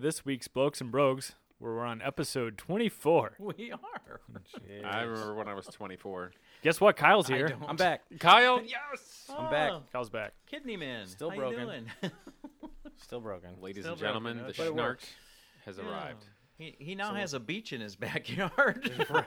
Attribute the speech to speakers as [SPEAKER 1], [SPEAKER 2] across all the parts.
[SPEAKER 1] this week's Blokes and Brogues, where we're on episode 24.
[SPEAKER 2] We are.
[SPEAKER 3] I remember when I was 24.
[SPEAKER 1] Guess what? Kyle's here.
[SPEAKER 2] don't.
[SPEAKER 4] I'm back.
[SPEAKER 3] Kyle,
[SPEAKER 2] Yes.
[SPEAKER 4] I'm back.
[SPEAKER 2] Oh,
[SPEAKER 1] Kyle's back.
[SPEAKER 2] Kidney man.
[SPEAKER 4] Still
[SPEAKER 2] How
[SPEAKER 4] broken.
[SPEAKER 2] You doing?
[SPEAKER 4] Still broken.
[SPEAKER 3] ladies
[SPEAKER 2] Still
[SPEAKER 3] and gentlemen,
[SPEAKER 2] broken, but
[SPEAKER 3] the
[SPEAKER 2] it
[SPEAKER 3] Schnark has
[SPEAKER 2] Yeah.
[SPEAKER 3] arrived.
[SPEAKER 2] He, he now has a beach in his backyard.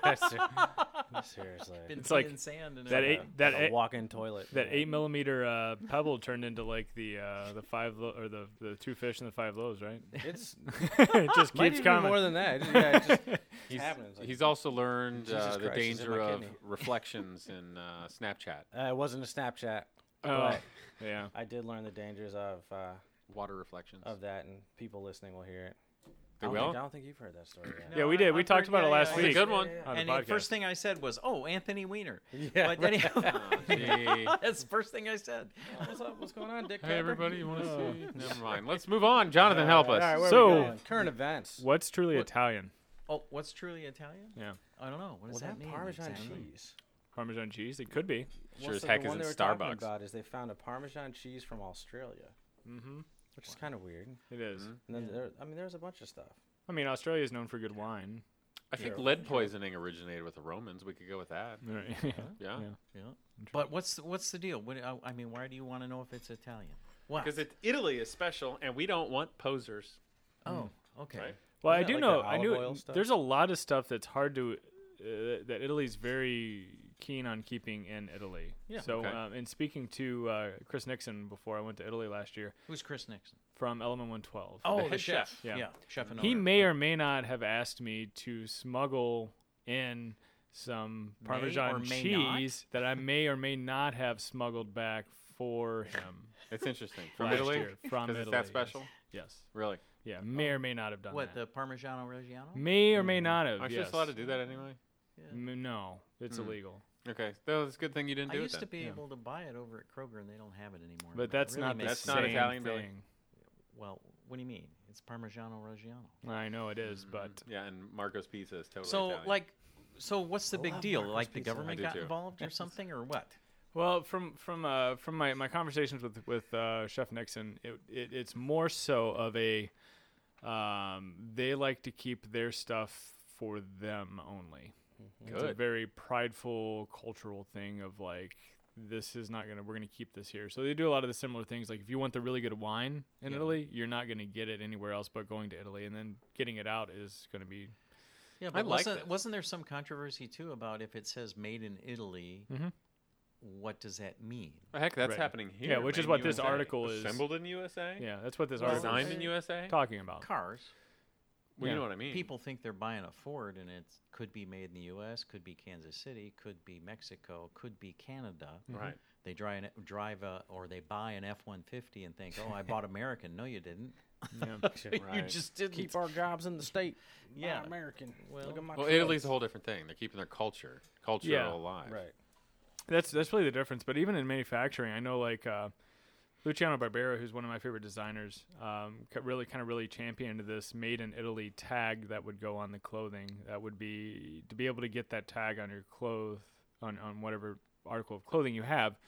[SPEAKER 4] Seriously.
[SPEAKER 2] Been
[SPEAKER 1] It's like
[SPEAKER 2] seeing sand and
[SPEAKER 1] That
[SPEAKER 2] everything.
[SPEAKER 1] eight, that
[SPEAKER 4] a
[SPEAKER 1] eight,
[SPEAKER 4] walk-in toilet.
[SPEAKER 1] that eight millimeter uh, pebble turned into like the uh, the five lo- or the, the two fish and the five loaves, right?
[SPEAKER 4] It's
[SPEAKER 1] it just keeps
[SPEAKER 4] might even be
[SPEAKER 1] coming.
[SPEAKER 4] more than that. It just, yeah, it just,
[SPEAKER 3] He's,
[SPEAKER 4] happening. It's like,
[SPEAKER 3] he's also learned
[SPEAKER 4] Jesus
[SPEAKER 3] uh, the
[SPEAKER 4] Christ, he's in
[SPEAKER 3] danger
[SPEAKER 4] my
[SPEAKER 3] of
[SPEAKER 4] kidney.
[SPEAKER 3] reflections in uh, Snapchat,
[SPEAKER 4] uh, it wasn't a Snapchat.
[SPEAKER 1] oh,
[SPEAKER 4] but
[SPEAKER 1] yeah.
[SPEAKER 4] I did learn the dangers of uh,
[SPEAKER 3] water reflections.
[SPEAKER 4] of that, and people listening will hear it.
[SPEAKER 3] They
[SPEAKER 4] I don't
[SPEAKER 3] will?
[SPEAKER 4] Think, I don't think you've heard that story yet.
[SPEAKER 1] Yeah, we did. We
[SPEAKER 2] I've
[SPEAKER 1] talked
[SPEAKER 2] heard-
[SPEAKER 1] about it last
[SPEAKER 3] week. Good one.
[SPEAKER 1] On the
[SPEAKER 2] And the
[SPEAKER 1] podcast.
[SPEAKER 2] first thing I said was, "Oh, Anthony Weiner."
[SPEAKER 4] Yeah, Oh,
[SPEAKER 2] But anyhow,
[SPEAKER 3] Gee.
[SPEAKER 2] that's the first thing I said.
[SPEAKER 4] What's up? What's going on, Dick?
[SPEAKER 3] Hey,
[SPEAKER 4] Pepper?
[SPEAKER 3] everybody, you want to see? Never mind. Let's move on. Jonathan, help
[SPEAKER 4] All right,
[SPEAKER 3] us.
[SPEAKER 4] where
[SPEAKER 1] So-
[SPEAKER 4] are we going? current events.
[SPEAKER 1] What's truly Italian?
[SPEAKER 2] Oh, what's truly Italian?
[SPEAKER 1] Yeah.
[SPEAKER 2] I don't know. What
[SPEAKER 4] Was
[SPEAKER 2] does
[SPEAKER 4] that,
[SPEAKER 2] mean?
[SPEAKER 4] Parmesan
[SPEAKER 2] exactly?
[SPEAKER 4] cheese?
[SPEAKER 1] Parmesan cheese? It could be.
[SPEAKER 3] Sure
[SPEAKER 4] Well,
[SPEAKER 3] as
[SPEAKER 4] so
[SPEAKER 3] heck
[SPEAKER 4] the
[SPEAKER 3] is
[SPEAKER 4] one
[SPEAKER 3] in
[SPEAKER 4] they were talking
[SPEAKER 3] Starbucks.
[SPEAKER 4] About is they found a Parmesan cheese from Australia, mm-hmm. which is kind of weird.
[SPEAKER 1] It is.
[SPEAKER 4] And then there, I mean, there's a bunch of stuff.
[SPEAKER 1] I mean, Australia is known for good wine.
[SPEAKER 3] I think lead poisoning originated with the Romans. We could go with that.
[SPEAKER 1] Right.
[SPEAKER 3] Yeah.
[SPEAKER 1] Yeah.
[SPEAKER 2] Yeah. But what's what's the deal? What, uh, I, I mean, why do you want to know if it's Italian? Why?
[SPEAKER 3] Because Italy is special, and we don't want posers.
[SPEAKER 2] oh,
[SPEAKER 4] Hmm.
[SPEAKER 2] okay.
[SPEAKER 3] Right.
[SPEAKER 1] Well, I
[SPEAKER 4] Isn't
[SPEAKER 1] do
[SPEAKER 4] that
[SPEAKER 1] know.
[SPEAKER 4] like the
[SPEAKER 1] I knew
[SPEAKER 4] olive oil
[SPEAKER 1] it-
[SPEAKER 4] stuff?
[SPEAKER 1] there's a lot of stuff that's hard to uh, that Italy's very keen on keeping in Italy.
[SPEAKER 2] Yeah.
[SPEAKER 1] So,
[SPEAKER 3] Okay.
[SPEAKER 1] um, and speaking to uh, Chris Nixon before I went to Italy last year
[SPEAKER 2] Who's Chris Nixon?
[SPEAKER 1] from Element 112.
[SPEAKER 2] Oh,
[SPEAKER 3] head chef.
[SPEAKER 1] Yeah.
[SPEAKER 2] Yeah. chef and
[SPEAKER 1] he
[SPEAKER 2] owner.
[SPEAKER 1] may or may not have asked me to smuggle in some Parmesan
[SPEAKER 2] or may not?
[SPEAKER 1] cheese that I may or may not have smuggled back for him.
[SPEAKER 3] It's interesting. From
[SPEAKER 1] Last
[SPEAKER 3] Italy?
[SPEAKER 1] year, from
[SPEAKER 3] Because it's
[SPEAKER 1] Italy,
[SPEAKER 3] that
[SPEAKER 1] yes.
[SPEAKER 3] special?
[SPEAKER 1] Yes.
[SPEAKER 3] Really?
[SPEAKER 1] Yeah. May or may not have done
[SPEAKER 2] What
[SPEAKER 1] that.
[SPEAKER 2] the Parmigiano Reggiano?
[SPEAKER 1] may or may not have.
[SPEAKER 3] Aren't you
[SPEAKER 1] yes.
[SPEAKER 3] just allowed to do that anyway?
[SPEAKER 1] M- no, it's illegal.
[SPEAKER 3] Okay. So it's a good thing you didn't
[SPEAKER 2] I
[SPEAKER 3] do it
[SPEAKER 2] used
[SPEAKER 3] then.
[SPEAKER 2] to be able to buy it over at Kroger, and they don't have it anymore.
[SPEAKER 1] But
[SPEAKER 2] and it
[SPEAKER 1] that's
[SPEAKER 2] really
[SPEAKER 1] not the
[SPEAKER 2] makes
[SPEAKER 3] That's
[SPEAKER 2] me-
[SPEAKER 3] not
[SPEAKER 1] same
[SPEAKER 3] Italian,
[SPEAKER 1] thing.
[SPEAKER 3] Billy.
[SPEAKER 2] Well, what do you mean? It's Parmigiano Reggiano.
[SPEAKER 1] I know it is, but
[SPEAKER 3] Yeah, and Marco's Pizza is totally
[SPEAKER 2] So,
[SPEAKER 3] Italian.
[SPEAKER 2] like, so what's the big
[SPEAKER 4] love
[SPEAKER 2] deal?
[SPEAKER 4] Marco's
[SPEAKER 2] Like, the
[SPEAKER 4] Pizza. I
[SPEAKER 2] government
[SPEAKER 3] do
[SPEAKER 2] got
[SPEAKER 3] too.
[SPEAKER 2] involved or something, or what?
[SPEAKER 1] well, from from uh, from my, my conversations with with uh, Chef Nixon, it, it it's more so of a um, they like to keep their stuff for them only. It's a
[SPEAKER 3] Mm-hmm. Good.
[SPEAKER 1] very prideful cultural thing of like this is not gonna we're gonna keep this here. So they do a lot of the similar things. Like if you want the really good wine in Italy, you're not gonna get it anywhere else but going to Italy, and then getting it out is gonna be
[SPEAKER 2] Yeah,
[SPEAKER 3] I
[SPEAKER 2] but
[SPEAKER 3] like
[SPEAKER 2] wasn't,
[SPEAKER 3] that.
[SPEAKER 2] wasn't there some controversy too about if it says made in Italy, what does that mean?
[SPEAKER 3] Oh, heck, that's
[SPEAKER 1] Right.
[SPEAKER 3] happening here.
[SPEAKER 1] Yeah, which is
[SPEAKER 3] made in
[SPEAKER 1] what this
[SPEAKER 3] USA.
[SPEAKER 1] article is-
[SPEAKER 3] Assembled in USA?
[SPEAKER 1] yeah. That's what this
[SPEAKER 2] Well,
[SPEAKER 1] article
[SPEAKER 3] Designed
[SPEAKER 1] is
[SPEAKER 3] in USA?
[SPEAKER 1] talking about.
[SPEAKER 2] Cars.
[SPEAKER 3] Well,
[SPEAKER 1] Yeah.
[SPEAKER 3] you know what I mean.
[SPEAKER 2] People think they're buying a Ford, and it could be made in the U.S., could be Kansas City, could be Mexico, could be Canada.
[SPEAKER 3] Right.
[SPEAKER 2] They drive an, drive a, or they buy an F-150 and think, "Oh, I bought American." No, you didn't.
[SPEAKER 1] Yeah.
[SPEAKER 2] You
[SPEAKER 3] Right.
[SPEAKER 2] just didn't.
[SPEAKER 4] Keep our jobs in the state.
[SPEAKER 2] Yeah.
[SPEAKER 4] Buy American.
[SPEAKER 2] Well-
[SPEAKER 4] Look at my
[SPEAKER 3] Well,
[SPEAKER 4] trucks.
[SPEAKER 3] Italy's a whole different thing. They're keeping their culture, culture
[SPEAKER 1] Yeah.
[SPEAKER 3] alive.
[SPEAKER 4] right.
[SPEAKER 1] That's that's really the difference. But even in manufacturing, I know like uh, Luciano Barbera, who's one of my favorite designers, um, ca- really kind of really championed this "Made in Italy" tag that would go on the clothing. That would be to be able to get that tag on your clothes on on whatever article of clothing you have.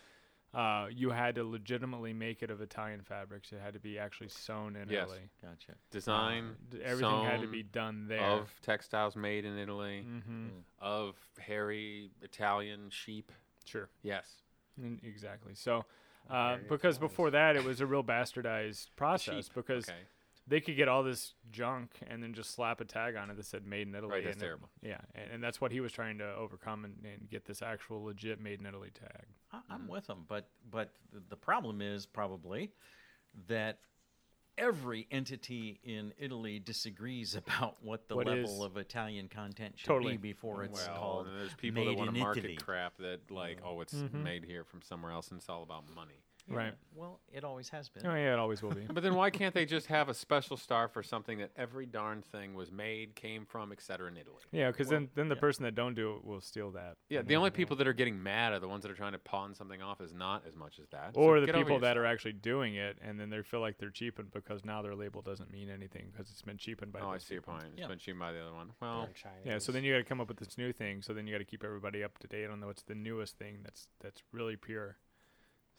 [SPEAKER 1] Uh, you had to legitimately make it of Italian fabrics. It had to be actually sewn in
[SPEAKER 3] Yes.
[SPEAKER 1] Italy.
[SPEAKER 2] Gotcha.
[SPEAKER 3] Design,
[SPEAKER 1] D- Everything had to
[SPEAKER 3] sewn
[SPEAKER 1] be done there.
[SPEAKER 3] of textiles made in Italy,
[SPEAKER 1] Mhm.
[SPEAKER 3] of hairy Italian sheep.
[SPEAKER 1] Sure.
[SPEAKER 3] Yes.
[SPEAKER 1] Mm, Exactly. So, uh, because before that, it was a real bastardized process
[SPEAKER 3] Sheep.
[SPEAKER 1] because
[SPEAKER 3] okay.
[SPEAKER 1] they could get all this junk and then just slap a tag on it that said "Made in Italy."
[SPEAKER 3] Right, that's
[SPEAKER 1] and it-
[SPEAKER 3] terrible.
[SPEAKER 1] yeah, and, and that's what he was trying to overcome and, and get this actual legit "Made in Italy" tag.
[SPEAKER 2] I, I'm with them, but but th- the problem is probably that every entity in Italy disagrees about what the
[SPEAKER 1] What
[SPEAKER 2] level
[SPEAKER 1] is-
[SPEAKER 2] of Italian content should
[SPEAKER 1] Totally.
[SPEAKER 2] be before it's
[SPEAKER 3] Well,
[SPEAKER 2] called
[SPEAKER 3] and there's people
[SPEAKER 2] made
[SPEAKER 3] that want
[SPEAKER 2] in
[SPEAKER 3] to market
[SPEAKER 2] Italy.
[SPEAKER 3] crap that like, oh, it's made here from somewhere else, and it's all about money.
[SPEAKER 1] Right.
[SPEAKER 2] Well, it always has been.
[SPEAKER 1] Oh yeah, it always will be.
[SPEAKER 3] But then why can't they just have a special star for something that every darn thing was made, came from, et cetera, in Italy?
[SPEAKER 1] yeah, because then then the person that don't do it will steal that.
[SPEAKER 3] Yeah, the only people that are getting mad are the ones that are trying to pawn something off as not as much as that. So
[SPEAKER 1] Or the
[SPEAKER 3] get over
[SPEAKER 1] people that
[SPEAKER 3] yourself.
[SPEAKER 1] are actually doing it, and then they feel like they're cheapened because now their label doesn't mean anything because it's been cheapened by.
[SPEAKER 3] Oh, I
[SPEAKER 1] those
[SPEAKER 3] see your
[SPEAKER 1] people.
[SPEAKER 3] point. It's
[SPEAKER 2] Yeah.
[SPEAKER 3] been cheated by the other one. Well,
[SPEAKER 4] They're Chinese.
[SPEAKER 1] Oh. Yeah, so then you got to come up with this new thing. So then you got to keep everybody up to date on what's the newest thing that's that's really pure.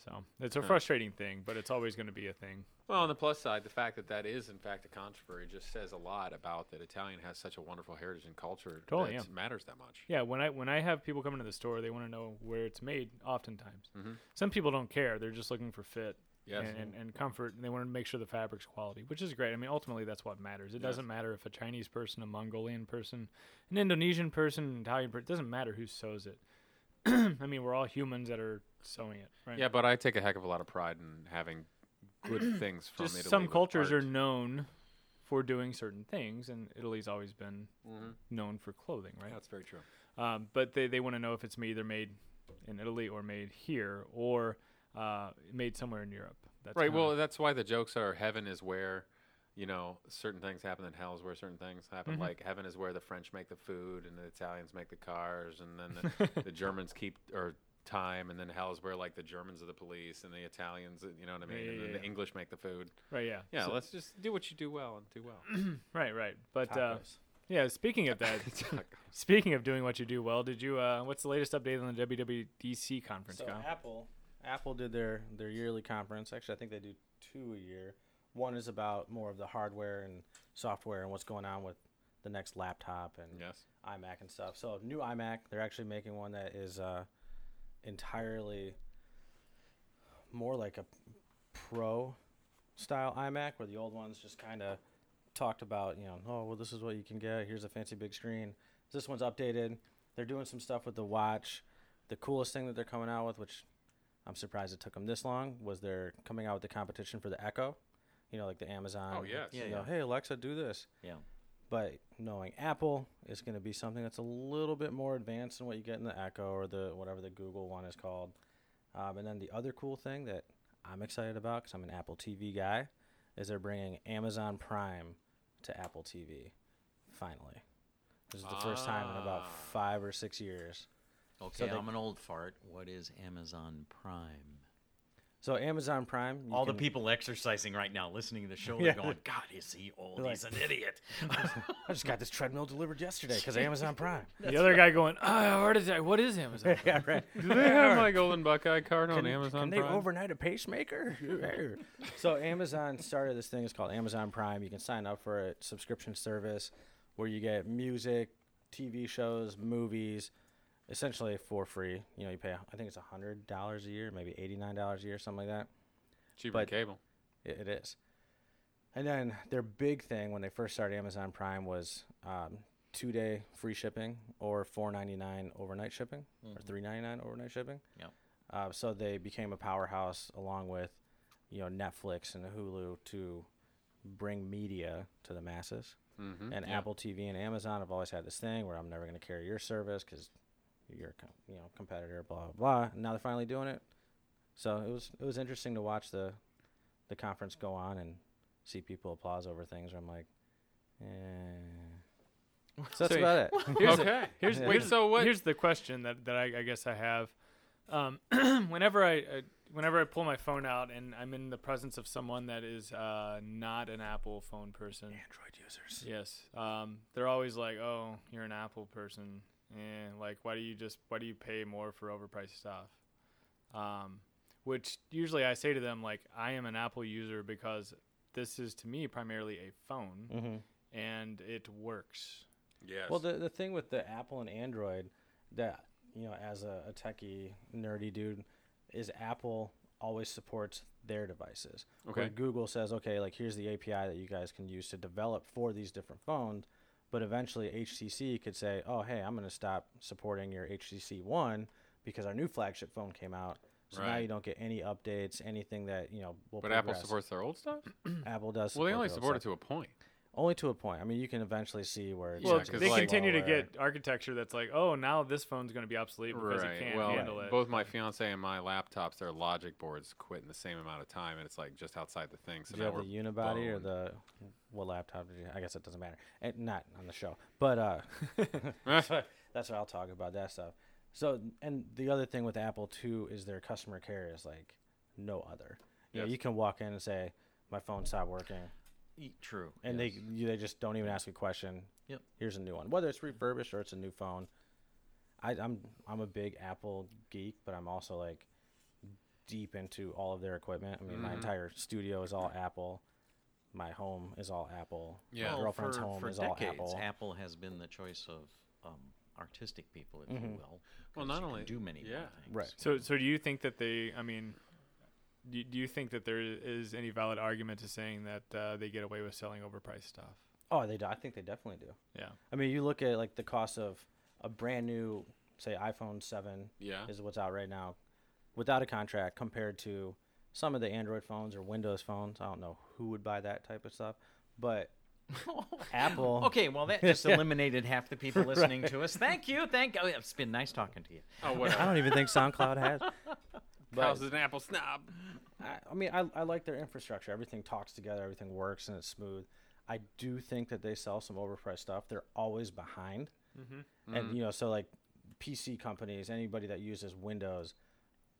[SPEAKER 1] So it's a frustrating thing, but it's always going to be a thing.
[SPEAKER 3] Well, on the plus side, the fact that that is in fact a controversy just says a lot about that Italian has such a wonderful heritage and culture
[SPEAKER 1] Totally,
[SPEAKER 3] that
[SPEAKER 1] yeah.
[SPEAKER 3] matters that much.
[SPEAKER 1] Yeah, when I when I have people come into the store, they want to know where it's made. Oftentimes, some people don't care; they're just looking for fit
[SPEAKER 3] Yes.
[SPEAKER 1] and, and, and comfort, and they want to make sure the fabric's quality, which is great. I mean, ultimately, that's what matters. It doesn't matter if a Chinese person, a Mongolian person, an Indonesian person, an Italian person. It doesn't matter who sews it. I mean, we're all humans that are sewing it, right?
[SPEAKER 3] Yeah, but I take a heck of a lot of pride in having good things from
[SPEAKER 1] Just
[SPEAKER 3] Italy.
[SPEAKER 1] some
[SPEAKER 3] with
[SPEAKER 1] cultures
[SPEAKER 3] art.
[SPEAKER 1] are known for doing certain things, and Italy's always been
[SPEAKER 4] Mm-hmm.
[SPEAKER 1] known for clothing, right?
[SPEAKER 3] That's very true.
[SPEAKER 1] um, but they, they want to know if it's ma- either made in Italy or made here or uh, made somewhere in Europe. That's
[SPEAKER 3] right.
[SPEAKER 1] kinda-
[SPEAKER 3] Well, that's why the jokes are heaven is where, you know, certain things happen, and hell is where certain things happen. Like heaven is where the French make the food, and the Italians make the cars, and then the, the Germans keep or time, and then hell is where like the Germans are the police, and the Italians, uh, you know what I mean,
[SPEAKER 1] Yeah,
[SPEAKER 3] and
[SPEAKER 1] yeah,
[SPEAKER 3] then
[SPEAKER 1] yeah.
[SPEAKER 3] the English make the food.
[SPEAKER 1] right, yeah,
[SPEAKER 3] Yeah,
[SPEAKER 1] So-
[SPEAKER 3] let's just do what you do well and do well.
[SPEAKER 1] right, right. But uh,
[SPEAKER 4] Tacos.
[SPEAKER 1] yeah, speaking of that, speaking of doing what you do well, did you? Uh, what's the latest update on the WWDC conference?
[SPEAKER 4] So
[SPEAKER 1] Kyle?
[SPEAKER 4] Apple, Apple did their their yearly conference. Actually, I think they do two a year. One is about more of the hardware and software and what's going on with the next laptop and
[SPEAKER 3] yes.
[SPEAKER 4] iMac and stuff. So new iMac, they're actually making one that is uh, entirely more like a pro style iMac, where the old ones just kind of talked about, you know, oh well, this is what you can get. Here's a fancy big screen. This one's updated. They're doing some stuff with the watch. The coolest thing that they're coming out with, which I'm surprised it took them this long, was they're coming out with the competition for the Echo. You know, like the Amazon.
[SPEAKER 3] Oh, yes.
[SPEAKER 4] You
[SPEAKER 2] Yeah,
[SPEAKER 4] know,
[SPEAKER 2] yeah.
[SPEAKER 4] hey Alexa, do this
[SPEAKER 2] Yeah.
[SPEAKER 4] but knowing Apple is going to be something that's a little bit more advanced than what you get in the Echo or the whatever the Google one is called. Um, and then the other cool thing that I'm excited about because I'm an Apple TV guy is they're bringing Amazon Prime to Apple TV finally. This is the first time in about
[SPEAKER 3] Ah.
[SPEAKER 4] five or six years.
[SPEAKER 2] Okay,
[SPEAKER 4] they-
[SPEAKER 2] I'm an old fart. What is Amazon Prime?
[SPEAKER 4] So Amazon Prime, you
[SPEAKER 2] All the
[SPEAKER 4] can-
[SPEAKER 2] people exercising right now, listening to the show,
[SPEAKER 4] Yeah.
[SPEAKER 2] they're going, "God, is he old?
[SPEAKER 4] They're
[SPEAKER 2] He's an idiot."
[SPEAKER 4] I just got this treadmill delivered yesterday because Amazon Prime.
[SPEAKER 1] the other guy going, ah, heart attack. What is Amazon?
[SPEAKER 4] yeah, right.
[SPEAKER 3] Do they have my Golden Buckeye card on
[SPEAKER 4] Can-
[SPEAKER 3] Amazon
[SPEAKER 4] Can they
[SPEAKER 3] Prime?
[SPEAKER 4] overnight a pacemaker? so Amazon started this thing. It's called Amazon Prime. You can sign up for a subscription service where you get music, TV shows, movies, essentially for free. You know, you pay I think it's hundred dollars a year, maybe eighty nine dollars a year, something like that.
[SPEAKER 3] Cheaper than
[SPEAKER 4] but-
[SPEAKER 3] cable.
[SPEAKER 4] It, it is. And then their big thing when they first started Amazon Prime was um, two day free shipping or four ninety nine overnight shipping or three ninety nine overnight shipping.
[SPEAKER 2] Yep.
[SPEAKER 4] Uh, so they became a powerhouse along with, you know, Netflix and Hulu to bring media to the masses.
[SPEAKER 3] Mm-hmm.
[SPEAKER 4] And Apple TV and Amazon have always had this thing where I'm never going to carry your service because you're a com- you know competitor, blah blah blah. And now they're finally doing it. So it was it was interesting to watch the the conference go on and see people applause over things. Where I'm like, eh. So that's
[SPEAKER 1] So-
[SPEAKER 4] about it.
[SPEAKER 1] Here's a-
[SPEAKER 3] okay.
[SPEAKER 1] Here's,
[SPEAKER 3] Wait,
[SPEAKER 1] here's-
[SPEAKER 3] so what?
[SPEAKER 1] Here's the question that, that I, I guess I have. Um, whenever I, I whenever I pull my phone out and I'm in the presence of someone that is uh, not an Apple phone person,
[SPEAKER 4] Android users.
[SPEAKER 1] yes, um, they're always like, "Oh, you're an Apple person. Eh, like, why do you just why do you pay more for overpriced stuff?" Um, which usually I say to them like, "I am an Apple user because this is to me primarily a phone,
[SPEAKER 4] Mm-hmm.
[SPEAKER 1] and it works."
[SPEAKER 3] yes.
[SPEAKER 4] Well, the the thing with the Apple and Android that you know, as a, a techie nerdy dude, is Apple always supports their devices. Where
[SPEAKER 3] Okay.
[SPEAKER 4] Google says, okay, like here's the API that you guys can use to develop for these different phones, but eventually HTC could say, oh, hey, I'm going to stop supporting your HTC One because our new flagship phone came out. So now
[SPEAKER 3] Right.
[SPEAKER 4] you don't get any updates, anything that you know. Will
[SPEAKER 3] but Apple
[SPEAKER 4] progress.
[SPEAKER 3] supports their old stuff.
[SPEAKER 1] Hmm.
[SPEAKER 4] Apple does.
[SPEAKER 3] Well, they only
[SPEAKER 4] their own
[SPEAKER 3] support it
[SPEAKER 4] stuff.
[SPEAKER 3] to a point.
[SPEAKER 4] only to a point. I mean, you can eventually see where it's
[SPEAKER 3] Yeah,
[SPEAKER 1] Well,
[SPEAKER 4] like a
[SPEAKER 1] they
[SPEAKER 3] 'cause like-
[SPEAKER 1] continue to
[SPEAKER 4] slower-
[SPEAKER 1] get architecture that's like, oh, now this phone's going to be obsolete because it can't
[SPEAKER 3] well,
[SPEAKER 1] handle it.
[SPEAKER 3] both my fiance and my laptops, their logic boards quit in the same amount of time, and it's like just outside the thing. So
[SPEAKER 4] Do you
[SPEAKER 3] now
[SPEAKER 4] have
[SPEAKER 3] we're
[SPEAKER 4] the unibody or
[SPEAKER 3] boned.
[SPEAKER 4] the what laptop did you? I guess it doesn't matter. And not on the show, but uh, that's what I'll talk about that stuff. So, and the other thing with Apple too is their customer care is like no other. You know,
[SPEAKER 3] Yes.
[SPEAKER 4] you can walk in and say my phone stopped working,
[SPEAKER 2] E- True.
[SPEAKER 4] and
[SPEAKER 2] yes.
[SPEAKER 4] they you, they just don't even ask a question.
[SPEAKER 2] Yep.
[SPEAKER 4] Here's a new one, whether it's refurbished or it's a new phone. I, I'm I'm a big Apple geek, but I'm also like deep into all of their equipment. I mean, my
[SPEAKER 2] Mm-hmm.
[SPEAKER 3] Mhm.
[SPEAKER 4] entire studio is all Apple. My home is all Apple.
[SPEAKER 3] Yeah.
[SPEAKER 4] my
[SPEAKER 1] Oh,
[SPEAKER 2] Well,
[SPEAKER 4] girlfriend's
[SPEAKER 2] for,
[SPEAKER 4] home
[SPEAKER 2] for
[SPEAKER 4] is
[SPEAKER 2] decades,
[SPEAKER 4] all Apple.
[SPEAKER 2] has been the choice of um, artistic people, if you
[SPEAKER 4] Mhm.
[SPEAKER 2] will.
[SPEAKER 3] Well,
[SPEAKER 2] 'cause
[SPEAKER 3] not
[SPEAKER 2] you can
[SPEAKER 3] only-
[SPEAKER 2] do many more
[SPEAKER 3] yeah.
[SPEAKER 2] things.
[SPEAKER 4] Right.
[SPEAKER 1] So, so do you think that they? I mean, do, do you think that there is any valid argument to saying that uh, they get away with selling overpriced stuff?
[SPEAKER 4] Oh, they do. I think they definitely do.
[SPEAKER 1] Yeah.
[SPEAKER 4] I mean, you look at like the cost of a brand new, say, iPhone seven
[SPEAKER 3] Yeah.
[SPEAKER 4] is what's out right now, without a contract, compared to some of the Android phones or Windows phones. I don't know who would buy that type of stuff, but Apple.
[SPEAKER 2] Okay, well that just eliminated half the people listening to us. Thank you, thank. Oh, it's been nice talking to you.
[SPEAKER 3] Oh,
[SPEAKER 4] I
[SPEAKER 3] whatever.
[SPEAKER 4] don't even think SoundCloud has.
[SPEAKER 3] Kyle's an Apple snob.
[SPEAKER 4] I, I mean, I, I like their infrastructure. Everything talks together, everything works, and it's smooth. I do think that they sell some overpriced stuff. They're always behind.
[SPEAKER 3] Mm-hmm.
[SPEAKER 4] And, you know, so like PC companies, anybody that uses Windows,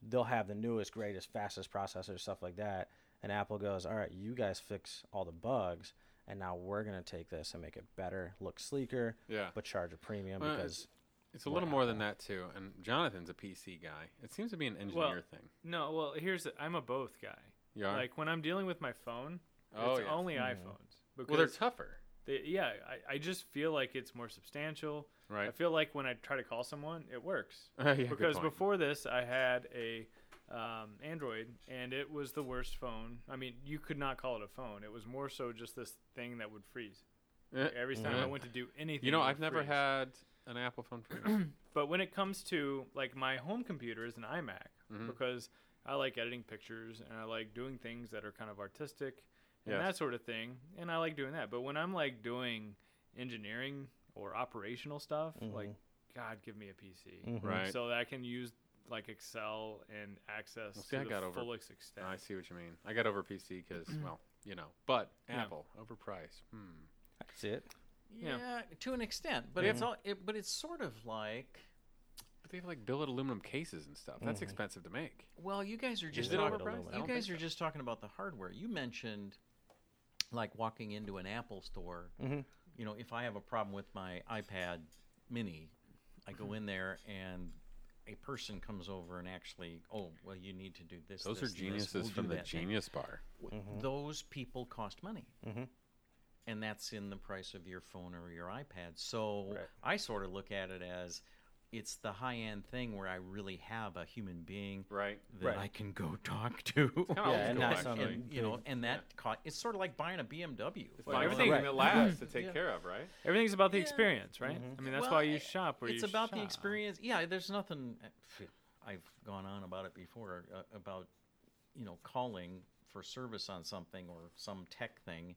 [SPEAKER 4] they'll have the newest, greatest, fastest processors, stuff like that. And Apple goes, all right, you guys fix all the bugs. And now we're going to take this and make it better, look sleeker,
[SPEAKER 3] Yeah.
[SPEAKER 4] but charge a premium
[SPEAKER 3] Well,
[SPEAKER 4] because
[SPEAKER 3] It's a little more than that too. And Jonathan's a PC guy. It seems to be an engineer
[SPEAKER 1] Well,
[SPEAKER 3] thing.
[SPEAKER 1] No. Well, here's the, I'm a both guy.
[SPEAKER 3] You are?
[SPEAKER 1] Like when I'm dealing with my phone,
[SPEAKER 3] Oh,
[SPEAKER 1] it's
[SPEAKER 3] yeah.
[SPEAKER 1] only iPhones. Because
[SPEAKER 3] well, they're tougher,
[SPEAKER 1] they, yeah, I, I just feel like it's more substantial. I
[SPEAKER 3] right?
[SPEAKER 1] feel like when I try to call someone, it works.
[SPEAKER 3] Yeah, good
[SPEAKER 1] because
[SPEAKER 3] point.
[SPEAKER 1] before this, I had a um, Android, and it was the worst phone. I mean, you could not call it a phone. It was more so just this thing that would freeze.
[SPEAKER 3] Eh,
[SPEAKER 1] Every time I
[SPEAKER 3] Yeah.
[SPEAKER 1] went to do anything,
[SPEAKER 3] you know,
[SPEAKER 1] it would
[SPEAKER 3] I've never
[SPEAKER 1] freeze.
[SPEAKER 3] had an Apple phone. Freeze.
[SPEAKER 1] But when it comes to like my home computer is an iMac
[SPEAKER 3] Mm-hmm.
[SPEAKER 1] because I like editing pictures and I like doing things that are kind of artistic and
[SPEAKER 3] Yes.
[SPEAKER 1] that sort of thing, and I like doing that. But when I'm like doing engineering or operational stuff,
[SPEAKER 3] Mm-hmm.
[SPEAKER 1] like God, give me a PC,
[SPEAKER 3] Right.
[SPEAKER 1] So that I can use like Excel and access
[SPEAKER 3] see,
[SPEAKER 1] to
[SPEAKER 3] I
[SPEAKER 1] the
[SPEAKER 3] got over-
[SPEAKER 1] fullest extent.
[SPEAKER 3] I see what you mean. I got over PC because, well, you know, but
[SPEAKER 1] Yeah.
[SPEAKER 3] Apple overpriced. Hmm.
[SPEAKER 4] I can see it.
[SPEAKER 1] Yeah.
[SPEAKER 2] Yeah, to an extent, but it's all. It, but it's sort of like.
[SPEAKER 3] But they have like billet aluminum cases and stuff. That's expensive to make.
[SPEAKER 2] Well, you guys are just
[SPEAKER 4] it
[SPEAKER 2] talking,
[SPEAKER 4] overpriced? I
[SPEAKER 2] you
[SPEAKER 3] don't
[SPEAKER 2] guys
[SPEAKER 3] think
[SPEAKER 2] are just talking about the hardware. You mentioned like walking into an Apple store.
[SPEAKER 4] Mm-hmm.
[SPEAKER 2] You know, if I have a problem with my iPad mini, I go in there and a person comes over and actually, oh, well, you need to do this.
[SPEAKER 3] Those
[SPEAKER 2] this,
[SPEAKER 3] are
[SPEAKER 2] and this.
[SPEAKER 3] geniuses
[SPEAKER 2] We'll do
[SPEAKER 3] from the
[SPEAKER 2] that thing."
[SPEAKER 3] Genius Bar.
[SPEAKER 2] W-
[SPEAKER 4] Mm-hmm.
[SPEAKER 2] Those people cost money. And that's in the price of your phone or your iPad. So
[SPEAKER 4] Right.
[SPEAKER 2] I sort of look at it as it's the high end thing where I really have a human being
[SPEAKER 3] Right.
[SPEAKER 2] that
[SPEAKER 4] Right.
[SPEAKER 2] I can go talk to.
[SPEAKER 3] kinda
[SPEAKER 4] Yeah, and
[SPEAKER 3] old
[SPEAKER 4] not
[SPEAKER 3] school,
[SPEAKER 4] some-
[SPEAKER 3] actually.
[SPEAKER 2] and, you know, and that co- it's sort of like buying a BMW.
[SPEAKER 3] Well,
[SPEAKER 2] Like,
[SPEAKER 3] everything
[SPEAKER 4] Right.
[SPEAKER 3] that lasts to take care of, right?
[SPEAKER 1] Everything's about the
[SPEAKER 2] Yeah.
[SPEAKER 1] experience, right? I mean, that's
[SPEAKER 2] well,
[SPEAKER 1] why
[SPEAKER 2] I-
[SPEAKER 1] you shop where
[SPEAKER 2] it's
[SPEAKER 1] you
[SPEAKER 2] about the
[SPEAKER 1] shop.
[SPEAKER 2] experience. Yeah, there's nothing. eh, I've gone on about it before uh, about you know calling for service on something or some tech thing,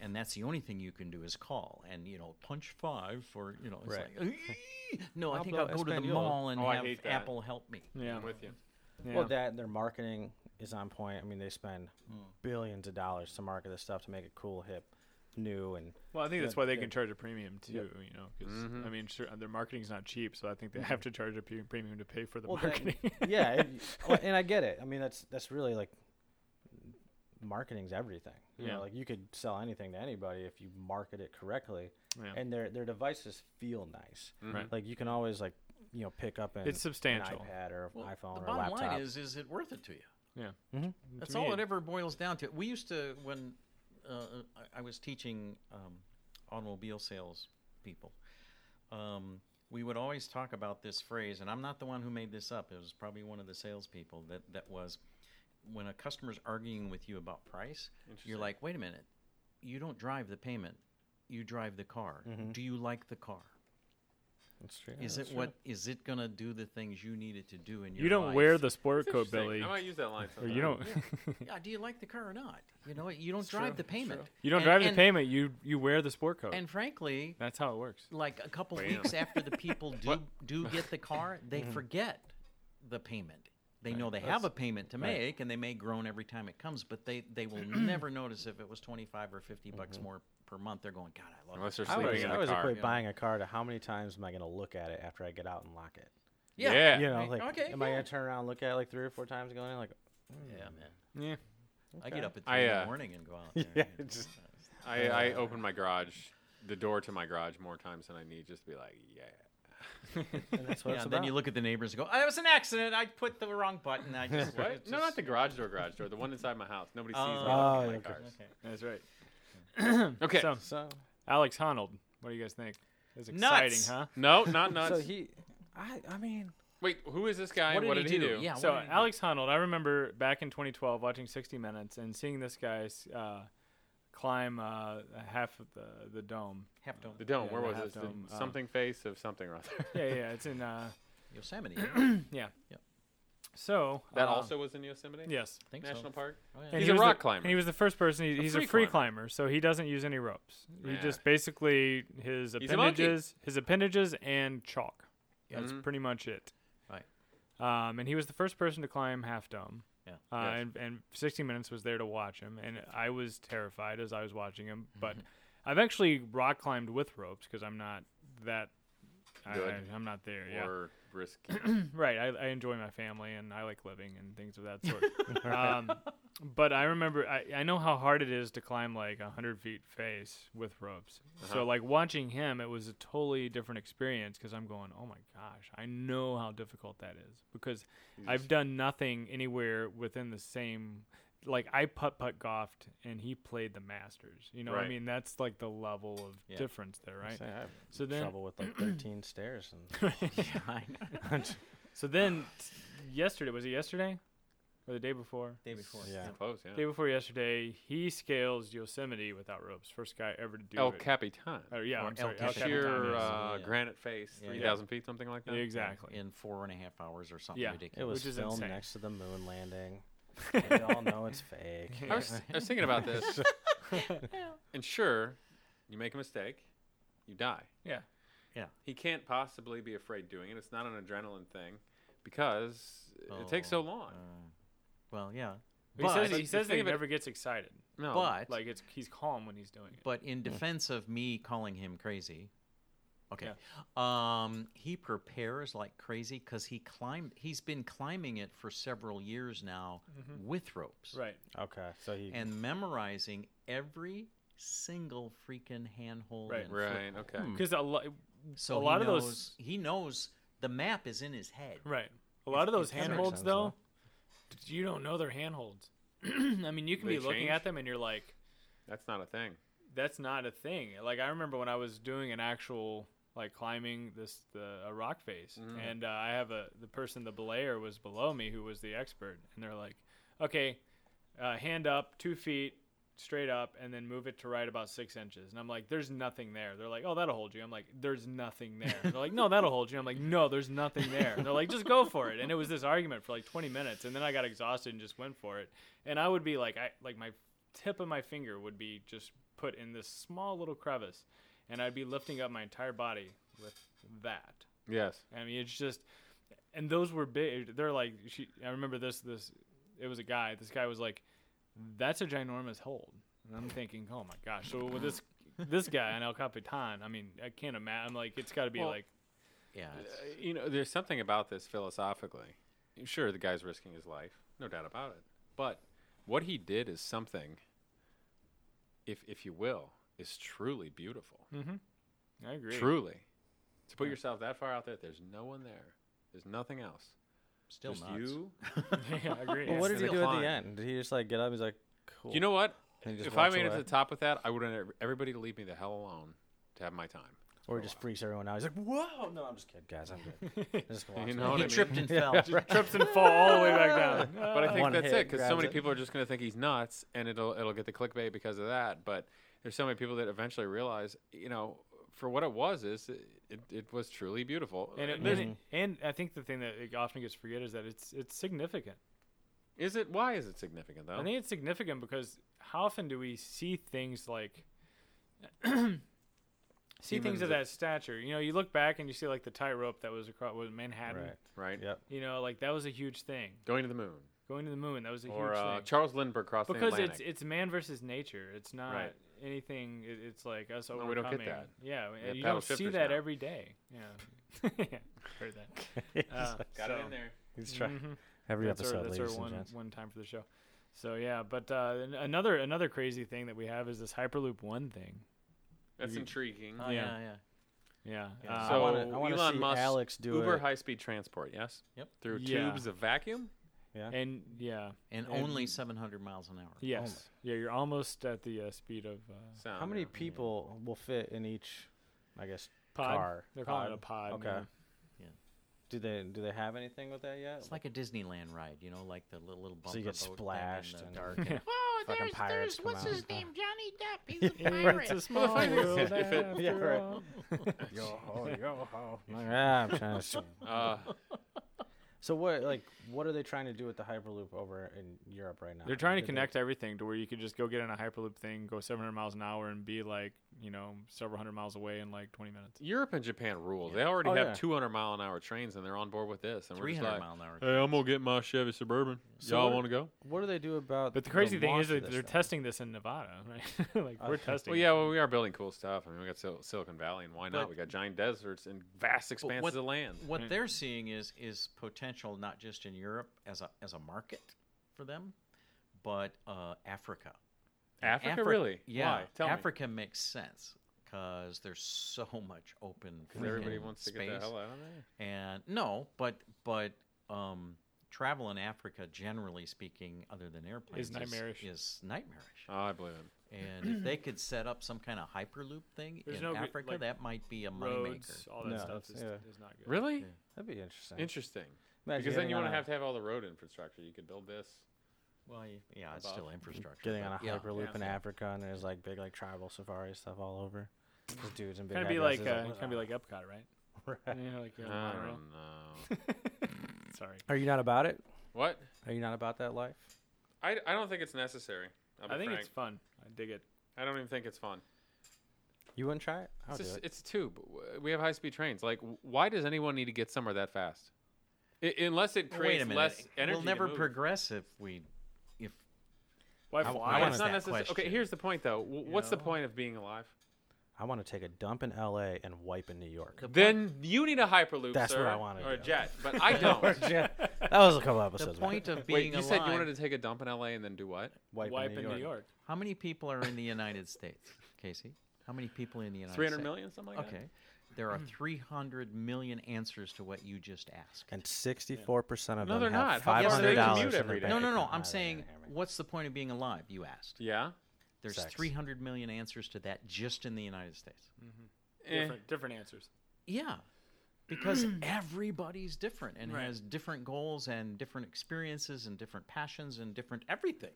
[SPEAKER 2] and that's the only thing you can do is call and you know punch five for you know. It's
[SPEAKER 4] Right.
[SPEAKER 2] like, no, I think I'll
[SPEAKER 4] Hablo
[SPEAKER 2] go to the
[SPEAKER 4] español.
[SPEAKER 2] mall and
[SPEAKER 3] Oh, I
[SPEAKER 2] have
[SPEAKER 3] hate that.
[SPEAKER 2] Apple help me.
[SPEAKER 1] Yeah.
[SPEAKER 3] I'm with you.
[SPEAKER 1] yeah.
[SPEAKER 4] Well, that their marketing is on point. I mean, they spend
[SPEAKER 2] Hmm.
[SPEAKER 4] billions of dollars to market this stuff to make it cool, hip, new, and
[SPEAKER 1] Well, I think that's
[SPEAKER 4] Yeah,
[SPEAKER 1] why they
[SPEAKER 4] yeah.
[SPEAKER 1] can charge a premium too. You know, because I mean, sure, their marketing's not cheap, so I think they have to charge a pre- premium to pay for the
[SPEAKER 4] Well, that-
[SPEAKER 1] marketing.
[SPEAKER 4] yeah. and- well, and I get it. I mean, that's that's really like marketing's everything. You
[SPEAKER 1] Yeah.
[SPEAKER 4] know, like you could sell anything to anybody if you market it correctly,
[SPEAKER 1] Yeah.
[SPEAKER 4] and their their devices feel nice.
[SPEAKER 2] Mm-hmm.
[SPEAKER 1] Right.
[SPEAKER 4] Like you can always like you know pick up an,
[SPEAKER 1] It's substantial.
[SPEAKER 4] an iPad or
[SPEAKER 2] Well,
[SPEAKER 4] iPhone
[SPEAKER 2] the
[SPEAKER 4] or
[SPEAKER 2] bottom
[SPEAKER 4] laptop. Mm-hmm.
[SPEAKER 2] line is, is it worth it to you?
[SPEAKER 1] yeah,
[SPEAKER 2] That's
[SPEAKER 1] To
[SPEAKER 2] all
[SPEAKER 1] me,
[SPEAKER 2] it
[SPEAKER 1] it-
[SPEAKER 2] ever boils down to. We used to when uh, I- I was teaching um, automobile sales people. Um, we would always talk about this phrase, and I'm not the one who made this up. It was probably one of the salespeople that that was when a customer's arguing with you about price. You're like, wait a minute, you don't drive the payment, you drive the car. Do you like the car?
[SPEAKER 4] Mm-hmm. That's true.
[SPEAKER 2] is it what is it gonna do the things you need it to do in your
[SPEAKER 1] you don't
[SPEAKER 2] life?
[SPEAKER 1] wear the sport
[SPEAKER 3] It's
[SPEAKER 1] coat,
[SPEAKER 3] interesting.
[SPEAKER 1] Billy.
[SPEAKER 3] I might use that line.
[SPEAKER 1] Or
[SPEAKER 3] Sometime.
[SPEAKER 1] you don't.
[SPEAKER 2] yeah, do you like the car or not? You know, you don't drive the payment.
[SPEAKER 1] you don't
[SPEAKER 2] And-
[SPEAKER 1] drive the
[SPEAKER 2] and-
[SPEAKER 1] payment. You you wear the sport coat.
[SPEAKER 2] And frankly,
[SPEAKER 1] that's how it works.
[SPEAKER 2] like a couple
[SPEAKER 3] Bam.
[SPEAKER 2] weeks after the people do do get the car, they
[SPEAKER 3] Mm-hmm.
[SPEAKER 2] forget the payment. They know they have a payment to make, and they may groan every time it comes, but they they will never notice if it was twenty five or 50 bucks more per month. They're going, God, I love
[SPEAKER 3] Mm-hmm. Unless
[SPEAKER 2] it.
[SPEAKER 3] they're
[SPEAKER 4] I
[SPEAKER 3] sleeping
[SPEAKER 4] always,
[SPEAKER 3] in
[SPEAKER 4] I
[SPEAKER 3] the
[SPEAKER 4] always
[SPEAKER 3] car.
[SPEAKER 4] equate buying a car to how many times am I going to look at it after I get out and lock it?
[SPEAKER 2] Yeah,
[SPEAKER 3] Yeah.
[SPEAKER 4] You know,
[SPEAKER 2] Right.
[SPEAKER 4] like
[SPEAKER 2] Okay,
[SPEAKER 4] am I
[SPEAKER 2] yeah.
[SPEAKER 4] going to turn around and look at it like three or four times going in? Like,
[SPEAKER 2] yeah, man.
[SPEAKER 1] Yeah.
[SPEAKER 2] I get up at three
[SPEAKER 3] I,
[SPEAKER 2] in
[SPEAKER 3] uh,
[SPEAKER 2] the morning and go out. There.
[SPEAKER 4] yeah,
[SPEAKER 2] you know.
[SPEAKER 4] just-
[SPEAKER 3] I, I open my garage, the door to my garage more times than I need, just to be like, yeah.
[SPEAKER 4] And that's what
[SPEAKER 2] Yeah,
[SPEAKER 4] it's
[SPEAKER 2] and
[SPEAKER 4] about.
[SPEAKER 2] then you look at the neighbors and go, "Oh, it was an accident. I put the wrong button. I just
[SPEAKER 3] What?
[SPEAKER 2] it
[SPEAKER 3] no, not
[SPEAKER 2] just-
[SPEAKER 3] the garage door. Garage door. The one inside my house. Nobody sees me
[SPEAKER 2] Oh,
[SPEAKER 3] looking at my
[SPEAKER 4] okay.
[SPEAKER 3] cars.
[SPEAKER 2] Okay.
[SPEAKER 1] That's right.
[SPEAKER 3] Okay.
[SPEAKER 1] So,
[SPEAKER 4] so
[SPEAKER 1] Alex Honnold, what do you guys think? It's exciting,
[SPEAKER 2] Nuts!
[SPEAKER 1] huh?
[SPEAKER 3] No, not nuts.
[SPEAKER 4] so he, I I mean
[SPEAKER 3] Wait, who is this guy? and what did he, do?
[SPEAKER 2] Yeah.
[SPEAKER 1] So
[SPEAKER 2] what did he do?
[SPEAKER 1] Alex Honnold, I remember back in 2012 watching 60 Minutes and seeing this guy uh, climb uh, half of the, the dome.
[SPEAKER 2] Hepto-
[SPEAKER 3] The dome.
[SPEAKER 1] Yeah,
[SPEAKER 3] where
[SPEAKER 1] Uh, the
[SPEAKER 3] was
[SPEAKER 1] half
[SPEAKER 3] this? The
[SPEAKER 1] dome, uh,
[SPEAKER 3] something face of something or other.
[SPEAKER 1] Yeah, yeah, it's in. Uh,
[SPEAKER 2] Yosemite. yeah.
[SPEAKER 1] so
[SPEAKER 3] That
[SPEAKER 1] uh,
[SPEAKER 3] also was in Yosemite.
[SPEAKER 1] yes.
[SPEAKER 2] I think
[SPEAKER 3] National
[SPEAKER 2] so.
[SPEAKER 3] Park.
[SPEAKER 2] Oh, yeah.
[SPEAKER 1] And
[SPEAKER 3] He's
[SPEAKER 1] he
[SPEAKER 3] a
[SPEAKER 1] was the-
[SPEAKER 3] rock climber.
[SPEAKER 1] And he was the first person. He,
[SPEAKER 3] A
[SPEAKER 1] he's a
[SPEAKER 3] free
[SPEAKER 1] free
[SPEAKER 3] climber.
[SPEAKER 1] climber. so he doesn't use any ropes. He
[SPEAKER 3] Yeah.
[SPEAKER 1] just basically his
[SPEAKER 3] a monkey.
[SPEAKER 1] appendages, his appendages, and chalk. That's
[SPEAKER 3] Mhm.
[SPEAKER 1] pretty much it.
[SPEAKER 2] Right.
[SPEAKER 1] Um, and he was the first person to climb Half Dome.
[SPEAKER 2] Yeah.
[SPEAKER 1] Uh,
[SPEAKER 3] Yes.
[SPEAKER 1] and, and 60 Minutes was there to watch him, and I was terrified as I was watching him.
[SPEAKER 3] Mm-hmm.
[SPEAKER 1] But I've actually rock climbed with ropes because I'm not that. I,
[SPEAKER 3] Good.
[SPEAKER 1] I, am not there.
[SPEAKER 3] Or risky.
[SPEAKER 1] Yeah. right. I, I enjoy my family and I like living and things of that sort. um, but I remember I, I know how hard it is to climb like 100 feet face with ropes. So
[SPEAKER 3] Uh-huh.
[SPEAKER 1] like watching him, it was a totally different experience because I'm going, oh my gosh, I know how difficult that is because I've done nothing anywhere within the same. Like I putt putt golfed and he played the Masters. You know, what I
[SPEAKER 3] Right.
[SPEAKER 1] mean that's like the level of
[SPEAKER 2] Yeah.
[SPEAKER 1] difference there, right?
[SPEAKER 4] say I have
[SPEAKER 1] So then,
[SPEAKER 4] trouble with like 13 stairs and
[SPEAKER 2] I know.
[SPEAKER 1] so then, yesterday was it yesterday, or the day before?
[SPEAKER 2] Day before.
[SPEAKER 4] Yeah.
[SPEAKER 3] Close. Yeah.
[SPEAKER 1] Day before yesterday, he scales Yosemite without ropes. First guy ever to do
[SPEAKER 3] El
[SPEAKER 1] it.
[SPEAKER 3] Capitan.
[SPEAKER 1] Or, yeah,
[SPEAKER 2] Or
[SPEAKER 1] I'm sorry.
[SPEAKER 2] El
[SPEAKER 1] El
[SPEAKER 2] Capitan.
[SPEAKER 1] Capitan,
[SPEAKER 3] Sheer
[SPEAKER 1] yes.
[SPEAKER 3] uh,
[SPEAKER 2] Yeah.
[SPEAKER 3] granite face,
[SPEAKER 2] Yeah.
[SPEAKER 3] three thousand feet, something like that.
[SPEAKER 1] exactly.
[SPEAKER 2] In four and a half hours or something
[SPEAKER 1] Yeah.
[SPEAKER 4] it
[SPEAKER 2] ridiculous.
[SPEAKER 4] was
[SPEAKER 1] Which is
[SPEAKER 4] filmed
[SPEAKER 1] insane.
[SPEAKER 4] next to the moon landing. we all know it's fake.
[SPEAKER 3] I was, I was thinking about this. and sure, you make a mistake, you die.
[SPEAKER 1] Yeah.
[SPEAKER 2] Yeah.
[SPEAKER 3] He can't possibly be afraid doing it. It's not an adrenaline thing because it takes so
[SPEAKER 2] Oh,
[SPEAKER 3] long.
[SPEAKER 2] Uh, well, yeah.
[SPEAKER 1] He says
[SPEAKER 2] But-
[SPEAKER 1] he says that
[SPEAKER 3] think
[SPEAKER 1] he
[SPEAKER 3] of it-
[SPEAKER 1] never gets excited.
[SPEAKER 3] no.
[SPEAKER 2] But
[SPEAKER 1] Like it's he's calm when he's doing it.
[SPEAKER 2] but in defense of me calling him crazy, okay, um, he prepares like crazy because he climbed. He's been climbing it for several years now with ropes
[SPEAKER 1] Mm-hmm. right.
[SPEAKER 4] Okay, so he
[SPEAKER 2] and memorizing every single freaking handhold.
[SPEAKER 1] Right.
[SPEAKER 2] and flip.
[SPEAKER 3] Right. Okay.
[SPEAKER 2] Hmm.
[SPEAKER 1] Because a lot
[SPEAKER 2] So
[SPEAKER 1] a
[SPEAKER 2] he
[SPEAKER 1] lot of
[SPEAKER 2] knows,
[SPEAKER 1] those
[SPEAKER 2] he knows the map is in his head.
[SPEAKER 1] right. A lot of those
[SPEAKER 2] that makes
[SPEAKER 1] handholds
[SPEAKER 4] sense,
[SPEAKER 1] though, you don't know their handholds. I mean, you can
[SPEAKER 3] They
[SPEAKER 1] be looking
[SPEAKER 3] change?
[SPEAKER 1] at them and you're like,
[SPEAKER 3] That's not a thing.
[SPEAKER 1] that's not a thing. Like I remember when I was doing an actual like climbing this the a rock face, and uh, I have a the person the belayer was below me who was the expert, and they're like, okay, uh, hand up two feet straight up, and then move it to right about six inches, and I'm like, there's nothing there. They're like, oh that'll hold you. I'm like, there's nothing there. they're like, no that'll hold you. I'm like, no there's nothing there. And they're like, just go for it. And it was this argument for like 20 minutes, and then I got exhausted and just went for it. And I would be like, I like my tip of my finger would be just put in this small little crevice, and I'd be lifting up my entire body with that.
[SPEAKER 3] Yes.
[SPEAKER 1] I mean, it's just, and those were big. They're like, she. I remember this. This, it was a guy. This guy was like, "That's a ginormous hold," and I'm thinking, "Oh my gosh!" So with this, this guy and El Capitan, I mean, I can't imagine. I'm like, it's got to be
[SPEAKER 3] Well,
[SPEAKER 1] like,
[SPEAKER 2] Yeah.
[SPEAKER 3] Uh,
[SPEAKER 2] it's-
[SPEAKER 3] you know, there's something about this philosophically. Sure, the guy's risking his life, no doubt about it. But what he did is something, if if you will, is truly beautiful.
[SPEAKER 1] I agree.
[SPEAKER 3] Truly, to put yourself that far out there, there's no one there. There's nothing else.
[SPEAKER 2] Still
[SPEAKER 3] Just
[SPEAKER 2] nuts.
[SPEAKER 3] you.
[SPEAKER 1] yeah, I agree.
[SPEAKER 4] Well,
[SPEAKER 3] Yeah. And
[SPEAKER 4] what did he
[SPEAKER 3] the
[SPEAKER 4] do at
[SPEAKER 3] climb.
[SPEAKER 4] the end? Did he just like get up? He's like, cool.
[SPEAKER 3] You know what?
[SPEAKER 4] And he just
[SPEAKER 3] If I
[SPEAKER 4] walks
[SPEAKER 3] made it
[SPEAKER 4] away.
[SPEAKER 3] to the top with that, I would have everybody to leave me the hell alone to have my time.
[SPEAKER 4] or he just freaks everyone out. He's like, whoa! No, I'm just kidding, guys. I'm good. I just walks
[SPEAKER 3] You
[SPEAKER 4] away.
[SPEAKER 3] know what
[SPEAKER 2] he
[SPEAKER 3] I mean?
[SPEAKER 2] tripped and fell.
[SPEAKER 1] Trips and fall all the way back down.
[SPEAKER 3] But I think
[SPEAKER 4] Uh, One
[SPEAKER 3] that's
[SPEAKER 4] hit
[SPEAKER 3] it because so
[SPEAKER 4] grabs
[SPEAKER 3] many
[SPEAKER 4] it.
[SPEAKER 3] people are just going to think he's nuts, and it'll it'll get the clickbait because of that. But there's so many people that eventually realize, you know, for what it was, is it, it, it was truly beautiful.
[SPEAKER 1] And, it,
[SPEAKER 3] Uh, there's-
[SPEAKER 1] and, it- and I think the thing that it often gets forget is that it's it's significant.
[SPEAKER 3] is it why is it significant though?
[SPEAKER 1] I think it's significant because how often do we see things like see things of
[SPEAKER 3] Humans that-
[SPEAKER 1] that stature? You know, you look back and you see like the tightrope that was across was Manhattan.
[SPEAKER 4] Right.
[SPEAKER 3] right,
[SPEAKER 4] Yep.
[SPEAKER 1] You know, like that was a huge thing.
[SPEAKER 3] going to the moon
[SPEAKER 1] Going to the moon, that was a
[SPEAKER 3] or
[SPEAKER 1] huge
[SPEAKER 3] uh,
[SPEAKER 1] thing.
[SPEAKER 3] Charles Lindbergh crossing
[SPEAKER 1] because
[SPEAKER 3] the
[SPEAKER 1] it's
[SPEAKER 3] Atlantic.
[SPEAKER 1] it's man versus nature. It's not
[SPEAKER 3] Right.
[SPEAKER 1] anything. It, it's like us
[SPEAKER 3] No,
[SPEAKER 1] overcoming.
[SPEAKER 3] we don't get that.
[SPEAKER 1] Yeah,
[SPEAKER 3] have
[SPEAKER 1] you
[SPEAKER 3] paddle
[SPEAKER 1] don't see
[SPEAKER 3] shifters
[SPEAKER 1] that
[SPEAKER 3] now.
[SPEAKER 1] every day. Yeah, heard that. Uh, so-
[SPEAKER 3] there.
[SPEAKER 4] He's trying
[SPEAKER 1] Mhm.
[SPEAKER 4] every
[SPEAKER 1] that's
[SPEAKER 4] episode,
[SPEAKER 1] our, that's
[SPEAKER 4] ladies
[SPEAKER 1] our one,
[SPEAKER 4] and gents.
[SPEAKER 1] one time for the show. So yeah, but uh, an- another another crazy thing that we have is this Hyperloop One thing. Uh,
[SPEAKER 3] That's intriguing.
[SPEAKER 2] Oh,
[SPEAKER 1] Yeah.
[SPEAKER 2] yeah, yeah.
[SPEAKER 1] Yeah.
[SPEAKER 2] Yeah.
[SPEAKER 1] Uh,
[SPEAKER 3] So
[SPEAKER 4] I wanna, I wanna
[SPEAKER 3] Elon
[SPEAKER 4] see
[SPEAKER 3] Musk's
[SPEAKER 4] Alex do
[SPEAKER 3] Uber
[SPEAKER 4] it.
[SPEAKER 3] high speed transport, yes?
[SPEAKER 2] Yep.
[SPEAKER 3] Through
[SPEAKER 1] Yeah.
[SPEAKER 3] tubes of vacuum?
[SPEAKER 1] and yeah, And-
[SPEAKER 2] and only 700 miles an hour.
[SPEAKER 1] yes, yeah, you're almost at the uh, speed of uh,
[SPEAKER 3] Sound.
[SPEAKER 4] How many people will fit in each? I guess.
[SPEAKER 1] pod.
[SPEAKER 4] Car.
[SPEAKER 1] They're calling it a pod.
[SPEAKER 4] Okay.
[SPEAKER 1] yeah.
[SPEAKER 4] Do they do they have anything with that yet?
[SPEAKER 2] It's like a Disneyland ride, you know, like the little little bumper
[SPEAKER 4] So you get
[SPEAKER 2] boat thing
[SPEAKER 4] splashed
[SPEAKER 2] in
[SPEAKER 4] and-
[SPEAKER 2] the dark. and-
[SPEAKER 5] Oh,
[SPEAKER 4] Fucking
[SPEAKER 5] there's, there's
[SPEAKER 4] pirates come
[SPEAKER 5] what's
[SPEAKER 4] out.
[SPEAKER 5] his name? Johnny Depp. He's a
[SPEAKER 1] Yeah,
[SPEAKER 5] pirate.
[SPEAKER 1] It's a small world
[SPEAKER 3] If it-
[SPEAKER 1] after
[SPEAKER 4] Yeah, right.
[SPEAKER 1] all.
[SPEAKER 4] yo ho, yo ho. yeah, I'm trying to. see.
[SPEAKER 3] Uh,
[SPEAKER 4] So what like what are they trying to do with the hyperloop over in Europe right now?
[SPEAKER 1] They're trying to
[SPEAKER 4] Did they-
[SPEAKER 1] connect everything to where you could just go get in a hyperloop thing, go 700 miles an hour, and be like, you know, several hundred miles away in like 20 minutes.
[SPEAKER 3] Europe and Japan rules. They already
[SPEAKER 4] Oh,
[SPEAKER 3] have
[SPEAKER 4] yeah.
[SPEAKER 3] 200 mile an hour trains, and they're on board with this. And we're just
[SPEAKER 2] 300
[SPEAKER 3] like,
[SPEAKER 2] mile an hour.
[SPEAKER 3] hey, I'm gonna get my Chevy Suburban.
[SPEAKER 4] So
[SPEAKER 3] Y'all
[SPEAKER 4] what-
[SPEAKER 3] want to go?
[SPEAKER 4] What do they do about?
[SPEAKER 1] But the crazy thing
[SPEAKER 4] launch
[SPEAKER 1] is
[SPEAKER 4] of
[SPEAKER 1] that
[SPEAKER 4] this
[SPEAKER 1] they're
[SPEAKER 4] thing?
[SPEAKER 1] testing this in Nevada, right? like we're
[SPEAKER 4] Uh,
[SPEAKER 1] testing.
[SPEAKER 3] Well,
[SPEAKER 1] it.
[SPEAKER 3] yeah, well, we are building cool stuff. I mean, we got Sil- Silicon Valley, and why not?
[SPEAKER 2] But-
[SPEAKER 3] we got giant deserts and vast expanses
[SPEAKER 2] what-
[SPEAKER 3] of land.
[SPEAKER 2] What
[SPEAKER 1] Right.
[SPEAKER 2] they're seeing is is potential not just in Europe as a as a market for them, but uh, Africa. And
[SPEAKER 3] Africa, really?
[SPEAKER 2] Yeah,
[SPEAKER 3] Why? Tell me.
[SPEAKER 2] Africa makes sense because there's so much open.
[SPEAKER 3] Because everybody
[SPEAKER 2] freaking
[SPEAKER 3] wants to
[SPEAKER 2] space.
[SPEAKER 3] get the hell out of there.
[SPEAKER 2] And no, but but um, travel in Africa, generally speaking, other than airplanes,
[SPEAKER 1] nightmarish.
[SPEAKER 2] Is nightmarish.
[SPEAKER 3] Oh, I believe it.
[SPEAKER 2] And if they could set up some kind of hyperloop thing
[SPEAKER 1] There's
[SPEAKER 2] in
[SPEAKER 1] no good,
[SPEAKER 2] Africa,
[SPEAKER 1] like,
[SPEAKER 2] that might be a moneymaker.
[SPEAKER 1] roads, all that
[SPEAKER 4] No,
[SPEAKER 1] stuff
[SPEAKER 4] it's-
[SPEAKER 1] is,
[SPEAKER 4] yeah.
[SPEAKER 1] is not good.
[SPEAKER 3] Really?
[SPEAKER 4] That'd be interesting.
[SPEAKER 3] Interesting.
[SPEAKER 4] Imagine
[SPEAKER 3] because then
[SPEAKER 4] getting
[SPEAKER 3] you
[SPEAKER 4] on
[SPEAKER 3] want to
[SPEAKER 4] a-
[SPEAKER 3] have to have all the road infrastructure. You could build this.
[SPEAKER 2] Well, y- yeah, it's
[SPEAKER 3] Above.
[SPEAKER 2] still infrastructure.
[SPEAKER 4] getting
[SPEAKER 2] but
[SPEAKER 4] on a
[SPEAKER 2] yeah.
[SPEAKER 4] hyperloop
[SPEAKER 3] yeah.
[SPEAKER 4] in Africa, and there's like big like tribal safari stuff all over. Just dudes and big.
[SPEAKER 1] Kind of be like,
[SPEAKER 4] headdresses,
[SPEAKER 1] uh,
[SPEAKER 4] what
[SPEAKER 1] kind of be
[SPEAKER 4] the-
[SPEAKER 1] like Epcot, right? Yeah, like, uh,
[SPEAKER 3] I
[SPEAKER 1] monorail.
[SPEAKER 4] Um,
[SPEAKER 3] don't know.
[SPEAKER 1] Sorry.
[SPEAKER 4] Are you not about it?
[SPEAKER 3] what?
[SPEAKER 4] Are you not about that life?
[SPEAKER 3] I, I don't think it's necessary. I'll be
[SPEAKER 1] I think
[SPEAKER 3] frank.
[SPEAKER 1] it's fun. I dig it.
[SPEAKER 3] I don't even think it's fun.
[SPEAKER 4] You wouldn't try it? I'll
[SPEAKER 3] It's,
[SPEAKER 4] do
[SPEAKER 3] just,
[SPEAKER 4] it.
[SPEAKER 3] it's a tube. W- We have high speed trains. Like, w- why does anyone need to get somewhere that fast? I, unless it
[SPEAKER 2] Well, wait
[SPEAKER 3] creates
[SPEAKER 2] a minute.
[SPEAKER 3] less energy.
[SPEAKER 2] we'll never
[SPEAKER 3] to move.
[SPEAKER 2] progress if we, if
[SPEAKER 1] Why
[SPEAKER 4] I- I
[SPEAKER 1] fly?
[SPEAKER 4] wanna-
[SPEAKER 3] It's
[SPEAKER 4] That's
[SPEAKER 3] not
[SPEAKER 2] that
[SPEAKER 3] necessary. Okay,
[SPEAKER 2] question.
[SPEAKER 3] here's the point though. W-
[SPEAKER 1] You
[SPEAKER 3] what's
[SPEAKER 1] know?
[SPEAKER 3] the point of being alive?
[SPEAKER 4] I want to take a dump in L.A. and wipe in New York.
[SPEAKER 2] the point,
[SPEAKER 3] Then you need a hyperloop.
[SPEAKER 4] That's what
[SPEAKER 3] sir,
[SPEAKER 4] I wanna
[SPEAKER 3] Or a
[SPEAKER 4] do.
[SPEAKER 3] jet, but I don't.
[SPEAKER 4] Yeah, that was a couple
[SPEAKER 2] the
[SPEAKER 4] episodes. back.
[SPEAKER 2] point of
[SPEAKER 3] Wait,
[SPEAKER 2] being
[SPEAKER 3] you
[SPEAKER 2] alive.
[SPEAKER 3] said you wanted to take a dump in LA and then do what?
[SPEAKER 4] wipe,
[SPEAKER 1] Wipe
[SPEAKER 4] in New York.
[SPEAKER 2] How many people are in the United States, Casey? How many people in the United
[SPEAKER 3] Three hundred
[SPEAKER 2] States?
[SPEAKER 3] million, something like that.
[SPEAKER 2] Okay, there are 300 million answers to what you just asked.
[SPEAKER 4] And 64 percent of
[SPEAKER 3] No,
[SPEAKER 4] them
[SPEAKER 3] they're
[SPEAKER 4] have
[SPEAKER 3] not. How
[SPEAKER 2] far
[SPEAKER 4] five
[SPEAKER 2] do they
[SPEAKER 4] hundred dollars.
[SPEAKER 3] commute
[SPEAKER 4] in
[SPEAKER 3] every day?
[SPEAKER 4] their
[SPEAKER 2] no,
[SPEAKER 4] bank
[SPEAKER 2] no, no.
[SPEAKER 4] account.
[SPEAKER 2] I'm
[SPEAKER 4] Ah, they
[SPEAKER 2] saying,
[SPEAKER 4] didn't hear me.
[SPEAKER 2] what's the point of being alive? You asked.
[SPEAKER 3] Yeah.
[SPEAKER 2] There's
[SPEAKER 4] Sex.
[SPEAKER 2] 300 million answers to that just in the United States.
[SPEAKER 3] Eh.
[SPEAKER 1] Different, different answers.
[SPEAKER 2] Yeah. Because everybody's different and
[SPEAKER 1] Right.
[SPEAKER 2] has different goals and different experiences and different passions and different everything.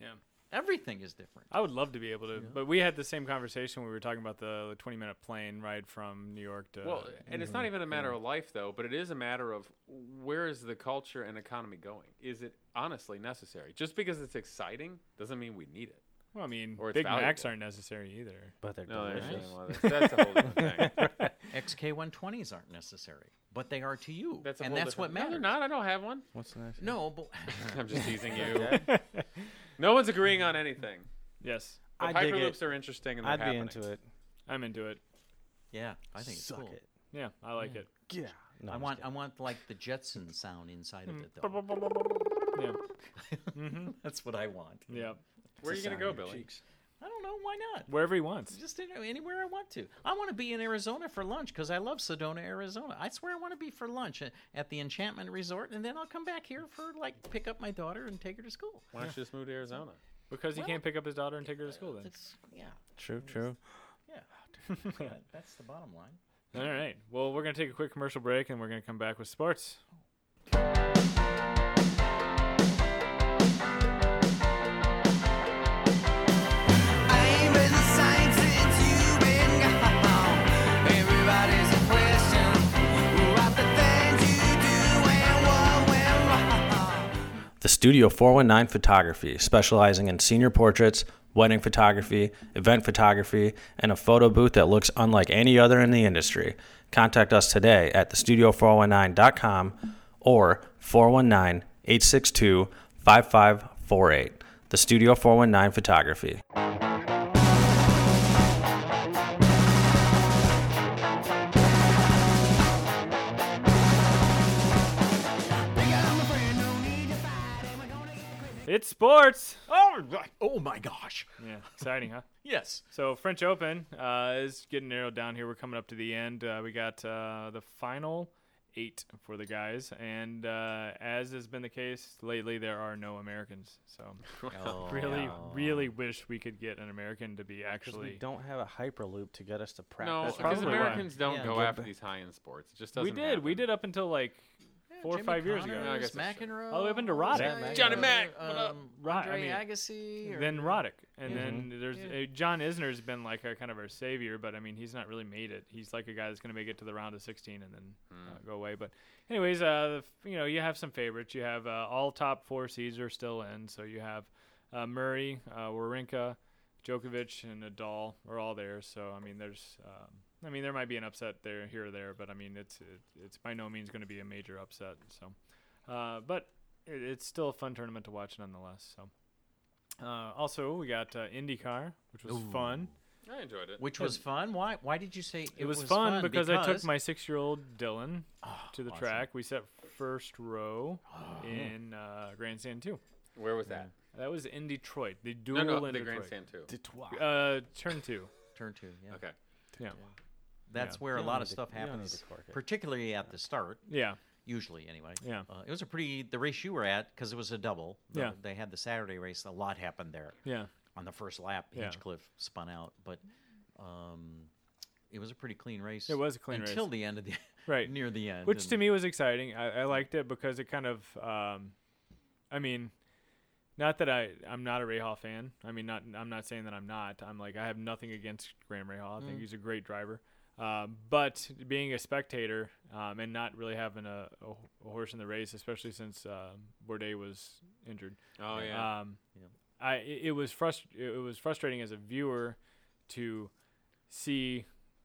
[SPEAKER 1] Yeah.
[SPEAKER 2] Everything is different.
[SPEAKER 1] I would love to be able to, but we had the same conversation when we were talking about the 20 minute plane ride from New York to.
[SPEAKER 3] Well, and it's not
[SPEAKER 2] Mm-hmm.
[SPEAKER 3] even a matter of life though, but it is a matter of where is the culture and economy going? Is it honestly necessary? Just because it's exciting doesn't mean we need it.
[SPEAKER 1] Well, I mean,
[SPEAKER 3] Or it's
[SPEAKER 1] Big Macs
[SPEAKER 3] valuable.
[SPEAKER 1] aren't necessary either.
[SPEAKER 4] But they're
[SPEAKER 3] No, there's
[SPEAKER 4] delicious.
[SPEAKER 3] that's a whole different thing.
[SPEAKER 2] XK 120s aren't necessary, but they are to you.
[SPEAKER 3] That's a
[SPEAKER 2] and
[SPEAKER 3] whole
[SPEAKER 2] that's what
[SPEAKER 3] different- No,
[SPEAKER 2] matters.
[SPEAKER 3] they're not. I don't have one.
[SPEAKER 4] What's the next?
[SPEAKER 2] No, but
[SPEAKER 3] I'm just teasing you. No one's agreeing on anything.
[SPEAKER 1] Yes,
[SPEAKER 3] But
[SPEAKER 4] I dig
[SPEAKER 3] hyperloops
[SPEAKER 4] it.
[SPEAKER 3] are interesting and they're
[SPEAKER 4] I'd be
[SPEAKER 3] happening.
[SPEAKER 4] into it.
[SPEAKER 1] I'm into it.
[SPEAKER 2] yeah, I think it's
[SPEAKER 4] Suck
[SPEAKER 2] cool.
[SPEAKER 4] it.
[SPEAKER 1] Yeah, I like it.
[SPEAKER 4] Yeah. No,
[SPEAKER 2] I
[SPEAKER 4] I'm just
[SPEAKER 2] want I
[SPEAKER 4] kidding.
[SPEAKER 2] want like the Jetson sound inside
[SPEAKER 3] Mm.
[SPEAKER 2] of it though.
[SPEAKER 1] Yeah,
[SPEAKER 3] Mm-hmm.
[SPEAKER 2] That's what I want.
[SPEAKER 1] yeah.
[SPEAKER 3] Where are you gonna
[SPEAKER 4] Sound
[SPEAKER 3] go,
[SPEAKER 4] in your
[SPEAKER 3] Billy?
[SPEAKER 4] cheeks.
[SPEAKER 2] I don't know why not.
[SPEAKER 1] Wherever he wants.
[SPEAKER 2] Just any- anywhere I want to. I want to be in Arizona for lunch because I love Sedona, Arizona. I swear I want to be for lunch at, at the Enchantment Resort, and then I'll come back here for like pick up my daughter and take her to school.
[SPEAKER 3] Why don't you just move to Arizona?
[SPEAKER 1] Because he
[SPEAKER 2] Well-
[SPEAKER 1] can't pick up his daughter and take her to school then.
[SPEAKER 2] That's yeah,
[SPEAKER 4] True, true.
[SPEAKER 2] yeah. That- That's the bottom line.
[SPEAKER 1] All right. Well, we're going to take a quick commercial break and we're going to come back with sports.
[SPEAKER 4] The Studio 419 Photography, specializing in senior portraits, wedding photography, event photography, and a photo booth that looks unlike any other in the industry. Contact us today at thestudio419.com or 419 862 5548. The Studio 419 Photography.
[SPEAKER 1] It's sports.
[SPEAKER 2] Oh, oh my gosh! Oh,
[SPEAKER 1] Yeah, exciting, huh?
[SPEAKER 2] Yes.
[SPEAKER 1] So French Open uh, is getting narrowed down here. We're coming up to the end. Uh, we got uh, the final eight for the guys, and uh, as has been the case lately, there are no Americans. So really, really wish we could get an American to be
[SPEAKER 4] Because we
[SPEAKER 1] actually.
[SPEAKER 4] don't have a hyperloop to get us to
[SPEAKER 3] no,
[SPEAKER 4] practice.
[SPEAKER 1] That's
[SPEAKER 3] because
[SPEAKER 1] probably why.
[SPEAKER 3] Americans don't
[SPEAKER 2] Yeah.
[SPEAKER 3] go
[SPEAKER 4] Get
[SPEAKER 3] after
[SPEAKER 4] back-
[SPEAKER 3] these high-end sports. It just
[SPEAKER 1] We
[SPEAKER 3] doesn't.
[SPEAKER 1] did. We did up until like four or
[SPEAKER 2] Jimmy
[SPEAKER 1] five years ago.
[SPEAKER 3] No, I
[SPEAKER 2] Connors,
[SPEAKER 3] guess that's true.
[SPEAKER 2] McEnroe.
[SPEAKER 1] All the way up into Roddick.
[SPEAKER 4] Johnny Mac.
[SPEAKER 2] Johnny
[SPEAKER 3] Mac, what up?
[SPEAKER 2] Um,
[SPEAKER 1] Right, I
[SPEAKER 2] Andre
[SPEAKER 1] mean,
[SPEAKER 2] Agassi. Or,
[SPEAKER 1] Then Roddick, and
[SPEAKER 2] Yeah. Mm-hmm.
[SPEAKER 1] then there's
[SPEAKER 2] Yeah.
[SPEAKER 1] uh, John Isner has been like a kind of our savior, but I mean he's not really made it. He's like a guy that's going to make it to the round of 16 and then uh, go away. But anyways, uh, the f- you know you have some favorites. You have uh, all top four seeds are still in, so you have uh, Murray, uh, Wawrinka, Djokovic, and Nadal are all there. So I mean there's um, I mean there might be an upset there here or there, but I mean it's it, it's by no means going to be a major upset. So, uh, but it, it's still a fun tournament to watch nonetheless. So. Uh, also, we got uh, IndyCar, which was fun.
[SPEAKER 3] I enjoyed it.
[SPEAKER 2] Which was fun. Why? Why did you say it,
[SPEAKER 1] It, was, fun, because, I took
[SPEAKER 2] because-
[SPEAKER 1] my six-year-old Dylan to the
[SPEAKER 2] awesome.
[SPEAKER 1] track. We sat first row in uh, Grandstand Two.
[SPEAKER 3] Where was that?
[SPEAKER 1] That was in Detroit. The duel
[SPEAKER 3] No, no,
[SPEAKER 1] in
[SPEAKER 3] the
[SPEAKER 1] Detroit.
[SPEAKER 3] grandstand too.
[SPEAKER 1] Uh, turn two.
[SPEAKER 2] turn two. Yeah.
[SPEAKER 3] Okay.
[SPEAKER 1] Yeah,
[SPEAKER 2] That's
[SPEAKER 1] Yeah.
[SPEAKER 2] where a
[SPEAKER 4] You don't
[SPEAKER 2] lot
[SPEAKER 4] need
[SPEAKER 2] of
[SPEAKER 4] to-
[SPEAKER 2] stuff
[SPEAKER 4] you don't need to
[SPEAKER 2] happens,
[SPEAKER 4] cork it.
[SPEAKER 2] particularly at the start.
[SPEAKER 1] yeah,
[SPEAKER 2] Usually, anyway.
[SPEAKER 1] Yeah.
[SPEAKER 2] Uh, it was a pretty the race you were at because it was a double. the-
[SPEAKER 1] Yeah.
[SPEAKER 2] They had the Saturday race. A lot happened there.
[SPEAKER 1] yeah.
[SPEAKER 2] On the first lap,
[SPEAKER 1] Yeah.
[SPEAKER 2] Hinchcliffe spun out, but um, it was a pretty clean race.
[SPEAKER 1] It was a clean race.
[SPEAKER 2] until the end of the
[SPEAKER 1] Right.
[SPEAKER 2] near the end.
[SPEAKER 1] Which to
[SPEAKER 2] and-
[SPEAKER 1] me was exciting. I, I liked it because it kind of, um, I mean, not that I I'm not a Ray Hall fan. I mean, not I'm not saying that I'm not. I'm like I have nothing against Graham Ray Hall. I think he's a great driver. Um, but being a spectator um, and not really having a, a, h- a horse in the race, especially since uh, Bourdais was injured,
[SPEAKER 3] Oh yeah.
[SPEAKER 1] um,
[SPEAKER 2] Yeah.
[SPEAKER 1] I it it was frust- it was frustrating as a viewer to see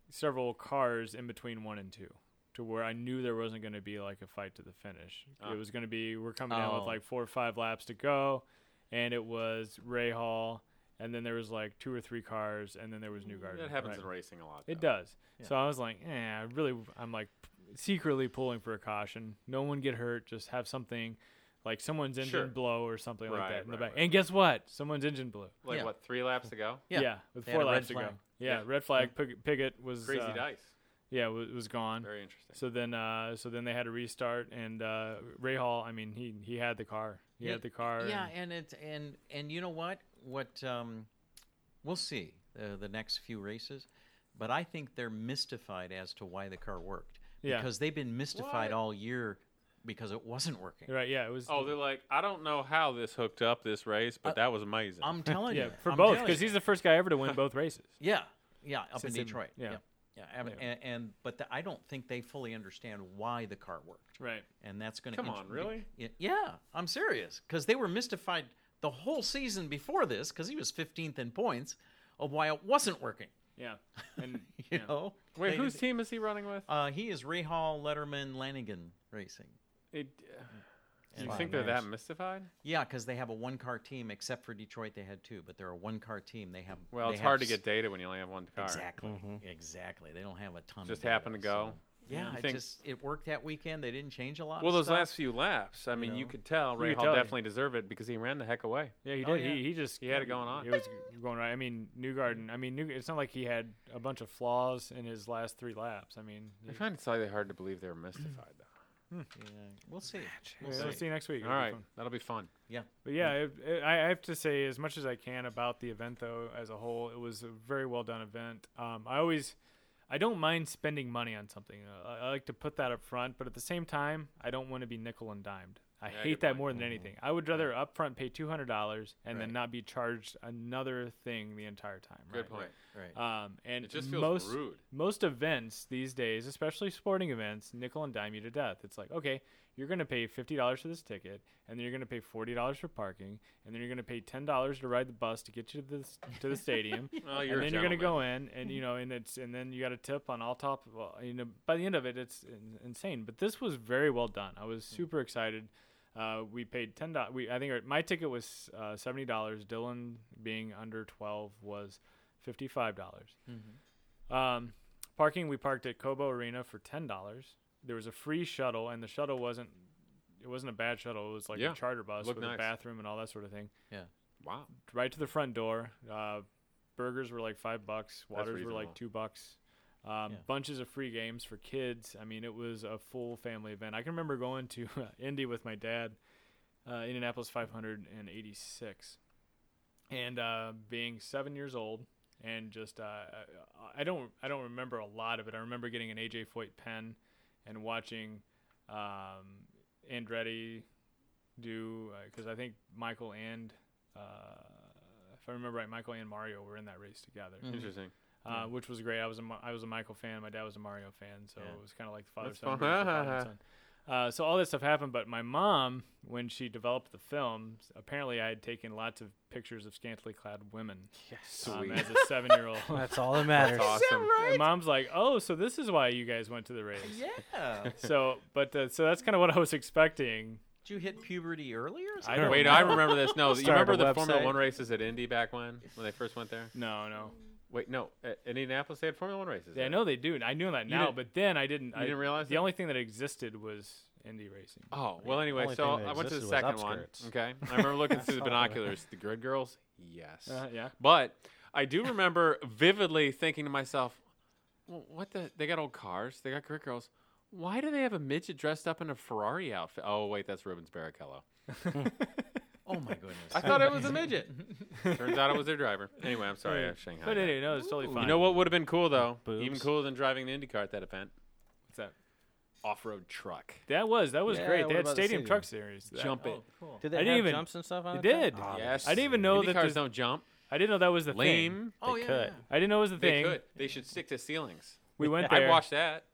[SPEAKER 1] several cars in between one and two, to where I knew there wasn't going to be like a fight to the finish.
[SPEAKER 3] Ah.
[SPEAKER 1] It was going to be we're coming down with
[SPEAKER 2] Oh.
[SPEAKER 1] like four or five laps to go, and it was Ray Hall, and then there was like two or three cars, and then there was New Garden.
[SPEAKER 3] that happens in racing a lot.
[SPEAKER 1] It
[SPEAKER 3] though.
[SPEAKER 1] does. So I was like, eh, I really, I'm like secretly pulling for a caution. No one get hurt. Just have something like someone's engine
[SPEAKER 3] Sure.
[SPEAKER 1] blow or something like
[SPEAKER 3] Right,
[SPEAKER 1] that in the
[SPEAKER 3] right,
[SPEAKER 1] back.
[SPEAKER 3] right.
[SPEAKER 1] And guess what? Someone's engine blew.
[SPEAKER 3] Like
[SPEAKER 2] Yeah.
[SPEAKER 3] what? Three laps to go.
[SPEAKER 2] Yeah.
[SPEAKER 1] with
[SPEAKER 2] They had
[SPEAKER 1] four
[SPEAKER 2] a red
[SPEAKER 1] laps to go.
[SPEAKER 2] flag.
[SPEAKER 1] Yeah,
[SPEAKER 3] Yeah.
[SPEAKER 1] red flag pig- picket was
[SPEAKER 3] Crazy
[SPEAKER 1] uh,
[SPEAKER 3] dice.
[SPEAKER 1] Yeah, was, was gone.
[SPEAKER 3] Very interesting.
[SPEAKER 1] So then, uh, so then they had to restart, and uh, Ray Hall. I mean, he he had the car. He
[SPEAKER 2] Yeah,
[SPEAKER 1] had the car.
[SPEAKER 2] Yeah,
[SPEAKER 1] and-
[SPEAKER 2] and it's and and you know what? What um, we'll see uh, the next few races, but I think they're mystified as to why the car worked
[SPEAKER 1] Yeah.
[SPEAKER 2] because they've been mystified
[SPEAKER 3] What?
[SPEAKER 2] all year because it wasn't working.
[SPEAKER 1] right. Yeah, it was.
[SPEAKER 3] oh, they're like, I don't know how this hooked up this race, but that was amazing.
[SPEAKER 2] I'm telling
[SPEAKER 1] yeah,
[SPEAKER 2] you,
[SPEAKER 1] for
[SPEAKER 2] I'm
[SPEAKER 1] both
[SPEAKER 2] telling
[SPEAKER 1] because
[SPEAKER 2] you.
[SPEAKER 1] he's the first guy ever to win both races.
[SPEAKER 2] yeah, yeah, up
[SPEAKER 1] Since
[SPEAKER 2] in
[SPEAKER 1] they've-
[SPEAKER 2] Detroit.
[SPEAKER 1] yeah.
[SPEAKER 2] yeah, yeah, and, and, and- but the, I don't think they fully understand why the car worked,
[SPEAKER 1] Right.
[SPEAKER 2] and that's going to
[SPEAKER 3] Come on, really?
[SPEAKER 2] Yeah, I'm serious because they were mystified the whole season before this because he was 15th in points of why it wasn't working.
[SPEAKER 1] Yeah. And
[SPEAKER 2] You
[SPEAKER 1] yeah.
[SPEAKER 2] know,
[SPEAKER 3] Wait,
[SPEAKER 2] They-
[SPEAKER 3] whose team is he running with?
[SPEAKER 2] Uh, he is Ray Hall, Letterman, Lanigan Racing.
[SPEAKER 3] It,
[SPEAKER 2] And
[SPEAKER 3] you
[SPEAKER 4] Fine
[SPEAKER 3] think they're
[SPEAKER 4] names.
[SPEAKER 3] that mystified?
[SPEAKER 2] Yeah, because they have a one-car team. Except for Detroit, they had two, but they're a one-car team. They have
[SPEAKER 3] Well,
[SPEAKER 2] they
[SPEAKER 3] it's
[SPEAKER 2] have
[SPEAKER 3] hard to
[SPEAKER 2] s-
[SPEAKER 3] get data when you only have one car.
[SPEAKER 2] Exactly, exactly. They don't have a ton.
[SPEAKER 3] Just
[SPEAKER 2] of data,
[SPEAKER 3] happened to go.
[SPEAKER 2] so- Yeah,
[SPEAKER 3] You
[SPEAKER 2] it
[SPEAKER 3] think-
[SPEAKER 2] just it worked that weekend. They didn't change a lot. of
[SPEAKER 3] Well, those
[SPEAKER 2] stuff.
[SPEAKER 3] last few laps, I mean, you,
[SPEAKER 2] know.
[SPEAKER 3] could tell Ray
[SPEAKER 1] could
[SPEAKER 3] Hall
[SPEAKER 1] tell.
[SPEAKER 3] definitely deserved it because he ran the heck away.
[SPEAKER 1] Yeah, he did.
[SPEAKER 2] Oh, yeah.
[SPEAKER 1] He he just
[SPEAKER 3] He had it going on.
[SPEAKER 1] It was going right. I mean, Newgarden. I mean, New, it's not like he had a bunch of flaws in his last three laps. I mean,
[SPEAKER 3] I
[SPEAKER 1] he,
[SPEAKER 3] find it slightly hard to believe they were mystified, though.
[SPEAKER 2] Yeah, we'll see. We'll
[SPEAKER 1] we'll
[SPEAKER 2] see.
[SPEAKER 1] see you next week.
[SPEAKER 3] Mm-hmm. All
[SPEAKER 1] It'll be
[SPEAKER 3] right,
[SPEAKER 1] fun.
[SPEAKER 3] that'll be fun.
[SPEAKER 2] Yeah,
[SPEAKER 1] But yeah, it, it, I I have to say as much as I can about the event though as a whole. It was a very well done event. Um, I always, I don't mind spending money on something. Uh, I, I like to put that up front, but at the same time, I don't want to be nickel and dimed. I
[SPEAKER 3] Yeah,
[SPEAKER 1] hate
[SPEAKER 3] good
[SPEAKER 1] that
[SPEAKER 3] point.
[SPEAKER 1] more than anything. I would rather upfront pay two hundred dollars and
[SPEAKER 2] Right.
[SPEAKER 1] then not be charged another thing the entire time.
[SPEAKER 3] Good
[SPEAKER 1] right?
[SPEAKER 3] point.
[SPEAKER 2] right.
[SPEAKER 1] Um, and
[SPEAKER 3] It just feels
[SPEAKER 1] most,
[SPEAKER 3] rude.
[SPEAKER 1] Most events these days, especially sporting events, nickel and dime you to death. It's like, okay, you're going to pay fifty dollars for this ticket, and then you're going to pay forty dollars for parking, and then you're going to pay ten dollars to ride the bus to get you to the s- to the stadium,
[SPEAKER 3] Well, Oh, you're
[SPEAKER 1] and
[SPEAKER 3] a
[SPEAKER 1] then you're going to
[SPEAKER 3] gentleman.
[SPEAKER 1] go in, and you know, and it's and then you got a tip on all top. Well, you know, by the end of it, it's in, insane. But this was very well done. I
[SPEAKER 3] Hmm.
[SPEAKER 1] was super excited. Uh, we paid ten dollars. We I think our, my ticket was uh, seventy dollars. Dylan being under twelve was fifty five dollars.
[SPEAKER 3] Mm-hmm.
[SPEAKER 1] Um, parking we parked at Kobo Arena for ten dollars. There was a free shuttle, and the shuttle wasn't it wasn't a bad shuttle. It was like
[SPEAKER 3] Yeah,
[SPEAKER 1] a charter bus
[SPEAKER 3] looked
[SPEAKER 1] with a
[SPEAKER 3] nice.
[SPEAKER 1] bathroom and all that sort of thing.
[SPEAKER 2] Yeah.
[SPEAKER 3] Wow.
[SPEAKER 1] Right to the front door. Uh, burgers were like five bucks, waters were like
[SPEAKER 3] reasonable.
[SPEAKER 1] two bucks. Um,
[SPEAKER 2] Yeah.
[SPEAKER 1] Bunches of free games for kids. I mean, it was a full family event. I can remember going to Indy with my dad, uh, Indianapolis 586, and uh, being seven years old, and just uh, I- I don't I don't remember a lot of it. I remember getting an AJ Foyt pen and watching um, Andretti do because I think Michael and uh, if I remember right, Michael and Mario were in that race together,
[SPEAKER 3] Interesting.
[SPEAKER 1] uh, which was great. I was a Ma- I was a Michael fan. My dad was a Mario fan, so
[SPEAKER 2] Yeah.
[SPEAKER 1] it was kind of like the father
[SPEAKER 3] That's
[SPEAKER 1] son.
[SPEAKER 3] fun.
[SPEAKER 1] versus father and son. Uh, so all this stuff happened, but my mom, when she developed the film, apparently I had taken lots of pictures of scantily clad women
[SPEAKER 4] Yes.
[SPEAKER 1] um,
[SPEAKER 3] Sweet.
[SPEAKER 1] as a seven-year-old.
[SPEAKER 4] That's all that matters.
[SPEAKER 3] That's awesome.
[SPEAKER 1] And mom's like, "Oh, so this is why you guys went to the race."
[SPEAKER 2] Yeah. Did
[SPEAKER 1] So, but uh, so that's kind of what I was expecting.
[SPEAKER 2] you hit puberty earlier? Is
[SPEAKER 1] I
[SPEAKER 2] that
[SPEAKER 1] don't
[SPEAKER 3] Wait,
[SPEAKER 1] know.
[SPEAKER 3] I remember this. No, you
[SPEAKER 4] Started
[SPEAKER 3] remember
[SPEAKER 4] a
[SPEAKER 3] the Formula
[SPEAKER 4] website.
[SPEAKER 3] One races at Indy back when when they first went there?
[SPEAKER 1] No, no.
[SPEAKER 3] Wait, no, at Indianapolis they had Formula One races.
[SPEAKER 1] Yeah, I
[SPEAKER 3] there.
[SPEAKER 1] know they do. and I knew that now,
[SPEAKER 3] didn't-
[SPEAKER 1] but then I didn't.
[SPEAKER 3] you
[SPEAKER 1] I
[SPEAKER 3] didn't realize
[SPEAKER 1] the
[SPEAKER 3] that?
[SPEAKER 1] only thing that existed was indie racing.
[SPEAKER 3] Oh well, anyway,
[SPEAKER 4] only
[SPEAKER 3] so
[SPEAKER 4] thing that
[SPEAKER 3] I went to the
[SPEAKER 4] existed was
[SPEAKER 3] second one.
[SPEAKER 4] upskirts.
[SPEAKER 3] Okay, I remember looking through the
[SPEAKER 4] That's all that-
[SPEAKER 3] binoculars. The grid girls, yes,
[SPEAKER 1] Uh, yeah.
[SPEAKER 3] but I do remember vividly thinking to myself, well, "What the? They got old cars. They got grid girls. Why do they have a midget dressed up in a Ferrari outfit? Oh wait, that's Rubens Barrichello.
[SPEAKER 2] Oh my goodness.
[SPEAKER 3] I thought it was a midget. Turns out it was their driver. Anyway, I'm
[SPEAKER 4] Oh,
[SPEAKER 3] sorry, I Shanghai.
[SPEAKER 1] But anyway, no, it's totally fine.
[SPEAKER 3] you know what would have been cool though? Even
[SPEAKER 4] Boobs.
[SPEAKER 3] cooler than driving an IndyCar at that event.
[SPEAKER 1] What's that?
[SPEAKER 3] Off-road truck.
[SPEAKER 1] That was that was
[SPEAKER 4] Yeah,
[SPEAKER 1] great.
[SPEAKER 4] what
[SPEAKER 1] They had
[SPEAKER 4] about the
[SPEAKER 1] stadium
[SPEAKER 4] stadium?
[SPEAKER 1] truck series. That-
[SPEAKER 3] Jump it.
[SPEAKER 2] Oh, cool.
[SPEAKER 4] Did
[SPEAKER 1] I
[SPEAKER 4] they
[SPEAKER 1] didn't
[SPEAKER 4] have
[SPEAKER 1] even-
[SPEAKER 4] jumps and stuff on
[SPEAKER 1] They
[SPEAKER 4] it? then?
[SPEAKER 1] did.
[SPEAKER 4] Oh,
[SPEAKER 3] Yes.
[SPEAKER 1] I didn't even know that
[SPEAKER 3] IndyCars
[SPEAKER 1] there's-
[SPEAKER 3] don't jump.
[SPEAKER 1] I didn't know that was the thing.
[SPEAKER 3] Lame.
[SPEAKER 2] Oh,
[SPEAKER 4] They
[SPEAKER 2] yeah,
[SPEAKER 4] could.
[SPEAKER 2] yeah.
[SPEAKER 1] I didn't know it was the
[SPEAKER 3] They
[SPEAKER 1] thing.
[SPEAKER 3] could. They should stick to ceilings.
[SPEAKER 1] We went
[SPEAKER 3] I
[SPEAKER 1] there.
[SPEAKER 3] watched that.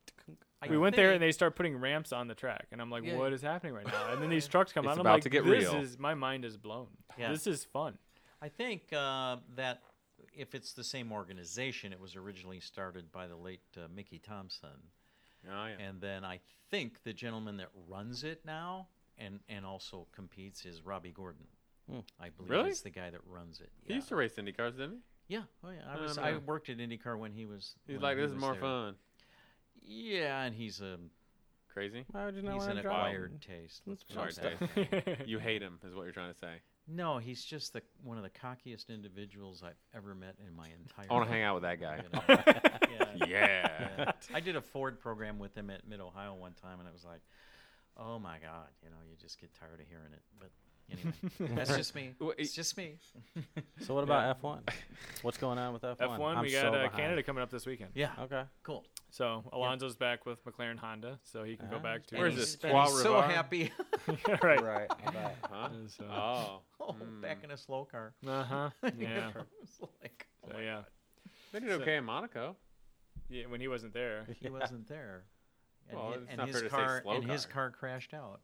[SPEAKER 2] I
[SPEAKER 1] we went there and
[SPEAKER 2] think-
[SPEAKER 1] they start putting ramps on the track, and I'm like,
[SPEAKER 2] Yeah.
[SPEAKER 1] "What is happening right now?" And then these trucks come
[SPEAKER 3] It's
[SPEAKER 1] out. and I'm
[SPEAKER 3] about
[SPEAKER 1] like,
[SPEAKER 3] to get
[SPEAKER 1] "This
[SPEAKER 3] real."
[SPEAKER 1] is my mind is blown.
[SPEAKER 2] Yeah.
[SPEAKER 1] This is fun."
[SPEAKER 2] I think uh, that if it's the same organization, it was originally started by the late uh, Mickey Thompson.
[SPEAKER 3] Oh yeah.
[SPEAKER 2] And then I think the gentleman that runs it now and, and also competes is Robbie Gordon.
[SPEAKER 4] Hmm.
[SPEAKER 2] I believe
[SPEAKER 3] Really?
[SPEAKER 2] he's the guy that runs it.
[SPEAKER 3] He
[SPEAKER 2] Yeah.
[SPEAKER 3] used to race Indy cars, didn't
[SPEAKER 2] yeah. Oh, yeah. I
[SPEAKER 3] I
[SPEAKER 2] was
[SPEAKER 3] don't
[SPEAKER 2] I
[SPEAKER 3] know.
[SPEAKER 2] worked at IndyCar when he was.
[SPEAKER 3] he? He's
[SPEAKER 2] when
[SPEAKER 3] like,
[SPEAKER 2] he
[SPEAKER 3] this is
[SPEAKER 2] was
[SPEAKER 3] more
[SPEAKER 2] there."
[SPEAKER 3] fun.
[SPEAKER 2] Yeah, and he's a
[SPEAKER 3] Crazy.
[SPEAKER 4] Why would you not
[SPEAKER 2] he's
[SPEAKER 4] wanna
[SPEAKER 2] an
[SPEAKER 4] drive?
[SPEAKER 2] acquired taste. Let's put it
[SPEAKER 3] Sorry,
[SPEAKER 2] that
[SPEAKER 3] Dave.
[SPEAKER 2] way.
[SPEAKER 3] You hate him, is what you're trying to say.
[SPEAKER 2] No, he's just the one of the cockiest individuals I've ever met in my entire.
[SPEAKER 3] I want to hang out with that guy.
[SPEAKER 2] You know? yeah.
[SPEAKER 3] yeah.
[SPEAKER 2] Yeah. I did a Ford program with him at Mid Ohio one time, and it was like, oh my god, you know, you just get tired of hearing it. But anyway, that's just me.
[SPEAKER 3] Well,
[SPEAKER 2] It's
[SPEAKER 3] it-
[SPEAKER 2] just me.
[SPEAKER 4] So what about F1? What's going on with F1?
[SPEAKER 1] F1,
[SPEAKER 4] I'm
[SPEAKER 1] we
[SPEAKER 4] so
[SPEAKER 1] got uh,
[SPEAKER 4] behind.
[SPEAKER 1] Canada coming up this weekend.
[SPEAKER 2] Yeah.
[SPEAKER 4] Okay.
[SPEAKER 2] Cool.
[SPEAKER 1] So Alonso's back with McLaren Honda, so he can go
[SPEAKER 4] Ah,
[SPEAKER 1] back to
[SPEAKER 3] Where is
[SPEAKER 2] And
[SPEAKER 3] this?
[SPEAKER 2] he's- and
[SPEAKER 3] Trois
[SPEAKER 2] he's so
[SPEAKER 3] Rivières?
[SPEAKER 2] happy.
[SPEAKER 1] right.
[SPEAKER 4] Right. I bet.
[SPEAKER 3] Huh?
[SPEAKER 1] So,
[SPEAKER 3] Oh.
[SPEAKER 2] oh, back in a slow car.
[SPEAKER 1] Uh huh. Yeah.
[SPEAKER 2] It was like, oh
[SPEAKER 1] So,
[SPEAKER 2] my
[SPEAKER 1] yeah.
[SPEAKER 3] They did okay in Monaco.
[SPEAKER 1] Yeah. When he wasn't there.
[SPEAKER 2] He wasn't there. And,
[SPEAKER 3] Well,
[SPEAKER 2] hi-
[SPEAKER 3] it's
[SPEAKER 2] and
[SPEAKER 3] not
[SPEAKER 2] his
[SPEAKER 3] fair to say
[SPEAKER 2] car
[SPEAKER 3] slow
[SPEAKER 2] and his
[SPEAKER 3] car.
[SPEAKER 2] car crashed out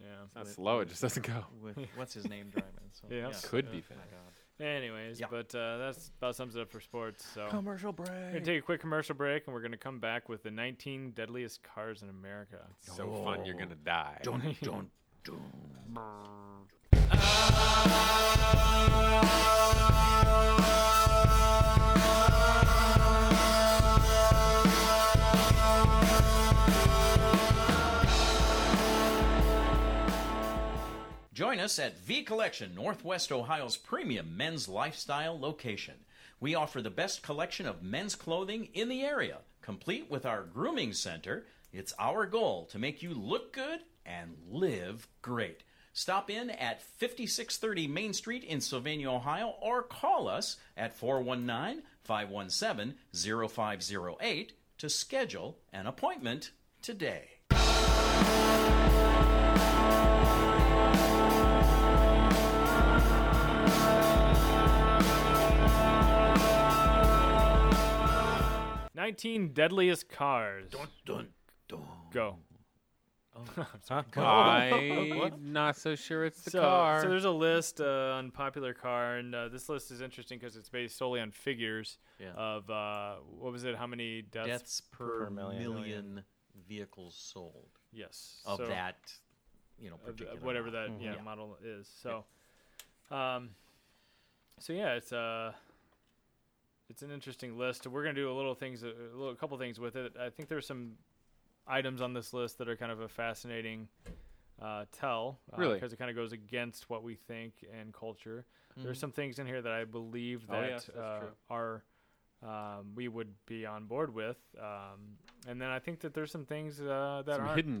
[SPEAKER 1] Yeah.
[SPEAKER 3] Not
[SPEAKER 2] With-
[SPEAKER 3] slow. It just doesn't go.
[SPEAKER 2] with what's his name driving. So,
[SPEAKER 1] Yeah.
[SPEAKER 3] Could be
[SPEAKER 2] Oh, my
[SPEAKER 3] fast.
[SPEAKER 2] God.
[SPEAKER 1] Anyways,
[SPEAKER 2] Yeah.
[SPEAKER 1] but uh, that's about sums it up for sports. So we're
[SPEAKER 4] Commercial break.
[SPEAKER 1] gonna take a quick commercial break, and we're gonna come back with the 19 deadliest cars in America.
[SPEAKER 3] So fun, you're gonna die.
[SPEAKER 2] Don't don't don't. Join us at V Collection, Northwest Ohio's premium men's lifestyle location. We offer the best collection of men's clothing in the area, complete with our grooming center. It's our goal to make you look good and live great. Stop in at 5630 Main Street in Sylvania, Ohio, or call us at 419 517 0508 to schedule an appointment today.
[SPEAKER 1] So, 19 deadliest cars.
[SPEAKER 2] Dun, dun.
[SPEAKER 1] Go.
[SPEAKER 4] Huh?
[SPEAKER 3] I'm not so sure it's the
[SPEAKER 1] so,
[SPEAKER 3] car.
[SPEAKER 1] so there's a list uh, on popular car, and uh, this list is interesting because it's based solely on figures
[SPEAKER 2] Yeah.
[SPEAKER 1] of uh, what was it? How many deaths?
[SPEAKER 2] deaths per,
[SPEAKER 4] per
[SPEAKER 2] million.
[SPEAKER 4] million.
[SPEAKER 2] vehicles sold
[SPEAKER 1] Yes.
[SPEAKER 2] of
[SPEAKER 1] so,
[SPEAKER 2] that, you know,
[SPEAKER 1] of the-
[SPEAKER 2] particular
[SPEAKER 1] of whatever
[SPEAKER 2] model. Mm-hmm.
[SPEAKER 1] that yeah,
[SPEAKER 2] Yeah.
[SPEAKER 1] model is. So, um, so yeah, it's uh, it's an interesting list. We're gonna do a little things, a little a couple things with it. I think there's some items on this list that are kind of a fascinating uh, tell. Uh,
[SPEAKER 3] Really?
[SPEAKER 1] Because it kind of goes against what we think and culture. There's
[SPEAKER 2] Mhm.
[SPEAKER 1] some things in here that I believe
[SPEAKER 3] Mm. Oh,
[SPEAKER 1] that
[SPEAKER 3] yes, that's
[SPEAKER 1] uh,
[SPEAKER 3] true.
[SPEAKER 1] are um, we would be on board with, um, and then I think that there's some things uh, that
[SPEAKER 3] some
[SPEAKER 1] aren't.
[SPEAKER 3] hidden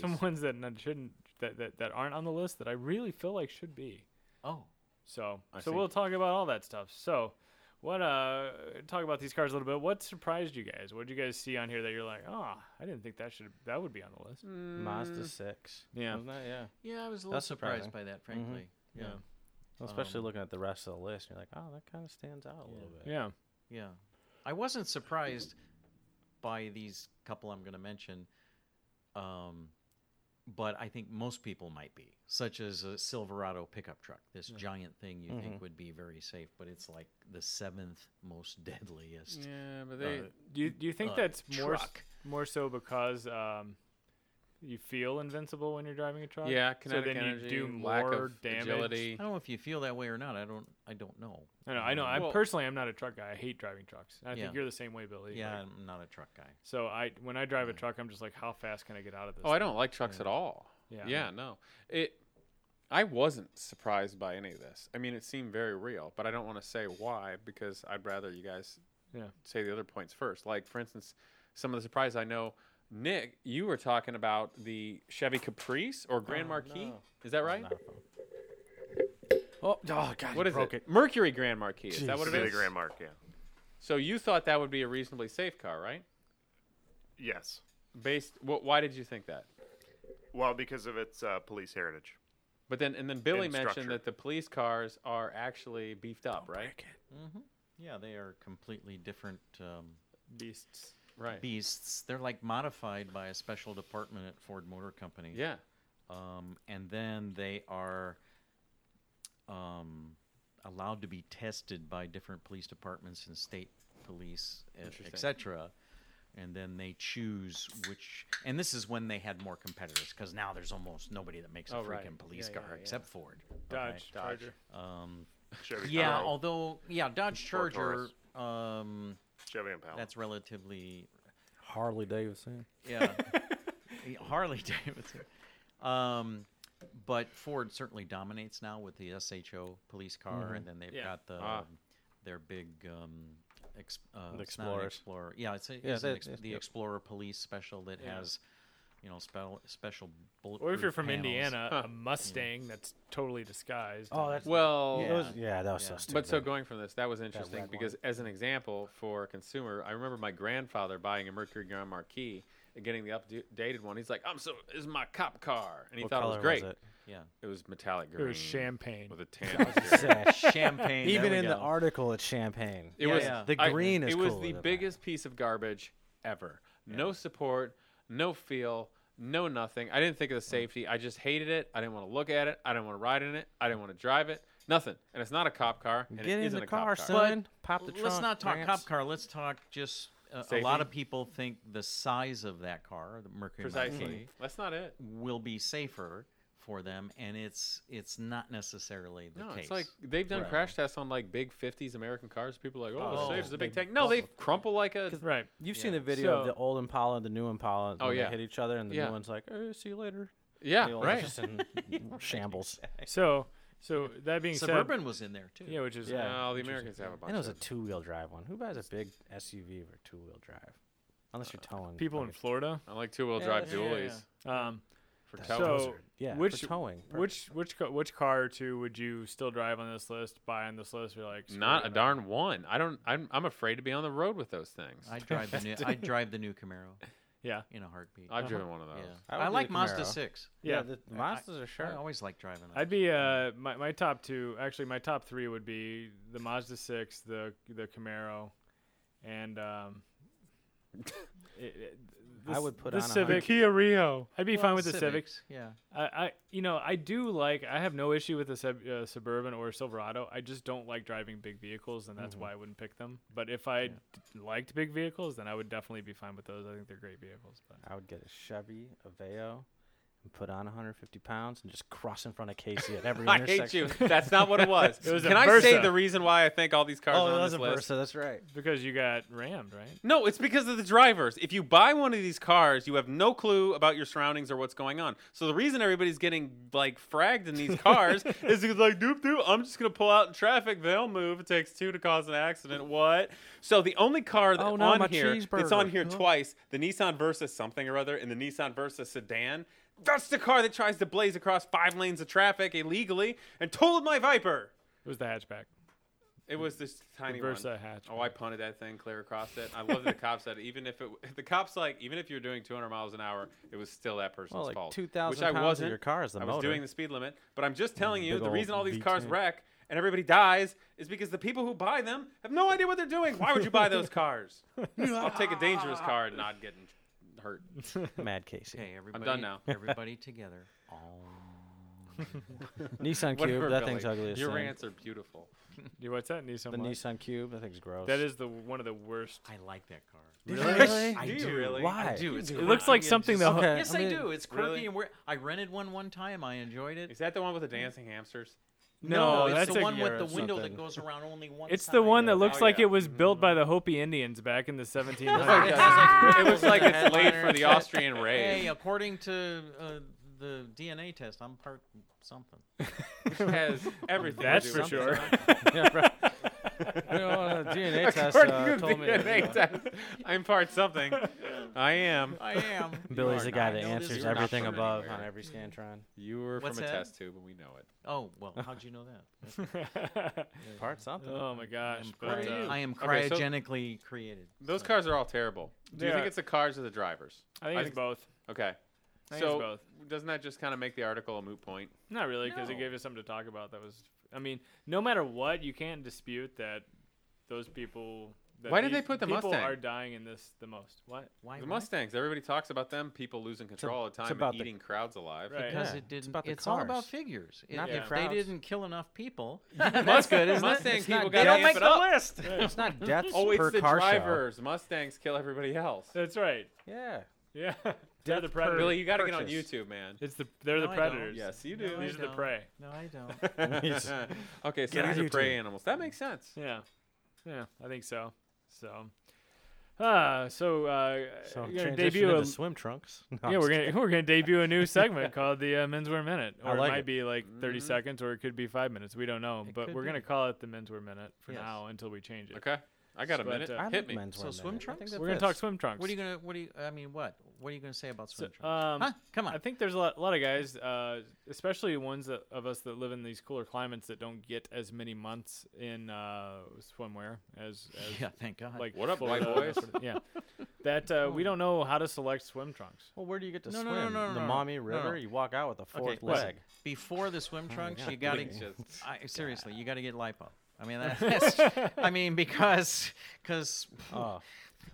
[SPEAKER 1] there's some ones that n- shouldn't that, that, that aren't on the list that I really feel like should be.
[SPEAKER 2] Oh,
[SPEAKER 1] So
[SPEAKER 3] I
[SPEAKER 1] so
[SPEAKER 3] see.
[SPEAKER 1] we'll talk about all that stuff. So what uh talk about these cars a little bit. What surprised you guys? What did you guys see on here that you're like, oh, I didn't think that should that would be on the list.
[SPEAKER 3] Mm,
[SPEAKER 4] Mazda six.
[SPEAKER 1] Yeah. Mm-hmm.
[SPEAKER 4] Wasn't that? Yeah.
[SPEAKER 2] yeah, I was a little
[SPEAKER 4] That's
[SPEAKER 2] surprised
[SPEAKER 4] surprising.
[SPEAKER 2] by that, frankly.
[SPEAKER 1] Yeah.
[SPEAKER 2] Yeah.
[SPEAKER 4] Well, especially
[SPEAKER 2] Um,
[SPEAKER 4] looking at the rest of the list, you're like, oh, that kind of stands out a
[SPEAKER 2] Yeah.
[SPEAKER 4] little bit.
[SPEAKER 1] Yeah.
[SPEAKER 2] Yeah. I wasn't surprised by these couple I'm going to mention, um, but I think most people might be, such as a Silverado pickup truck, this giant thing you
[SPEAKER 1] Mm-hmm.
[SPEAKER 2] think would be very safe, but it's like the seventh most deadliest.
[SPEAKER 3] Yeah, but they.
[SPEAKER 1] Do you do you think
[SPEAKER 2] uh,
[SPEAKER 1] that's more s-
[SPEAKER 2] truck.
[SPEAKER 1] more so because um you feel invincible when you're driving a truck?
[SPEAKER 3] yeah,
[SPEAKER 1] So
[SPEAKER 3] kinetic
[SPEAKER 1] then
[SPEAKER 3] energy,
[SPEAKER 1] you do more
[SPEAKER 3] lack of
[SPEAKER 1] damage.
[SPEAKER 3] agility.
[SPEAKER 2] I don't know if you feel that way or not. I don't. I don't know.
[SPEAKER 1] I know, I know. I
[SPEAKER 3] Well-
[SPEAKER 1] personally I'm not a truck guy. I hate driving trucks. And I
[SPEAKER 2] Yeah.
[SPEAKER 1] think you're the same way, Billy.
[SPEAKER 2] Yeah,
[SPEAKER 1] Like,
[SPEAKER 2] I'm not a truck guy.
[SPEAKER 1] so I when I drive a truck I'm just like how fast can I get out of this?
[SPEAKER 3] Oh, I don't like trucks
[SPEAKER 2] Yeah.
[SPEAKER 3] at all.
[SPEAKER 1] Yeah.
[SPEAKER 3] Yeah. no. It I wasn't surprised by any of this. I mean, it seemed very real, but I don't want to say why because I'd rather you guys
[SPEAKER 1] Yeah.
[SPEAKER 3] say the other points first. Like for instance, some of the surprise I know Nick, you were talking about the Chevy Caprice or Grand
[SPEAKER 4] Oh,
[SPEAKER 3] Marquis.
[SPEAKER 4] no.
[SPEAKER 3] Is that right?
[SPEAKER 4] Not a problem. Oh, oh God!
[SPEAKER 3] What
[SPEAKER 4] you
[SPEAKER 3] is
[SPEAKER 4] broke
[SPEAKER 3] it? Mercury Grand Marquis. Is that what it
[SPEAKER 6] City
[SPEAKER 3] is?
[SPEAKER 6] Grand Mark, yeah.
[SPEAKER 3] so you thought that would be a reasonably safe car, right?
[SPEAKER 6] Yes.
[SPEAKER 3] Based. Wh- why did you think that?
[SPEAKER 6] Well, because of its uh, police heritage.
[SPEAKER 3] But then, and then Billy
[SPEAKER 6] And
[SPEAKER 3] mentioned
[SPEAKER 6] structure.
[SPEAKER 3] that the police cars are actually beefed up, right?
[SPEAKER 2] Yeah, they are completely different um,
[SPEAKER 1] beasts.
[SPEAKER 3] Right.
[SPEAKER 2] beasts. They're like modified by a special department at Ford Motor Company.
[SPEAKER 3] Yeah.
[SPEAKER 2] um, and then they are um, allowed to be tested by different police departments and state police,
[SPEAKER 3] Interesting.
[SPEAKER 2] etc. And then they choose which, and this is when they had more competitors because now there's almost nobody that makes a
[SPEAKER 3] Oh,
[SPEAKER 2] freaking
[SPEAKER 3] right.
[SPEAKER 2] police
[SPEAKER 3] Yeah,
[SPEAKER 2] car
[SPEAKER 3] yeah, yeah.
[SPEAKER 2] except Ford.
[SPEAKER 1] Dodge,
[SPEAKER 2] okay?
[SPEAKER 3] Dodge.
[SPEAKER 1] Charger.
[SPEAKER 2] Um,
[SPEAKER 6] Chevy
[SPEAKER 2] yeah,
[SPEAKER 6] Camaro,
[SPEAKER 2] although yeah, Dodge
[SPEAKER 6] Ford
[SPEAKER 2] Charger.
[SPEAKER 6] Taurus.
[SPEAKER 2] Um,
[SPEAKER 6] Chevy Impala.
[SPEAKER 2] that's
[SPEAKER 3] Oh.
[SPEAKER 2] relatively
[SPEAKER 4] Harley Davidson.
[SPEAKER 2] yeah. Harley Davidson. Um, but Ford certainly dominates now with the SHO police car, and then they've
[SPEAKER 1] Mm-hmm. Yeah.
[SPEAKER 2] got the
[SPEAKER 3] Ah.
[SPEAKER 2] their big um, ex, uh,
[SPEAKER 4] The
[SPEAKER 2] it's not an
[SPEAKER 4] Explorers.
[SPEAKER 2] Explorer. Yeah, it's, a,
[SPEAKER 4] Yeah,
[SPEAKER 2] it's an
[SPEAKER 4] that-
[SPEAKER 2] ex-
[SPEAKER 4] that's-
[SPEAKER 2] the
[SPEAKER 4] yep.
[SPEAKER 2] Explorer police special that
[SPEAKER 1] Yeah.
[SPEAKER 2] has, you know, special special bullet.
[SPEAKER 1] Or if you're from Indiana, a Mustang that's totally disguised.
[SPEAKER 4] Oh, that's
[SPEAKER 3] Well,
[SPEAKER 4] yeah.
[SPEAKER 2] Yeah.
[SPEAKER 4] yeah, that was
[SPEAKER 2] Yeah.
[SPEAKER 4] so stupid.
[SPEAKER 3] but so going from this, that was
[SPEAKER 4] red
[SPEAKER 3] interesting
[SPEAKER 4] one.
[SPEAKER 3] because as an example for a consumer, I remember my grandfather buying a Mercury Grand Marquis and getting the updated one. He's like, "I'm so this is my cop car," and he
[SPEAKER 4] What
[SPEAKER 3] thought it was
[SPEAKER 4] color
[SPEAKER 3] great.
[SPEAKER 4] it?
[SPEAKER 2] yeah,
[SPEAKER 3] It was metallic
[SPEAKER 1] it
[SPEAKER 3] green
[SPEAKER 1] was champagne.
[SPEAKER 3] with a tan. exterior.
[SPEAKER 4] Sash.
[SPEAKER 2] champagne. there
[SPEAKER 4] Even
[SPEAKER 2] we
[SPEAKER 4] in the
[SPEAKER 2] go.
[SPEAKER 4] article, it's champagne.
[SPEAKER 3] It
[SPEAKER 2] Yeah,
[SPEAKER 3] was
[SPEAKER 2] yeah.
[SPEAKER 4] The
[SPEAKER 3] I-
[SPEAKER 4] green is
[SPEAKER 3] It was
[SPEAKER 4] cooler
[SPEAKER 3] the
[SPEAKER 4] than that.
[SPEAKER 3] biggest piece of garbage ever. No support, no feel, no nothing. I didn't think of the safety. I just hated it. I didn't want to look at it. I didn't want to ride in it. I didn't want to drive it. Nothing. And it's not a cop car. And
[SPEAKER 4] Get
[SPEAKER 3] it
[SPEAKER 4] in
[SPEAKER 3] isn't
[SPEAKER 4] the
[SPEAKER 3] a cop
[SPEAKER 4] car,
[SPEAKER 3] car.
[SPEAKER 4] son. Pop the trunk.
[SPEAKER 2] Let's not talk
[SPEAKER 4] Vance.
[SPEAKER 2] cop car. Let's talk just. Uh, a lot
[SPEAKER 3] Safety.
[SPEAKER 2] of people think the size of that car, the Mercury
[SPEAKER 3] Precisely.
[SPEAKER 4] Mm.
[SPEAKER 2] Mercury,
[SPEAKER 3] That's not it.
[SPEAKER 2] will be safer for them, and it's it's not necessarily the
[SPEAKER 3] No,
[SPEAKER 2] case.
[SPEAKER 3] it's like they've done
[SPEAKER 2] Right.
[SPEAKER 3] crash tests on like big 50s American cars. People are like, oh,
[SPEAKER 2] Oh,
[SPEAKER 3] it saves the big
[SPEAKER 4] they
[SPEAKER 3] tank. No, they crumple like a.
[SPEAKER 1] right.
[SPEAKER 4] You've seen
[SPEAKER 2] Yeah.
[SPEAKER 4] the video of
[SPEAKER 1] So-
[SPEAKER 4] the old Impala and the new Impala.
[SPEAKER 3] Oh,
[SPEAKER 4] when
[SPEAKER 3] yeah.
[SPEAKER 4] They hit each other, and the
[SPEAKER 3] Yeah.
[SPEAKER 4] new one's like, "Eh, see you later."
[SPEAKER 3] Yeah,
[SPEAKER 4] The old
[SPEAKER 3] right.
[SPEAKER 4] one's just in shambles.
[SPEAKER 1] So, so that being
[SPEAKER 2] Suburban was in there too.
[SPEAKER 1] said, yeah, which is uh,
[SPEAKER 4] Yeah.
[SPEAKER 3] No, the Americans have a bunch
[SPEAKER 4] And it was a
[SPEAKER 3] of
[SPEAKER 4] two wheel drive one. Who buys a big SUV for two wheel drive? Unless you're towing.
[SPEAKER 1] people in
[SPEAKER 4] like a-
[SPEAKER 1] Florida.
[SPEAKER 3] I like two wheel
[SPEAKER 4] Yeah,
[SPEAKER 3] drive
[SPEAKER 4] yeah,
[SPEAKER 3] dualies
[SPEAKER 2] yeah.
[SPEAKER 1] Um,
[SPEAKER 3] for
[SPEAKER 1] So-
[SPEAKER 3] towing.
[SPEAKER 4] Those are- yeah, for
[SPEAKER 1] which-
[SPEAKER 4] towing. perfect.
[SPEAKER 1] which which ca- which car or two would you still drive on this list? Buy on this list? You're like screw
[SPEAKER 3] Not
[SPEAKER 1] it,
[SPEAKER 3] a
[SPEAKER 1] no.
[SPEAKER 3] darn one. I don't. I'm, I'm afraid to be on the road with those things.
[SPEAKER 2] I drive the new I drive the new Camaro
[SPEAKER 1] Yeah,
[SPEAKER 2] in a heartbeat.
[SPEAKER 3] I've driven one of
[SPEAKER 2] uh-huh. yeah,
[SPEAKER 3] those.
[SPEAKER 4] I
[SPEAKER 2] I,
[SPEAKER 4] would do
[SPEAKER 2] like
[SPEAKER 4] the
[SPEAKER 2] Mazda
[SPEAKER 4] Camaro.
[SPEAKER 2] six.
[SPEAKER 1] yeah.
[SPEAKER 4] the Mazdas are
[SPEAKER 2] I
[SPEAKER 4] sharp.
[SPEAKER 2] always like driving.
[SPEAKER 1] I'd be uh my, my top two actually my top three would be the Mazda six, the the Camaro, and um. it- it-
[SPEAKER 4] I
[SPEAKER 1] this-
[SPEAKER 4] would put
[SPEAKER 1] the
[SPEAKER 4] on a
[SPEAKER 1] Civic.
[SPEAKER 4] Honda.
[SPEAKER 1] Kia Rio. I'd be fine with the Civic.
[SPEAKER 2] Yeah,
[SPEAKER 1] I, I, you know, I do like. I have no issue with a sub, uh, suburban or Silverado. I just don't like driving big vehicles, and that's why I wouldn't pick them. But if I d- liked big vehicles, then I would definitely be fine with those. I think they're great vehicles. But
[SPEAKER 4] I would get a Chevy Aveo, and put on 150 pounds and just cross in front of Casey at every
[SPEAKER 3] I hate
[SPEAKER 4] intersection.
[SPEAKER 3] you. That's not what it was.
[SPEAKER 1] It was a
[SPEAKER 3] Can I say
[SPEAKER 1] Versa.
[SPEAKER 3] the reason why I think all these cars
[SPEAKER 4] Oh,
[SPEAKER 3] are
[SPEAKER 4] that
[SPEAKER 3] on
[SPEAKER 4] was
[SPEAKER 3] this
[SPEAKER 4] a
[SPEAKER 3] list?
[SPEAKER 4] Versa. That's right.
[SPEAKER 1] because you got rammed, right?
[SPEAKER 3] No, it's because of the drivers. If you buy one of these cars, you have no clue about your surroundings or what's going on. So the reason everybody's getting like fragged in these cars is because like doop doop, I'm just gonna pull out in traffic. They'll move. It takes two to cause an accident. What? So the only car that
[SPEAKER 1] Oh, no, my
[SPEAKER 3] on here that's on
[SPEAKER 1] cheeseburger.
[SPEAKER 3] here
[SPEAKER 1] Huh?
[SPEAKER 3] twice, the Nissan Versa something or other, and the Nissan Versa sedan. That's the car that tries to blaze across five lanes of traffic illegally and totaled my Viper.
[SPEAKER 1] It was the hatchback.
[SPEAKER 3] It was this tiny one.
[SPEAKER 1] Versa hatch.
[SPEAKER 3] Oh, I punted that thing clear across it. I love that the cops said even if it the cops like even if you're doing 200 miles an hour, it was still that person's
[SPEAKER 4] Well, like
[SPEAKER 3] fault.
[SPEAKER 4] 2,000
[SPEAKER 3] which I
[SPEAKER 4] pounds
[SPEAKER 3] wasn't.
[SPEAKER 4] of your car is the
[SPEAKER 3] I was
[SPEAKER 4] motor. Mm,
[SPEAKER 3] doing the speed limit, but I'm just telling you
[SPEAKER 4] big
[SPEAKER 3] the reason
[SPEAKER 4] old
[SPEAKER 3] all these cars
[SPEAKER 4] V10.
[SPEAKER 3] wreck and everybody dies is because the people who buy them have no idea what they're doing. Why would you buy those cars? I'll take a dangerous car and not getting hurt.
[SPEAKER 4] Mad Casey.
[SPEAKER 2] Okay, everybody.
[SPEAKER 3] done now.
[SPEAKER 2] everybody together. All
[SPEAKER 4] Nissan Cube.
[SPEAKER 3] Whatever,
[SPEAKER 4] that
[SPEAKER 3] Billy.
[SPEAKER 4] thing's ugly as
[SPEAKER 3] Your
[SPEAKER 4] sin.
[SPEAKER 3] rants are beautiful.
[SPEAKER 1] You what's that? Nissan.
[SPEAKER 4] The
[SPEAKER 1] what?
[SPEAKER 4] Nissan Cube. That thing's gross.
[SPEAKER 1] That is the one of the worst.
[SPEAKER 2] I like that car.
[SPEAKER 4] Really?
[SPEAKER 2] I
[SPEAKER 3] do you
[SPEAKER 2] do.
[SPEAKER 3] really?
[SPEAKER 4] Why?
[SPEAKER 2] I do. It's
[SPEAKER 1] It looks like
[SPEAKER 2] quirky and
[SPEAKER 1] something
[SPEAKER 2] just-
[SPEAKER 1] the-
[SPEAKER 4] Okay,
[SPEAKER 2] Yes,
[SPEAKER 4] I'm
[SPEAKER 2] I
[SPEAKER 4] gonna-
[SPEAKER 2] do. It's quirky
[SPEAKER 3] Really?
[SPEAKER 2] and weird. I rented one one time. I enjoyed it.
[SPEAKER 3] Is that the one with the dancing hamsters?
[SPEAKER 1] No,
[SPEAKER 2] it's
[SPEAKER 1] that's
[SPEAKER 2] the
[SPEAKER 1] a
[SPEAKER 2] one with
[SPEAKER 1] Yaris,
[SPEAKER 2] the window
[SPEAKER 4] something.
[SPEAKER 2] that goes around only one.
[SPEAKER 1] It's the one that
[SPEAKER 3] Oh,
[SPEAKER 1] looks like
[SPEAKER 3] yeah.
[SPEAKER 1] it was built by the Hopi Indians back in the
[SPEAKER 4] Oh,
[SPEAKER 1] 1700s.
[SPEAKER 2] does.
[SPEAKER 3] it looks like it's late for the
[SPEAKER 2] Headliner.
[SPEAKER 3] Austrian rave.
[SPEAKER 2] Hey, according to uh, the DNA test, I'm part something.
[SPEAKER 3] has everything.
[SPEAKER 1] That's for
[SPEAKER 3] to do with
[SPEAKER 1] sure.
[SPEAKER 3] design.
[SPEAKER 4] yeah, right. You know, uh, DNA test
[SPEAKER 3] According
[SPEAKER 4] uh,
[SPEAKER 3] to
[SPEAKER 4] told me. that,
[SPEAKER 3] DNA
[SPEAKER 4] uh,
[SPEAKER 3] test, I'm part something. I am.
[SPEAKER 2] I am.
[SPEAKER 4] Billy's
[SPEAKER 3] are
[SPEAKER 4] the guy
[SPEAKER 2] not.
[SPEAKER 4] that
[SPEAKER 2] No, this
[SPEAKER 4] answers
[SPEAKER 2] is not
[SPEAKER 4] everything
[SPEAKER 2] from
[SPEAKER 4] above
[SPEAKER 3] anywhere.
[SPEAKER 4] on every Scantron.
[SPEAKER 3] You were
[SPEAKER 2] What's
[SPEAKER 3] from a
[SPEAKER 2] that?
[SPEAKER 3] test tube, and we know it.
[SPEAKER 2] Oh well, how'd you know that?
[SPEAKER 4] Part something.
[SPEAKER 1] oh my gosh! But,
[SPEAKER 2] I,
[SPEAKER 1] uh,
[SPEAKER 2] I am
[SPEAKER 3] Okay, so-
[SPEAKER 2] cryogenically created.
[SPEAKER 3] Those
[SPEAKER 2] so-
[SPEAKER 3] cars are all terrible. Do you
[SPEAKER 1] They
[SPEAKER 3] think
[SPEAKER 1] are.
[SPEAKER 3] it's the cars or the drivers?
[SPEAKER 1] I think it's both.
[SPEAKER 3] Okay.
[SPEAKER 1] I think it's
[SPEAKER 3] so
[SPEAKER 1] both.
[SPEAKER 3] doesn't that just kind of make the article a moot point?
[SPEAKER 1] Not really, because it
[SPEAKER 2] No.
[SPEAKER 1] gave us something to talk about. That was, I mean, no matter what, you can't dispute that those people. That
[SPEAKER 3] Why did
[SPEAKER 1] these
[SPEAKER 3] they put the
[SPEAKER 1] people
[SPEAKER 3] Mustang?
[SPEAKER 1] are dying in this the most? What?
[SPEAKER 2] Why
[SPEAKER 3] The
[SPEAKER 2] what?
[SPEAKER 3] Mustangs. Everybody talks about them. People losing control all the time
[SPEAKER 4] about
[SPEAKER 3] and
[SPEAKER 4] the-
[SPEAKER 3] eating crowds alive.
[SPEAKER 1] Right.
[SPEAKER 2] Because
[SPEAKER 4] Yeah,
[SPEAKER 2] it
[SPEAKER 4] it's
[SPEAKER 2] didn't.
[SPEAKER 4] about the
[SPEAKER 2] it's all about
[SPEAKER 4] cars.
[SPEAKER 2] figures. It-
[SPEAKER 4] Not the
[SPEAKER 2] if they
[SPEAKER 4] crowds.
[SPEAKER 2] didn't kill enough people. That's good, isn't
[SPEAKER 3] Mustang
[SPEAKER 2] it? It's
[SPEAKER 3] people
[SPEAKER 2] not
[SPEAKER 3] gotta
[SPEAKER 2] death.
[SPEAKER 3] amp it up.
[SPEAKER 4] list. it's not deaths
[SPEAKER 3] Oh, it's
[SPEAKER 4] per
[SPEAKER 3] the
[SPEAKER 4] car show.
[SPEAKER 3] drivers. Mustangs kill everybody else.
[SPEAKER 1] That's right.
[SPEAKER 4] Yeah.
[SPEAKER 1] Yeah, they're the
[SPEAKER 4] per-
[SPEAKER 1] predators.
[SPEAKER 3] Billy, you got to get on
[SPEAKER 4] Purchase.
[SPEAKER 3] YouTube, man.
[SPEAKER 1] It's the they're
[SPEAKER 2] No,
[SPEAKER 1] the
[SPEAKER 2] I don't.
[SPEAKER 1] predators.
[SPEAKER 3] Yes, you
[SPEAKER 2] No,
[SPEAKER 3] do.
[SPEAKER 2] I
[SPEAKER 1] These are the
[SPEAKER 2] don't.
[SPEAKER 1] prey.
[SPEAKER 2] No, I don't.
[SPEAKER 4] He's-
[SPEAKER 3] okay, so
[SPEAKER 4] Get on
[SPEAKER 3] these are prey
[SPEAKER 4] YouTube.
[SPEAKER 3] animals. That makes sense.
[SPEAKER 1] Yeah, yeah, I think so. So, uh, so uh,
[SPEAKER 4] So
[SPEAKER 1] we're gonna
[SPEAKER 4] transition
[SPEAKER 1] debut
[SPEAKER 4] into
[SPEAKER 1] a,
[SPEAKER 4] swim trunks. No,
[SPEAKER 1] yeah,
[SPEAKER 4] I'm
[SPEAKER 1] we're
[SPEAKER 4] just
[SPEAKER 1] gonna we're gonna debut a new segment called the uh, Menswear Minute,
[SPEAKER 4] I
[SPEAKER 1] or it
[SPEAKER 4] like
[SPEAKER 1] might
[SPEAKER 4] it.
[SPEAKER 1] be like 30
[SPEAKER 3] Mhm.
[SPEAKER 1] seconds, or it could be five minutes. We don't know,
[SPEAKER 2] It
[SPEAKER 1] but
[SPEAKER 2] could
[SPEAKER 1] we're
[SPEAKER 2] be.
[SPEAKER 1] gonna call it the Menswear Minute for
[SPEAKER 2] Yes.
[SPEAKER 1] now until we change it.
[SPEAKER 3] Okay, I got a
[SPEAKER 1] But,
[SPEAKER 3] minute.
[SPEAKER 1] uh,
[SPEAKER 4] kidding. I like
[SPEAKER 3] Hit me.
[SPEAKER 4] men's
[SPEAKER 2] So
[SPEAKER 4] women.
[SPEAKER 2] swim
[SPEAKER 4] I think
[SPEAKER 2] trunks?
[SPEAKER 4] that
[SPEAKER 1] We're gonna
[SPEAKER 4] fits.
[SPEAKER 1] talk swim trunks.
[SPEAKER 2] What are you gonna? What do you? I mean, what? What are you gonna say about swim trunks?
[SPEAKER 1] um,
[SPEAKER 2] huh? Come on.
[SPEAKER 1] I think there's a lot, lot of guys, uh, especially ones that, of us that live in these cooler climates, that don't get as many months in uh, swimwear as, as
[SPEAKER 2] yeah, thank God.
[SPEAKER 1] like
[SPEAKER 3] What up, white
[SPEAKER 1] Florida, that
[SPEAKER 3] boys?
[SPEAKER 1] sort of- yeah, that uh, we don't know how to select swim trunks.
[SPEAKER 4] Well, where do you get to
[SPEAKER 2] No, no,
[SPEAKER 4] swim?
[SPEAKER 2] no, no,
[SPEAKER 4] the
[SPEAKER 2] no, no.
[SPEAKER 4] Maumee
[SPEAKER 2] No,
[SPEAKER 4] River.
[SPEAKER 2] no.
[SPEAKER 4] You walk out with a fourth
[SPEAKER 1] what?
[SPEAKER 4] leg.
[SPEAKER 2] before the swim trunks,
[SPEAKER 4] God.
[SPEAKER 2] you gotta
[SPEAKER 3] Please just-
[SPEAKER 2] I, seriously, you gotta get lipo. I mean, that's. I mean, because because
[SPEAKER 4] Oh,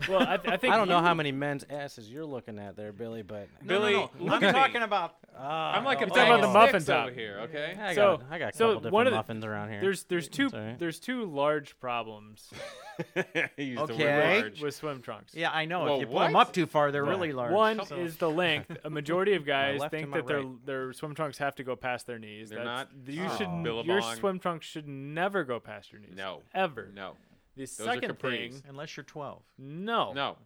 [SPEAKER 1] Well, I, th- I think
[SPEAKER 4] I don't know
[SPEAKER 1] you-
[SPEAKER 4] how many men's asses you're looking at there, Billy, but
[SPEAKER 3] Billy,
[SPEAKER 2] no, no, no.
[SPEAKER 3] look
[SPEAKER 2] I'm
[SPEAKER 3] at
[SPEAKER 2] talking
[SPEAKER 3] me.
[SPEAKER 2] about
[SPEAKER 4] Ah,
[SPEAKER 3] I'm like
[SPEAKER 1] You're
[SPEAKER 3] a
[SPEAKER 1] Uh, talking
[SPEAKER 3] bag
[SPEAKER 1] about the
[SPEAKER 3] of
[SPEAKER 1] muffin
[SPEAKER 3] sticks
[SPEAKER 1] top.
[SPEAKER 3] over here. Okay.
[SPEAKER 4] I
[SPEAKER 1] so-
[SPEAKER 4] got, I got a
[SPEAKER 1] so
[SPEAKER 4] couple different
[SPEAKER 1] one of the-
[SPEAKER 4] muffins around here.
[SPEAKER 1] There's there's two
[SPEAKER 4] all right.
[SPEAKER 1] there's two large problems
[SPEAKER 3] He used the word
[SPEAKER 2] Okay.
[SPEAKER 3] large.
[SPEAKER 1] with swim trunks.
[SPEAKER 2] Yeah, I know.
[SPEAKER 3] Well,
[SPEAKER 2] if you pull them
[SPEAKER 3] what?
[SPEAKER 2] up too far, they're
[SPEAKER 4] Yeah.
[SPEAKER 2] really large.
[SPEAKER 1] One
[SPEAKER 2] So-
[SPEAKER 1] is the length. A majority of guys
[SPEAKER 4] left
[SPEAKER 1] think
[SPEAKER 4] and my
[SPEAKER 1] that their their swim trunks have to go past their knees.
[SPEAKER 3] They're
[SPEAKER 1] That's-
[SPEAKER 3] not.
[SPEAKER 1] You should
[SPEAKER 3] Oh.
[SPEAKER 1] your
[SPEAKER 3] Billabong.
[SPEAKER 1] swim trunks should never go past your knees.
[SPEAKER 3] No.
[SPEAKER 1] ever.
[SPEAKER 3] No.
[SPEAKER 1] The second
[SPEAKER 3] capris.
[SPEAKER 1] thing,
[SPEAKER 2] unless you're 12.
[SPEAKER 1] no,
[SPEAKER 3] No.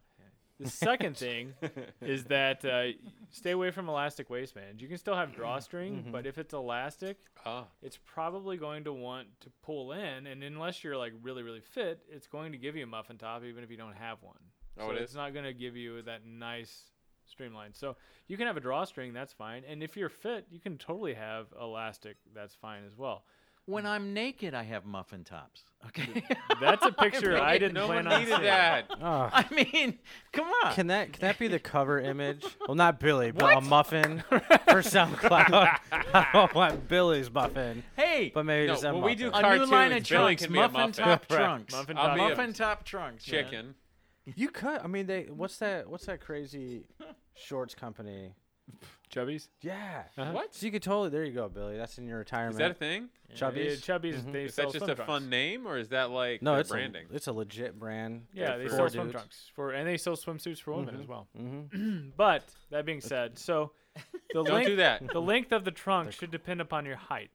[SPEAKER 1] The second thing is that uh, stay away from elastic waistbands. You can still have drawstring,
[SPEAKER 3] Mm-hmm.
[SPEAKER 1] but if it's elastic,
[SPEAKER 3] Ah.
[SPEAKER 1] it's probably going to want to pull in, and unless you're like really really fit, it's going to give you a muffin top even if you don't have one.
[SPEAKER 3] Oh,
[SPEAKER 1] so
[SPEAKER 3] it
[SPEAKER 1] it's
[SPEAKER 3] is?
[SPEAKER 1] not going to give you that nice streamline. So you can have a drawstring, that's fine, and if you're fit, you can totally have elastic, that's fine as well.
[SPEAKER 2] When I'm naked, I have muffin tops. Okay.
[SPEAKER 1] That's a picture I
[SPEAKER 3] Billy,
[SPEAKER 1] didn't
[SPEAKER 3] no
[SPEAKER 1] plan
[SPEAKER 3] one
[SPEAKER 1] on
[SPEAKER 3] needed
[SPEAKER 1] seeing.
[SPEAKER 3] that.
[SPEAKER 4] Ah.
[SPEAKER 2] I mean, come on.
[SPEAKER 4] Can that can that be the cover image? Well, not Billy, but a muffin for SoundCloud. I don't want Billy's muffin,
[SPEAKER 2] hey,
[SPEAKER 4] but maybe
[SPEAKER 3] No,
[SPEAKER 4] just a
[SPEAKER 3] when we do
[SPEAKER 4] muffin.
[SPEAKER 2] a new
[SPEAKER 3] cartoons,
[SPEAKER 2] line of
[SPEAKER 3] Billy
[SPEAKER 2] trunks,
[SPEAKER 3] can be a
[SPEAKER 2] muffin, top
[SPEAKER 4] Right.
[SPEAKER 2] trunks,
[SPEAKER 1] Muffin
[SPEAKER 3] I'll
[SPEAKER 1] top.
[SPEAKER 3] be a
[SPEAKER 2] muffin top trunks, man.
[SPEAKER 3] Chicken.
[SPEAKER 4] You cut. I mean, they. What's that? What's that crazy shorts company
[SPEAKER 1] Chubbies.
[SPEAKER 4] Yeah.
[SPEAKER 1] Uh-huh.
[SPEAKER 3] What?
[SPEAKER 4] So you could totally. There you go, Billy. That's in your retirement.
[SPEAKER 3] Is that a thing?
[SPEAKER 1] Yeah,
[SPEAKER 4] Chubbies. Mm-hmm.
[SPEAKER 1] Chubbies. They
[SPEAKER 3] Is
[SPEAKER 1] sell
[SPEAKER 3] that just
[SPEAKER 1] swim
[SPEAKER 3] a
[SPEAKER 1] trunks.
[SPEAKER 3] fun name, or is that like
[SPEAKER 4] no,
[SPEAKER 3] their
[SPEAKER 4] it's
[SPEAKER 3] branding?
[SPEAKER 4] A, it's a legit brand.
[SPEAKER 1] Yeah,
[SPEAKER 4] for
[SPEAKER 1] they sell swim
[SPEAKER 4] dudes.
[SPEAKER 1] trunks for, and they sell swimsuits for women as well.
[SPEAKER 4] Mm-hmm.
[SPEAKER 1] But that being said, so the
[SPEAKER 3] Don't
[SPEAKER 1] length
[SPEAKER 3] do that.
[SPEAKER 1] the length of the trunk should depend upon your height.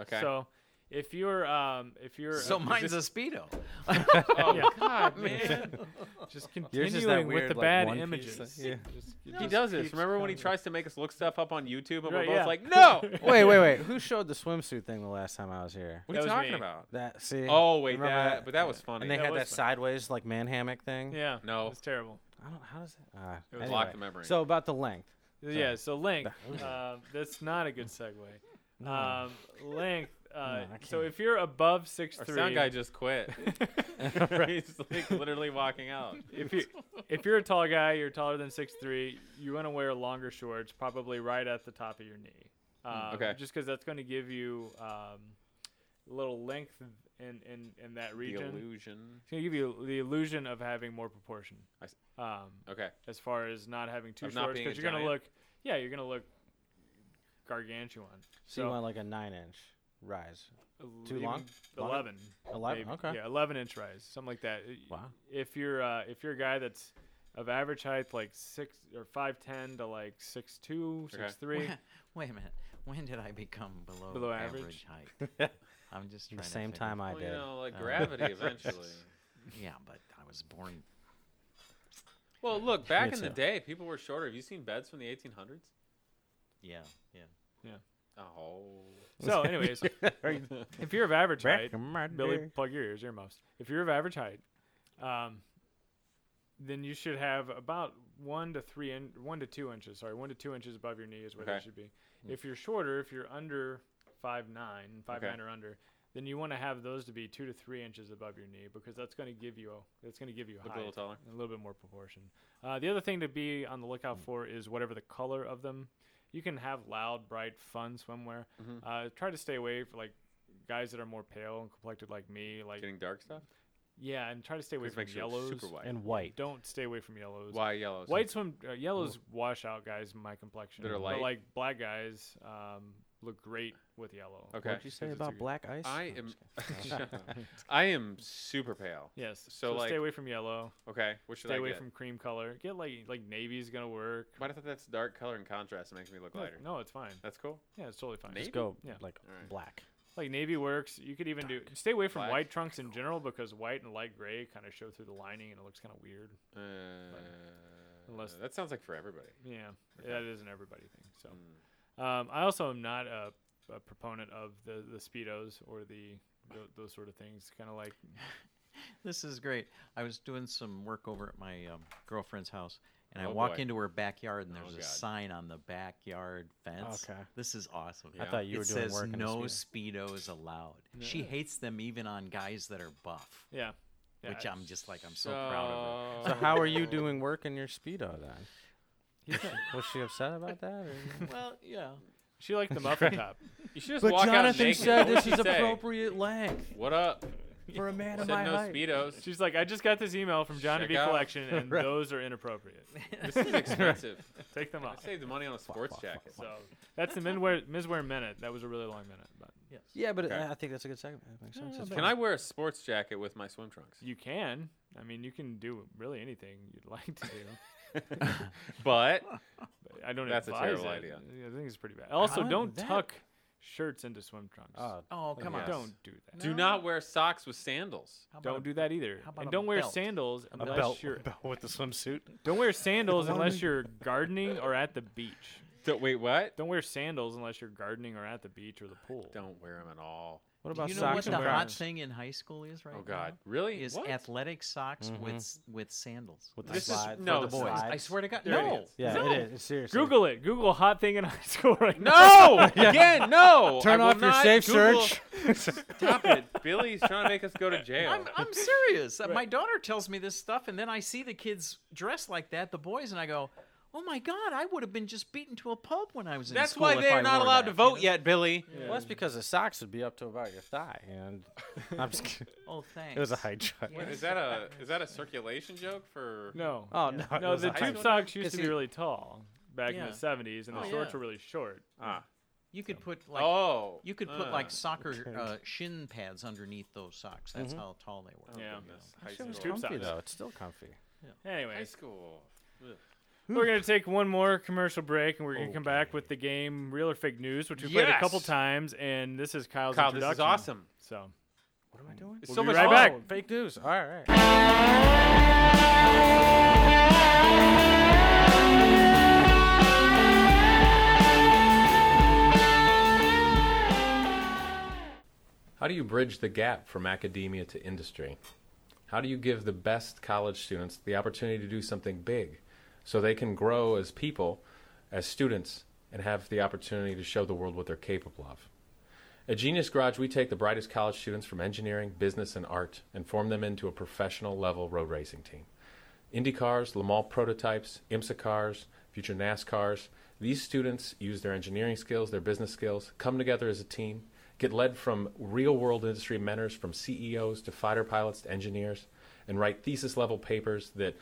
[SPEAKER 3] Okay.
[SPEAKER 1] So if you're um if you're
[SPEAKER 2] So
[SPEAKER 1] uh,
[SPEAKER 2] mine's a speedo.
[SPEAKER 3] oh
[SPEAKER 1] yeah.
[SPEAKER 3] God, man.
[SPEAKER 1] just
[SPEAKER 4] Yours is that
[SPEAKER 1] continuing with
[SPEAKER 4] weird,
[SPEAKER 1] the
[SPEAKER 4] like,
[SPEAKER 1] bad
[SPEAKER 4] one piece
[SPEAKER 1] images.
[SPEAKER 4] thing. Yeah.
[SPEAKER 1] Just-
[SPEAKER 3] he
[SPEAKER 1] just
[SPEAKER 3] does this.
[SPEAKER 1] keeps
[SPEAKER 3] Remember when he
[SPEAKER 1] coming.
[SPEAKER 3] tries to make us look stuff up on YouTube, and we're
[SPEAKER 1] Right,
[SPEAKER 3] both
[SPEAKER 1] yeah.
[SPEAKER 3] like, "No, what are
[SPEAKER 4] Wait, wait, wait. Who showed the swimsuit thing the last time I was here?
[SPEAKER 1] That
[SPEAKER 3] you
[SPEAKER 1] was
[SPEAKER 3] talking
[SPEAKER 1] me.
[SPEAKER 3] about?"
[SPEAKER 4] That see.
[SPEAKER 3] Oh wait,
[SPEAKER 4] Remember
[SPEAKER 3] that,
[SPEAKER 4] that?
[SPEAKER 3] But that was funny.
[SPEAKER 4] And they
[SPEAKER 1] That
[SPEAKER 4] had
[SPEAKER 1] was
[SPEAKER 4] that
[SPEAKER 1] fun.
[SPEAKER 4] sideways like man hammock thing.
[SPEAKER 1] Yeah.
[SPEAKER 3] No.
[SPEAKER 1] It's terrible.
[SPEAKER 4] I don't. How does that? Uh,
[SPEAKER 1] It was
[SPEAKER 4] anyway.
[SPEAKER 3] blocked the memory.
[SPEAKER 4] So about the length.
[SPEAKER 1] Yeah, so length. uh, that's not a good segue. Um, length. Uh,
[SPEAKER 4] No, I
[SPEAKER 1] so
[SPEAKER 4] can't.
[SPEAKER 1] if you're above six
[SPEAKER 3] Our
[SPEAKER 1] three,
[SPEAKER 3] sound guy just quit.
[SPEAKER 4] Right.
[SPEAKER 3] He's like literally walking out.
[SPEAKER 1] if you if you're a tall guy, you're taller than six three. You want to wear longer shorts, probably right at the top of your knee. Um,
[SPEAKER 3] Hmm, okay.
[SPEAKER 1] Just because that's going to give you um, a little length in in, in that
[SPEAKER 3] The
[SPEAKER 1] region.
[SPEAKER 3] illusion.
[SPEAKER 1] it's going to give you the illusion of having more proportion.
[SPEAKER 3] I s-
[SPEAKER 1] Um,
[SPEAKER 3] Okay.
[SPEAKER 1] as far as not having two
[SPEAKER 3] Of not
[SPEAKER 1] shorts
[SPEAKER 3] being a
[SPEAKER 1] because you're going to
[SPEAKER 3] giant.
[SPEAKER 1] look. Yeah, you're going to look gargantuan.
[SPEAKER 4] So you want like a nine inch rise. Too
[SPEAKER 1] even
[SPEAKER 4] long? Longer?
[SPEAKER 1] Eleven.
[SPEAKER 4] Eleven.
[SPEAKER 1] maybe.
[SPEAKER 4] Okay.
[SPEAKER 1] Yeah, eleven inch rise, something like that. I-
[SPEAKER 4] Wow.
[SPEAKER 1] If you're uh, if you're a guy that's of average height, like six or five ten to like six two,
[SPEAKER 3] Okay.
[SPEAKER 1] six three.
[SPEAKER 2] Wait a minute. When did I become below,
[SPEAKER 1] Below average?
[SPEAKER 2] average? height? I'm just trying
[SPEAKER 4] The
[SPEAKER 2] to
[SPEAKER 4] same
[SPEAKER 2] figure-
[SPEAKER 4] time I
[SPEAKER 3] Well, you
[SPEAKER 4] did. Uh,
[SPEAKER 3] know, like
[SPEAKER 2] Oh.
[SPEAKER 3] gravity eventually.
[SPEAKER 2] Yeah, but I was born.
[SPEAKER 3] Well, look, back in the
[SPEAKER 4] too.
[SPEAKER 3] day, people were shorter. Have you seen beds from the 1800s?
[SPEAKER 2] Yeah, yeah.
[SPEAKER 3] Oh.
[SPEAKER 1] So, anyways, if you're of average height,
[SPEAKER 4] Back in my
[SPEAKER 1] Billy,
[SPEAKER 4] day.
[SPEAKER 1] plug your ears, earmuffs. If you're of average height, um, then you should have about one to three in, one to two inches. Sorry, one to two inches above your knee is where
[SPEAKER 3] Okay. Mm.
[SPEAKER 1] they should be. If you're shorter, if you're under five nine, five
[SPEAKER 3] Okay.
[SPEAKER 1] nine or under, then you want to have those to be two to three inches above your knee because that's going to give you that's going to give you
[SPEAKER 3] Look a
[SPEAKER 1] height
[SPEAKER 3] little taller.
[SPEAKER 1] and a little bit more proportion. Uh, the other thing to be on the lookout
[SPEAKER 3] Hmm.
[SPEAKER 1] for is whatever the color of them. You can have loud, bright, fun swimwear.
[SPEAKER 3] Mm-hmm.
[SPEAKER 1] Uh, try to stay away from like guys that are more pale and complected like me. Like
[SPEAKER 3] Getting dark stuff?
[SPEAKER 1] yeah, and try to stay away
[SPEAKER 3] Just
[SPEAKER 1] from
[SPEAKER 3] make sure it's
[SPEAKER 1] yellows.
[SPEAKER 3] super white.
[SPEAKER 4] And white.
[SPEAKER 1] Don't stay away from yellows.
[SPEAKER 3] Why yellows?
[SPEAKER 1] White swim uh, yellows wash out guys my complexion.
[SPEAKER 3] That are
[SPEAKER 1] But
[SPEAKER 3] light?
[SPEAKER 1] like black guys um, look great with yellow.
[SPEAKER 3] Okay.
[SPEAKER 4] What'd you say
[SPEAKER 3] Because it's
[SPEAKER 4] about
[SPEAKER 3] a-
[SPEAKER 4] black ice?
[SPEAKER 3] I
[SPEAKER 4] No, I'm
[SPEAKER 3] am.
[SPEAKER 4] just
[SPEAKER 3] Shut up. I am super pale.
[SPEAKER 1] Yes.
[SPEAKER 3] So,
[SPEAKER 1] So,
[SPEAKER 3] like-
[SPEAKER 1] stay away from yellow.
[SPEAKER 3] Okay. What should
[SPEAKER 1] Stay
[SPEAKER 3] I
[SPEAKER 1] away
[SPEAKER 3] get?
[SPEAKER 1] from cream color. Get like like navy's gonna work.
[SPEAKER 3] But I thought that's dark color and contrast. It makes me look
[SPEAKER 1] No,
[SPEAKER 3] lighter.
[SPEAKER 1] No, it's fine.
[SPEAKER 3] That's cool.
[SPEAKER 1] Yeah, it's totally fine.
[SPEAKER 3] Navy?
[SPEAKER 4] kidding. go
[SPEAKER 1] Yeah.
[SPEAKER 4] like
[SPEAKER 3] Alright.
[SPEAKER 4] black.
[SPEAKER 1] Like navy works. You could even do stay away from
[SPEAKER 3] Black.
[SPEAKER 1] white trunks in general because white and light gray kind of show through the lining and it looks kind of weird.
[SPEAKER 3] Uh,
[SPEAKER 1] Unless-
[SPEAKER 3] that sounds like for everybody.
[SPEAKER 1] Yeah, that is an everybody thing. So,
[SPEAKER 3] Mm.
[SPEAKER 1] um, I also am not a, a proponent of the the speedos or the tho- those sort of things. Kind of like
[SPEAKER 2] This is great. I was doing some work over at my um, girlfriend's house, and
[SPEAKER 3] Oh,
[SPEAKER 2] I walk
[SPEAKER 3] boy. Oh,
[SPEAKER 2] into her backyard, and there's a
[SPEAKER 3] God.
[SPEAKER 2] sign on the backyard fence.
[SPEAKER 4] Okay.
[SPEAKER 2] This is awesome.
[SPEAKER 3] Yeah.
[SPEAKER 4] I thought you
[SPEAKER 2] it
[SPEAKER 4] were doing
[SPEAKER 2] says
[SPEAKER 4] work. in a
[SPEAKER 2] no
[SPEAKER 4] speedo.
[SPEAKER 2] speedos allowed. She hates them even on guys that are buff,
[SPEAKER 1] yeah, yeah
[SPEAKER 2] which um,
[SPEAKER 1] I-
[SPEAKER 2] I'm just like I'm so proud of. Her.
[SPEAKER 4] So how are you doing work in your speedo then?
[SPEAKER 1] He's not-
[SPEAKER 4] Was she upset about that? Or?
[SPEAKER 2] Well, yeah.
[SPEAKER 1] she liked the muffin top.
[SPEAKER 3] You should just walk out naked. What would you say?
[SPEAKER 4] length
[SPEAKER 3] What up?
[SPEAKER 4] for a man
[SPEAKER 3] Said no speedos.
[SPEAKER 1] She's like, I just got this email from Johnny
[SPEAKER 3] Check
[SPEAKER 1] B
[SPEAKER 3] out."
[SPEAKER 1] Collection, and those are inappropriate.
[SPEAKER 3] This is expensive.
[SPEAKER 1] Take them
[SPEAKER 3] I
[SPEAKER 1] off.
[SPEAKER 3] saved the money on a sports jacket.
[SPEAKER 1] So that's the menswear menswear minute. That was a really long minute, but
[SPEAKER 4] Yeah, but uh,
[SPEAKER 3] Okay.
[SPEAKER 4] I think that's a good segment. That makes sense. It's
[SPEAKER 3] Can I wear a sports jacket with my swim trunks?
[SPEAKER 1] you can. I mean, you can do really anything you'd like to do. But
[SPEAKER 3] But
[SPEAKER 1] I don't.
[SPEAKER 3] That's a
[SPEAKER 1] advise
[SPEAKER 3] terrible
[SPEAKER 1] it.
[SPEAKER 3] idea.
[SPEAKER 1] Yeah, I think it's pretty bad. Also,
[SPEAKER 4] would
[SPEAKER 1] don't
[SPEAKER 4] that-
[SPEAKER 1] tuck shirts into swim trunks.
[SPEAKER 4] Oh,
[SPEAKER 2] Oh, come
[SPEAKER 3] Yes.
[SPEAKER 2] on.
[SPEAKER 1] Don't do that.
[SPEAKER 3] do not wear socks with sandals.
[SPEAKER 2] How about
[SPEAKER 1] Don't
[SPEAKER 2] a-
[SPEAKER 1] do that either.
[SPEAKER 2] how about
[SPEAKER 1] And
[SPEAKER 2] a
[SPEAKER 1] don't wear
[SPEAKER 2] belt?
[SPEAKER 1] sandals unless you're
[SPEAKER 4] with the swimsuit.
[SPEAKER 1] don't wear sandals unless you're gardening or at the beach.
[SPEAKER 3] Don't, wait, what?
[SPEAKER 1] Don't wear sandals unless you're gardening or at the beach or the pool.
[SPEAKER 3] Don't wear them at all.
[SPEAKER 4] What
[SPEAKER 2] Do
[SPEAKER 4] about
[SPEAKER 2] you know what
[SPEAKER 4] socks
[SPEAKER 2] the
[SPEAKER 4] and
[SPEAKER 2] hot
[SPEAKER 4] bras?
[SPEAKER 2] thing in high school is right
[SPEAKER 3] Oh
[SPEAKER 2] now?
[SPEAKER 3] God, really?
[SPEAKER 2] Is
[SPEAKER 3] What?
[SPEAKER 2] athletic socks with s- with sandals.
[SPEAKER 4] Mm-hmm. With the
[SPEAKER 3] This is
[SPEAKER 4] slide-
[SPEAKER 3] no
[SPEAKER 4] with the
[SPEAKER 3] boys. I
[SPEAKER 4] slides?
[SPEAKER 3] swear to God,
[SPEAKER 1] They're
[SPEAKER 3] no.
[SPEAKER 1] idiots.
[SPEAKER 4] Yeah,
[SPEAKER 3] no.
[SPEAKER 4] it is. It's serious.
[SPEAKER 1] Google it. Google hot thing in high school right now.
[SPEAKER 3] No! Again, no!
[SPEAKER 4] Turn
[SPEAKER 3] I will
[SPEAKER 4] off your
[SPEAKER 3] not
[SPEAKER 4] safe
[SPEAKER 3] Google-
[SPEAKER 4] search.
[SPEAKER 3] Stop it. Billy's trying to make us go to jail.
[SPEAKER 2] I'm, I'm serious. Uh, My daughter tells me this stuff, and then I see the kids dressed like that, the boys, and I go, "Oh my God, I would have been just beaten to a pulp when I was in
[SPEAKER 3] That's
[SPEAKER 2] school."
[SPEAKER 3] why
[SPEAKER 2] if
[SPEAKER 3] they
[SPEAKER 2] I
[SPEAKER 3] are not
[SPEAKER 2] wore
[SPEAKER 3] allowed
[SPEAKER 2] that,
[SPEAKER 3] to
[SPEAKER 2] you
[SPEAKER 3] vote
[SPEAKER 2] know?
[SPEAKER 3] yet, Billy.
[SPEAKER 4] Well, that's because the socks would be up to about your thigh, and I'm just kidding.
[SPEAKER 2] Oh, thanks.
[SPEAKER 4] It was a high jump.
[SPEAKER 2] Yeah.
[SPEAKER 3] Is that a is that a circulation joke for?
[SPEAKER 1] No.
[SPEAKER 4] Oh no! it
[SPEAKER 1] No,
[SPEAKER 4] was a
[SPEAKER 1] the
[SPEAKER 4] high
[SPEAKER 1] tube
[SPEAKER 4] jump.
[SPEAKER 1] socks used
[SPEAKER 4] Is
[SPEAKER 1] to be
[SPEAKER 4] he-
[SPEAKER 1] really tall. back in
[SPEAKER 2] Yeah.
[SPEAKER 1] the seventies, and the
[SPEAKER 2] Oh,
[SPEAKER 1] shorts
[SPEAKER 2] yeah.
[SPEAKER 1] were really short.
[SPEAKER 3] Ah.
[SPEAKER 2] You could put like
[SPEAKER 3] oh.
[SPEAKER 2] you could put
[SPEAKER 3] uh,
[SPEAKER 2] like soccer
[SPEAKER 4] turned.
[SPEAKER 2] uh, shin pads underneath those socks. That's how tall they were.
[SPEAKER 3] oh,
[SPEAKER 1] Yeah.
[SPEAKER 3] goodness.
[SPEAKER 4] That
[SPEAKER 3] High
[SPEAKER 4] shit was
[SPEAKER 3] school.
[SPEAKER 1] tube
[SPEAKER 4] comfy
[SPEAKER 1] size.
[SPEAKER 4] though. It's still comfy.
[SPEAKER 3] High
[SPEAKER 1] Anyways,
[SPEAKER 3] school. Ugh.
[SPEAKER 1] We're going to take one more commercial break, and we're going to come back
[SPEAKER 4] Okay.
[SPEAKER 1] with the game Real or Fake News, which we have played a couple
[SPEAKER 3] Yes!
[SPEAKER 1] times, and this is Kyle's
[SPEAKER 3] Kyle, this
[SPEAKER 1] introduction.
[SPEAKER 3] is awesome.
[SPEAKER 1] So
[SPEAKER 4] What am I doing?
[SPEAKER 3] It's
[SPEAKER 1] We'll
[SPEAKER 3] so
[SPEAKER 1] be
[SPEAKER 3] much
[SPEAKER 1] right
[SPEAKER 3] fun.
[SPEAKER 1] back.
[SPEAKER 4] Oh, fake news. All right.
[SPEAKER 7] How do you bridge the gap from academia to industry? How do you give the best college students the opportunity to do something big so they can grow as people, as students, and have the opportunity to show the world what they're capable of? At Genius Garage, we take the brightest college students from engineering, business, and art and form them into a professional level road racing team. Indy cars, Le Mans prototypes, IMSA cars, future NASCARs. These students use their engineering skills, their business skills, come together as a team, get led from real world industry mentors, from CEOs to fighter pilots to engineers, and write thesis level papers that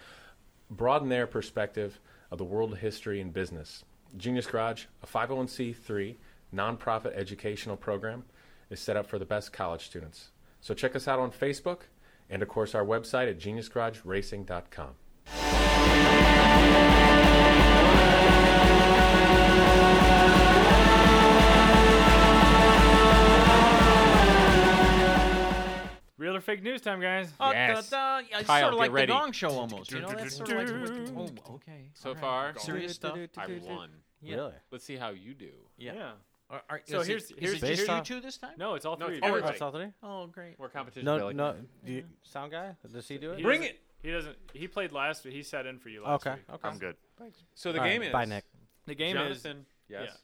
[SPEAKER 7] broaden their perspective of the world of history and business. Genius Garage, a 501c3 nonprofit educational program, is set up for the best college students. So check us out on Facebook and, of course, our website at geniusgarageracing.com.
[SPEAKER 1] Real or Fake News time, guys.
[SPEAKER 2] Uh,
[SPEAKER 3] Yes.
[SPEAKER 2] da, da, yeah, it's
[SPEAKER 3] Kyle,
[SPEAKER 2] sort of
[SPEAKER 3] get
[SPEAKER 2] like
[SPEAKER 3] ready.
[SPEAKER 2] the Gong Show almost. You know, that's sort of like what- oh, okay.
[SPEAKER 3] So
[SPEAKER 2] all right.
[SPEAKER 3] far,
[SPEAKER 2] serious stuff.
[SPEAKER 3] I won.
[SPEAKER 2] Yeah.
[SPEAKER 4] Really?
[SPEAKER 3] Let's see how you do.
[SPEAKER 1] Yeah.
[SPEAKER 2] Yeah. Are, are,
[SPEAKER 1] So
[SPEAKER 2] is
[SPEAKER 1] here's-
[SPEAKER 2] it,
[SPEAKER 1] here's-
[SPEAKER 2] is it
[SPEAKER 4] Based
[SPEAKER 2] just you
[SPEAKER 4] off-
[SPEAKER 2] two this time?
[SPEAKER 1] No, it's all
[SPEAKER 3] No,
[SPEAKER 1] three.
[SPEAKER 3] it's
[SPEAKER 1] of you.
[SPEAKER 3] everybody.
[SPEAKER 4] That's all three?
[SPEAKER 2] Oh, great.
[SPEAKER 3] We're competition.
[SPEAKER 4] No,
[SPEAKER 3] Billy.
[SPEAKER 4] no. Do you, sound guy? Does he do it?
[SPEAKER 1] He
[SPEAKER 3] Bring
[SPEAKER 1] doesn't-
[SPEAKER 3] it.
[SPEAKER 1] He doesn't. He played last. He sat in for you last
[SPEAKER 4] Okay.
[SPEAKER 1] week.
[SPEAKER 4] Okay.
[SPEAKER 6] I'm good.
[SPEAKER 3] So the
[SPEAKER 4] All right,
[SPEAKER 3] game is.
[SPEAKER 4] Bye, Nick.
[SPEAKER 1] The game
[SPEAKER 3] Jonathan.
[SPEAKER 1] is.
[SPEAKER 3] yes.
[SPEAKER 1] Yeah.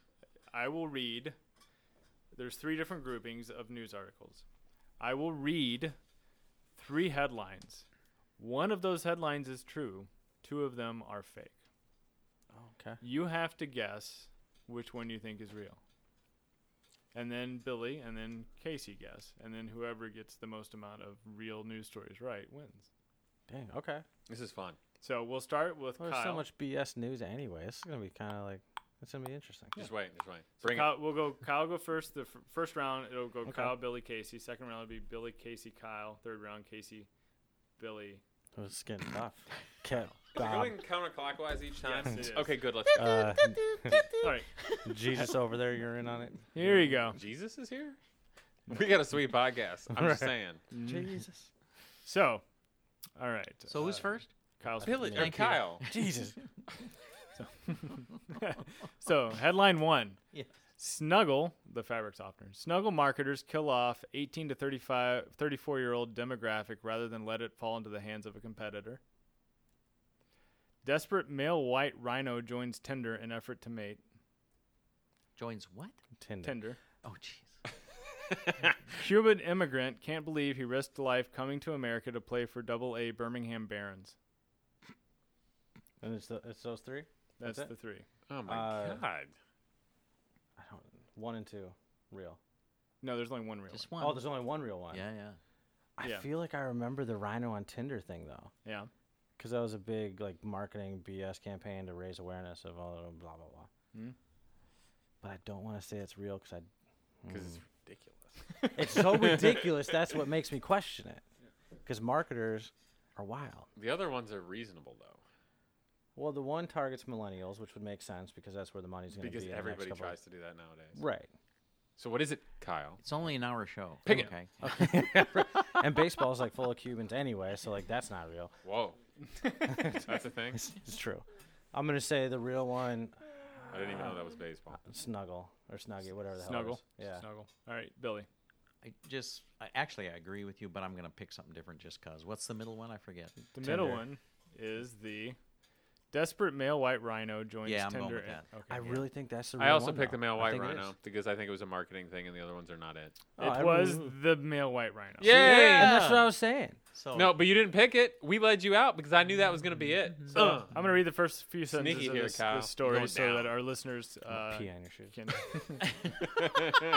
[SPEAKER 1] I will read. There's three different groupings of news articles. I will read three headlines. One of those headlines is true. Two of them are fake.
[SPEAKER 4] Okay.
[SPEAKER 1] You have to guess which one you think is real. And then Billy and then Casey guess. And then whoever gets the most amount of real news stories right wins.
[SPEAKER 4] Dang. Okay.
[SPEAKER 3] This is fun.
[SPEAKER 1] So we'll start with
[SPEAKER 4] Well, Oh, there's
[SPEAKER 1] Kyle.
[SPEAKER 4] so much BS news anyway. This is gonna be kind of like it's gonna be interesting.
[SPEAKER 3] Just wait. Just wait. Bring
[SPEAKER 1] Kyle, we'll go Kyle go first. The f- first round it'll go
[SPEAKER 4] Okay.
[SPEAKER 1] Kyle, Billy, Casey. Second round will be Billy, Casey, Kyle. Third round Casey, Billy.
[SPEAKER 4] It was getting tough. Cat
[SPEAKER 3] it. Are
[SPEAKER 4] Bob,
[SPEAKER 3] we going counterclockwise each time?
[SPEAKER 1] Yes, it is.
[SPEAKER 3] Okay, good. Let's.
[SPEAKER 4] uh,
[SPEAKER 1] All right,
[SPEAKER 4] Jesus over there, you're in on it.
[SPEAKER 1] here you go.
[SPEAKER 3] Jesus is here. We got a sweet podcast. I'm just
[SPEAKER 4] Right.
[SPEAKER 3] saying.
[SPEAKER 4] Jesus.
[SPEAKER 1] So, all right.
[SPEAKER 2] So who's
[SPEAKER 1] uh,
[SPEAKER 2] first?
[SPEAKER 1] Kyle's
[SPEAKER 3] Billy or
[SPEAKER 2] Thank you.
[SPEAKER 3] Kyle.
[SPEAKER 4] Jesus.
[SPEAKER 1] so headline one.
[SPEAKER 2] Yeah.
[SPEAKER 1] Snuggle, the fabric softener. Snuggle marketers kill off 18 to 35, 34 year old demographic rather than let it fall into the hands of a competitor. Desperate male white rhino joins Tinder in effort to mate.
[SPEAKER 2] Joins what?
[SPEAKER 4] Tinder.
[SPEAKER 1] Tinder.
[SPEAKER 2] Oh, jeez.
[SPEAKER 1] Cuban immigrant can't believe he risked life coming to America to play for Double A Birmingham Barons.
[SPEAKER 4] And it's the, it's those three.
[SPEAKER 1] That's,
[SPEAKER 4] That's it?
[SPEAKER 1] the three.
[SPEAKER 3] Oh my
[SPEAKER 4] Uh,
[SPEAKER 3] God.
[SPEAKER 4] I don't. One and two, real.
[SPEAKER 1] No, there's only one real
[SPEAKER 2] Just
[SPEAKER 1] one.
[SPEAKER 2] one.
[SPEAKER 4] Oh, there's only one real one.
[SPEAKER 2] yeah, yeah.
[SPEAKER 4] I
[SPEAKER 1] yeah.
[SPEAKER 4] feel like I remember the Rhino on Tinder thing though,
[SPEAKER 1] Yeah.
[SPEAKER 4] because that was a big like marketing BS campaign to raise awareness of all the blah blah blah.
[SPEAKER 1] Hmm.
[SPEAKER 4] But I don't want to say it's real because I hmm.
[SPEAKER 3] Because it's ridiculous.
[SPEAKER 4] It's so ridiculous. That's what makes me question it. Because marketers are wild.
[SPEAKER 3] The other ones are reasonable though.
[SPEAKER 4] Well, the one targets millennials, which would make sense because that's where the money's going to be.
[SPEAKER 3] Because
[SPEAKER 4] in the next
[SPEAKER 3] everybody
[SPEAKER 4] couple
[SPEAKER 3] tries to do that nowadays.
[SPEAKER 4] Of, right.
[SPEAKER 3] So what is it, Kyle?
[SPEAKER 2] It's only an hour show.
[SPEAKER 3] Pick it.
[SPEAKER 2] okay.
[SPEAKER 4] And baseball's like full of Cubans anyway, so like that's not real.
[SPEAKER 3] Whoa. That's a thing.
[SPEAKER 4] It's true. I'm going to say the real one, uh,
[SPEAKER 3] I didn't even know that was baseball.
[SPEAKER 4] Snuggle or Snuggie, whatever the
[SPEAKER 1] Snuggle.
[SPEAKER 4] hell. it is. Yeah.
[SPEAKER 1] Snuggle. All right, Billy.
[SPEAKER 2] I just I, actually I agree with you, but I'm going to pick something different just cause. What's the middle one? I forget.
[SPEAKER 1] The middle one is the desperate male white rhino joins
[SPEAKER 2] Yeah, I'm
[SPEAKER 1] Tinder.
[SPEAKER 2] going with
[SPEAKER 1] and-
[SPEAKER 2] that.
[SPEAKER 1] Okay.
[SPEAKER 4] I really think that's the real
[SPEAKER 3] I also
[SPEAKER 4] one,
[SPEAKER 3] picked
[SPEAKER 4] though.
[SPEAKER 3] the male
[SPEAKER 4] I
[SPEAKER 3] white
[SPEAKER 4] think it
[SPEAKER 3] rhino
[SPEAKER 4] is.
[SPEAKER 3] because I think it was a marketing thing and the other ones are not it.
[SPEAKER 4] Oh, I
[SPEAKER 1] it was
[SPEAKER 4] remember.
[SPEAKER 1] the male white rhino.
[SPEAKER 4] And that's what
[SPEAKER 2] Yeah.
[SPEAKER 4] I was saying.
[SPEAKER 2] So
[SPEAKER 3] No, but you didn't pick it. We led you out because I knew that was going to be it. So
[SPEAKER 1] I'm gonna read the first few sentences
[SPEAKER 3] Sneaky
[SPEAKER 1] of
[SPEAKER 3] here,
[SPEAKER 1] this,
[SPEAKER 3] Kyle.
[SPEAKER 1] this story
[SPEAKER 3] Going
[SPEAKER 1] so that
[SPEAKER 3] down.
[SPEAKER 1] our listeners uh,
[SPEAKER 4] Pee on your shoes.
[SPEAKER 1] can.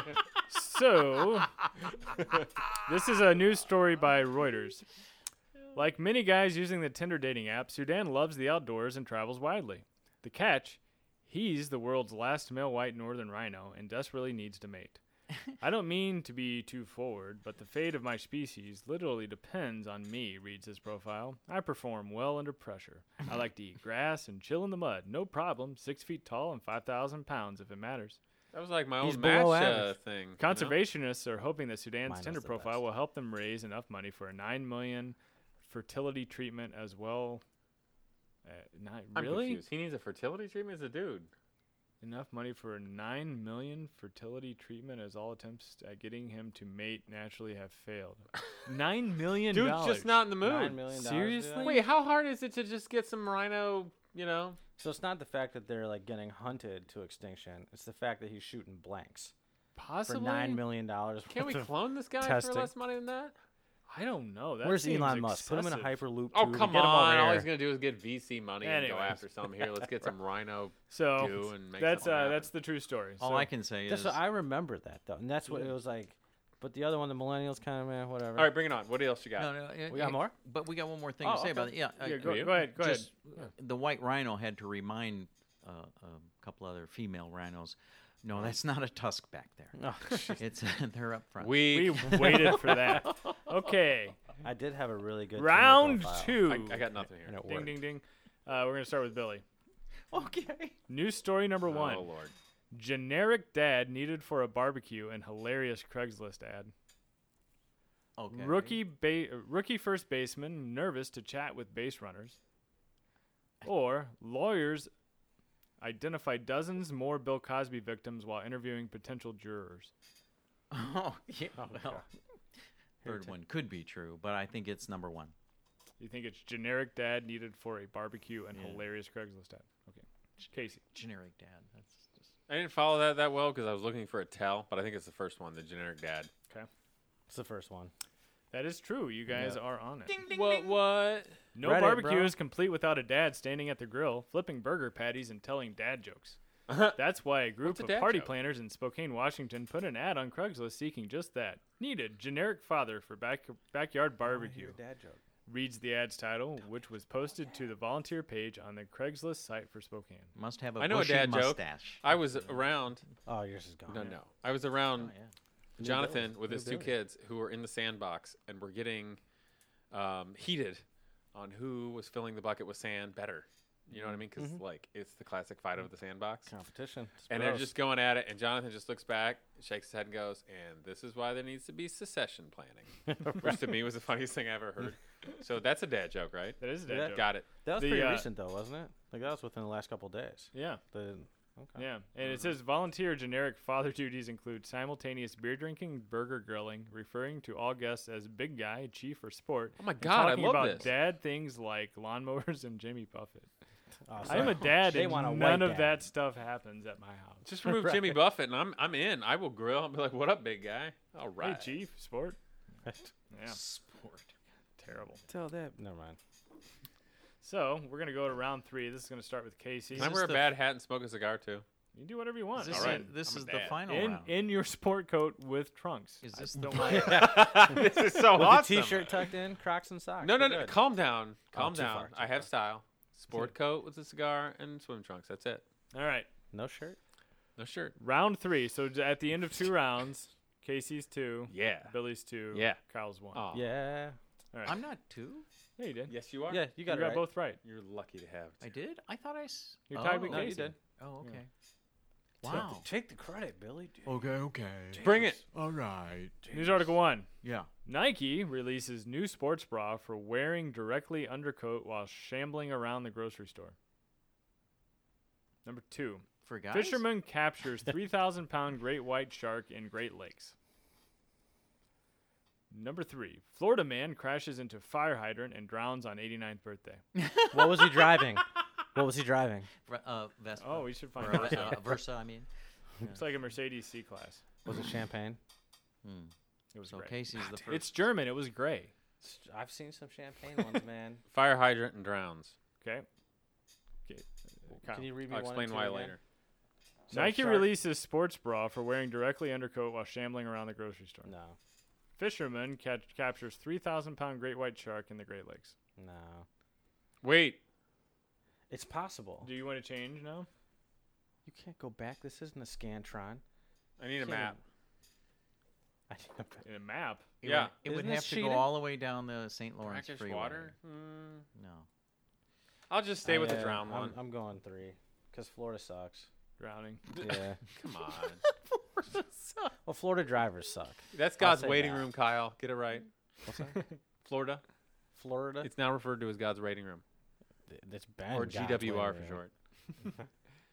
[SPEAKER 1] so, this is a news story by Reuters. Like many guys using the Tinder dating app, Sudan loves the outdoors and travels widely. The catch, He's the world's last male white northern rhino and desperately needs to mate. I don't mean to be too forward, but the fate of my species literally depends on me, reads his profile. I perform well under pressure. I like to eat grass and chill in the mud. No problem. Six feet tall and 5,000 pounds if it matters.
[SPEAKER 3] That was like my
[SPEAKER 4] He's
[SPEAKER 3] old
[SPEAKER 4] below
[SPEAKER 3] match uh,
[SPEAKER 4] average.
[SPEAKER 3] thing. you know?
[SPEAKER 1] Conservationists are hoping that Sudan's
[SPEAKER 4] Mine is
[SPEAKER 1] Tinder
[SPEAKER 4] the
[SPEAKER 1] profile
[SPEAKER 4] best.
[SPEAKER 1] will help them raise enough money for a 9 million fertility treatment as well. Uh, not
[SPEAKER 3] I'm
[SPEAKER 1] really
[SPEAKER 3] confused. He needs a fertility treatment as a dude.
[SPEAKER 1] enough money for a 9 million fertility treatment as all attempts at getting him to mate naturally have failed 9 million
[SPEAKER 3] Dude's
[SPEAKER 1] dollars.
[SPEAKER 3] just not in the
[SPEAKER 4] Nine
[SPEAKER 3] mood.
[SPEAKER 4] million dollars to do
[SPEAKER 1] Seriously?
[SPEAKER 4] that?
[SPEAKER 3] Wait, how hard is it to just get some rhino? You know,
[SPEAKER 4] So it's not the fact that they're like getting hunted to extinction. It's the fact that he's shooting blanks
[SPEAKER 1] possibly
[SPEAKER 4] for nine million dollars.
[SPEAKER 3] can we clone this guy
[SPEAKER 4] testing.
[SPEAKER 3] for less money than that?
[SPEAKER 1] i don't know that
[SPEAKER 4] Where's
[SPEAKER 1] seems
[SPEAKER 4] Elon Musk? Put him in a
[SPEAKER 1] excessive.
[SPEAKER 4] hyperloop.
[SPEAKER 3] Oh
[SPEAKER 4] tube and
[SPEAKER 3] come
[SPEAKER 4] get him
[SPEAKER 3] on!
[SPEAKER 4] Over
[SPEAKER 3] All
[SPEAKER 4] here.
[SPEAKER 3] he's gonna do is get VC money and go
[SPEAKER 1] Anyways.
[SPEAKER 3] after some. Here, let's get some rhino. do
[SPEAKER 1] so
[SPEAKER 3] and make
[SPEAKER 1] that's
[SPEAKER 3] something
[SPEAKER 1] uh
[SPEAKER 3] happen.
[SPEAKER 1] that's the true story
[SPEAKER 2] All
[SPEAKER 1] So-
[SPEAKER 2] I can say
[SPEAKER 4] That's
[SPEAKER 2] is
[SPEAKER 4] what I remember that though, and that's what it was like. But the other one, the millennials, kind of man, whatever.
[SPEAKER 3] All right, bring it on. What else you got?
[SPEAKER 2] no, no, it-
[SPEAKER 4] We got
[SPEAKER 2] it-
[SPEAKER 4] more?
[SPEAKER 2] But we got one more thing
[SPEAKER 4] Oh,
[SPEAKER 2] to say about it.
[SPEAKER 4] okay.
[SPEAKER 2] Yeah,
[SPEAKER 1] yeah,
[SPEAKER 2] I-
[SPEAKER 1] go,
[SPEAKER 3] you?
[SPEAKER 1] go ahead go
[SPEAKER 2] just
[SPEAKER 1] ahead
[SPEAKER 2] the white rhino had to remind uh, a couple other female rhinos. No, that's not a tusk back there.
[SPEAKER 4] Oh,
[SPEAKER 2] It's they're up front.
[SPEAKER 1] we
[SPEAKER 3] We.
[SPEAKER 1] waited for that okay
[SPEAKER 4] I did have a really good Tinder
[SPEAKER 1] round
[SPEAKER 4] profile,
[SPEAKER 1] two
[SPEAKER 3] I, I got nothing
[SPEAKER 4] and
[SPEAKER 3] here.
[SPEAKER 4] it
[SPEAKER 1] ding
[SPEAKER 4] worked.
[SPEAKER 1] ding ding uh, we're gonna start with billy
[SPEAKER 2] okay.
[SPEAKER 1] news story number one.
[SPEAKER 3] Oh lord.
[SPEAKER 1] generic dad needed for a barbecue and hilarious craigslist ad
[SPEAKER 2] Okay.
[SPEAKER 1] Rookie ba- rookie first baseman nervous to chat with base runners. Or lawyers identify dozens more Bill Cosby victims while interviewing potential jurors.
[SPEAKER 2] Oh yeah. Well, third
[SPEAKER 4] Here,
[SPEAKER 2] one could be true, but I think it's number one.
[SPEAKER 1] You think it's generic dad needed for a barbecue and
[SPEAKER 2] Yeah.
[SPEAKER 1] hilarious Craigslist ad. Okay. Casey.
[SPEAKER 2] Generic dad. That's just.
[SPEAKER 3] I didn't follow that that well because I was looking for a tell, but I think it's the first one, the generic dad.
[SPEAKER 1] Okay.
[SPEAKER 4] It's the first one.
[SPEAKER 1] That is true. You guys
[SPEAKER 4] Yeah.
[SPEAKER 1] are on it.
[SPEAKER 3] what? What?
[SPEAKER 1] No
[SPEAKER 4] Reddit,
[SPEAKER 1] barbecue
[SPEAKER 4] bro.
[SPEAKER 1] is complete without a dad standing at the grill, flipping burger patties and telling dad jokes. That's why a group
[SPEAKER 3] What's a
[SPEAKER 1] of
[SPEAKER 3] dad
[SPEAKER 1] party
[SPEAKER 3] joke?
[SPEAKER 1] planners in Spokane, Washington put an ad on Craigslist seeking just that. Needed generic father for back, backyard
[SPEAKER 3] Oh,
[SPEAKER 1] barbecue.
[SPEAKER 4] Dad joke.
[SPEAKER 1] Reads the ad's title, which was posted to the volunteer page on the Craigslist site for Spokane.
[SPEAKER 2] Must have a
[SPEAKER 3] I know a
[SPEAKER 2] bushy
[SPEAKER 3] dad joke.
[SPEAKER 2] mustache.
[SPEAKER 3] I was around.
[SPEAKER 4] Oh, yours is gone.
[SPEAKER 3] No, no. I was around
[SPEAKER 2] yeah.
[SPEAKER 3] Jonathan with
[SPEAKER 4] New
[SPEAKER 3] his two
[SPEAKER 4] building.
[SPEAKER 3] kids who were in the sandbox and were getting um, heated on who was filling the bucket with sand better. You know what I mean? Because like it's the classic fight of the sandbox.
[SPEAKER 4] Competition. It's
[SPEAKER 3] And they're
[SPEAKER 4] gross.
[SPEAKER 3] just going at it, and Jonathan just looks back, shakes his head, and goes, "And this is why there needs to be secession planning," which to me was the funniest thing I ever heard. So that's a dad joke, right?
[SPEAKER 1] That is a dad
[SPEAKER 4] Yeah.
[SPEAKER 1] joke.
[SPEAKER 3] Got it.
[SPEAKER 4] that was
[SPEAKER 1] the,
[SPEAKER 4] pretty
[SPEAKER 1] uh,
[SPEAKER 4] recent though, wasn't it? Like that was within the last couple days.
[SPEAKER 1] Yeah.
[SPEAKER 4] The okay.
[SPEAKER 1] Yeah, and it says volunteer generic father duties include simultaneous beer drinking, burger grilling, referring to all guests as big guy, chief, or sport.
[SPEAKER 3] Oh my
[SPEAKER 1] and
[SPEAKER 3] God, I
[SPEAKER 1] talking
[SPEAKER 3] love
[SPEAKER 1] about
[SPEAKER 3] this.
[SPEAKER 1] dad things like lawnmowers and Jimmy Buffett.
[SPEAKER 4] Oh,
[SPEAKER 1] I am a
[SPEAKER 4] sorry.
[SPEAKER 1] dad,
[SPEAKER 4] They
[SPEAKER 1] and
[SPEAKER 4] want a
[SPEAKER 1] none
[SPEAKER 4] white
[SPEAKER 1] of
[SPEAKER 4] dad.
[SPEAKER 1] that stuff happens at my house.
[SPEAKER 3] Just remove Jimmy Buffett, and I'm I'm in. I will grill. I'll be like, "What up, big guy? All right."
[SPEAKER 1] Hey, chief, sport. Yeah,
[SPEAKER 2] Sport.
[SPEAKER 1] terrible.
[SPEAKER 4] Tell that. Never mind.
[SPEAKER 1] So we're gonna go to round three. This is gonna start with Casey.
[SPEAKER 3] Can I
[SPEAKER 2] this
[SPEAKER 3] wear a
[SPEAKER 2] the-
[SPEAKER 3] bad hat and smoke a cigar too?
[SPEAKER 1] You can do whatever you want.
[SPEAKER 2] This
[SPEAKER 3] All
[SPEAKER 2] is,
[SPEAKER 3] right.
[SPEAKER 2] this
[SPEAKER 3] I'm a
[SPEAKER 2] is the
[SPEAKER 3] dad.
[SPEAKER 2] final
[SPEAKER 1] In
[SPEAKER 2] round.
[SPEAKER 1] in your sport coat with trunks.
[SPEAKER 2] is
[SPEAKER 1] I-
[SPEAKER 2] this the
[SPEAKER 3] this is so
[SPEAKER 4] With
[SPEAKER 3] Oh, awesome.
[SPEAKER 4] a t-shirt tucked in, Crocs and socks.
[SPEAKER 3] No, no,
[SPEAKER 4] we're
[SPEAKER 3] no.
[SPEAKER 4] good. Oh,
[SPEAKER 3] Calm down. Calm
[SPEAKER 4] too
[SPEAKER 3] down.
[SPEAKER 4] far, too
[SPEAKER 3] I have style. Sport coat with a cigar and swim trunks. That's it.
[SPEAKER 1] All right,
[SPEAKER 4] No shirt.
[SPEAKER 3] No shirt.
[SPEAKER 1] round three. So j- at the end of two rounds, Casey's two,
[SPEAKER 3] Yeah.
[SPEAKER 1] Billy's two,
[SPEAKER 3] Yeah.
[SPEAKER 1] Kyle's
[SPEAKER 2] Oh.
[SPEAKER 1] one.
[SPEAKER 3] Aw.
[SPEAKER 4] Yeah.
[SPEAKER 2] I'm not two.
[SPEAKER 1] Yeah, you did.
[SPEAKER 3] Yes, you are.
[SPEAKER 4] Yeah, you got
[SPEAKER 1] you
[SPEAKER 4] it
[SPEAKER 1] got
[SPEAKER 4] right.
[SPEAKER 1] both right.
[SPEAKER 3] You're lucky to have.
[SPEAKER 2] I did. I thought I. S-
[SPEAKER 1] You're tied
[SPEAKER 2] oh.
[SPEAKER 1] with
[SPEAKER 4] No, you
[SPEAKER 1] Casey.
[SPEAKER 4] did.
[SPEAKER 2] Oh, okay.
[SPEAKER 4] Take the-
[SPEAKER 2] Wow.
[SPEAKER 4] Take the credit, Billy. Dude.
[SPEAKER 8] Okay, okay.
[SPEAKER 3] Bring it.
[SPEAKER 8] All right.
[SPEAKER 1] News article one.
[SPEAKER 8] Yeah.
[SPEAKER 1] Nike releases new sports bra for wearing directly undercoat while shambling around the grocery store. Number two,
[SPEAKER 2] For guys.
[SPEAKER 1] fisherman captures 3,000 pound great white shark in Great Lakes. Number three, Florida man crashes into fire hydrant and drowns on 89th birthday.
[SPEAKER 4] what was he driving? What was he driving?
[SPEAKER 2] Re- Uh, Vespa.
[SPEAKER 1] Oh, we should find
[SPEAKER 2] Or,
[SPEAKER 1] out.
[SPEAKER 2] uh, Versa. I mean.
[SPEAKER 1] It's like a Mercedes C class.
[SPEAKER 4] Was it champagne?
[SPEAKER 1] It was
[SPEAKER 2] So
[SPEAKER 1] gray.
[SPEAKER 2] Casey's the first.
[SPEAKER 1] It's German. It was gray.
[SPEAKER 4] I've seen some champagne ones, man.
[SPEAKER 3] Fire hydrant and drowns.
[SPEAKER 1] Okay. okay. Kyle.
[SPEAKER 4] Can you read me
[SPEAKER 3] I'll
[SPEAKER 4] one
[SPEAKER 3] explain
[SPEAKER 4] and two
[SPEAKER 3] why
[SPEAKER 4] again?
[SPEAKER 3] later.
[SPEAKER 4] So
[SPEAKER 1] Nike
[SPEAKER 4] shark-
[SPEAKER 1] releases sports bra for wearing directly undercoat while shambling around the grocery store.
[SPEAKER 4] No,
[SPEAKER 1] Fisherman catch, captures 3,000 pound great white shark in the Great Lakes.
[SPEAKER 4] no.
[SPEAKER 3] Wait.
[SPEAKER 4] It's possible.
[SPEAKER 1] Do you want to change now?
[SPEAKER 4] You can't go back. This isn't a Scantron.
[SPEAKER 3] I need a
[SPEAKER 4] Can't
[SPEAKER 3] map.
[SPEAKER 4] I need a map.
[SPEAKER 1] In a map.
[SPEAKER 2] It
[SPEAKER 3] Yeah.
[SPEAKER 2] would, it would
[SPEAKER 4] Isn't
[SPEAKER 2] have
[SPEAKER 4] this
[SPEAKER 2] to go
[SPEAKER 4] cheating?
[SPEAKER 2] all the way down the St. Lawrence
[SPEAKER 3] Brackish
[SPEAKER 2] Freeway.
[SPEAKER 3] water. Mm,
[SPEAKER 2] No.
[SPEAKER 3] I'll just stay with
[SPEAKER 4] Yeah,
[SPEAKER 3] the drown
[SPEAKER 4] uh, I'm-
[SPEAKER 3] one.
[SPEAKER 4] I'm going three because Florida sucks.
[SPEAKER 1] Drowning.
[SPEAKER 4] Yeah.
[SPEAKER 3] Come on,
[SPEAKER 4] well, Florida drivers suck.
[SPEAKER 3] that's God's
[SPEAKER 4] say
[SPEAKER 3] waiting
[SPEAKER 4] that.
[SPEAKER 3] room, Kyle. Get it right. Florida.
[SPEAKER 4] Florida,
[SPEAKER 3] It's now referred to as God's waiting room,
[SPEAKER 4] th- it's bad.
[SPEAKER 3] or GWR for short.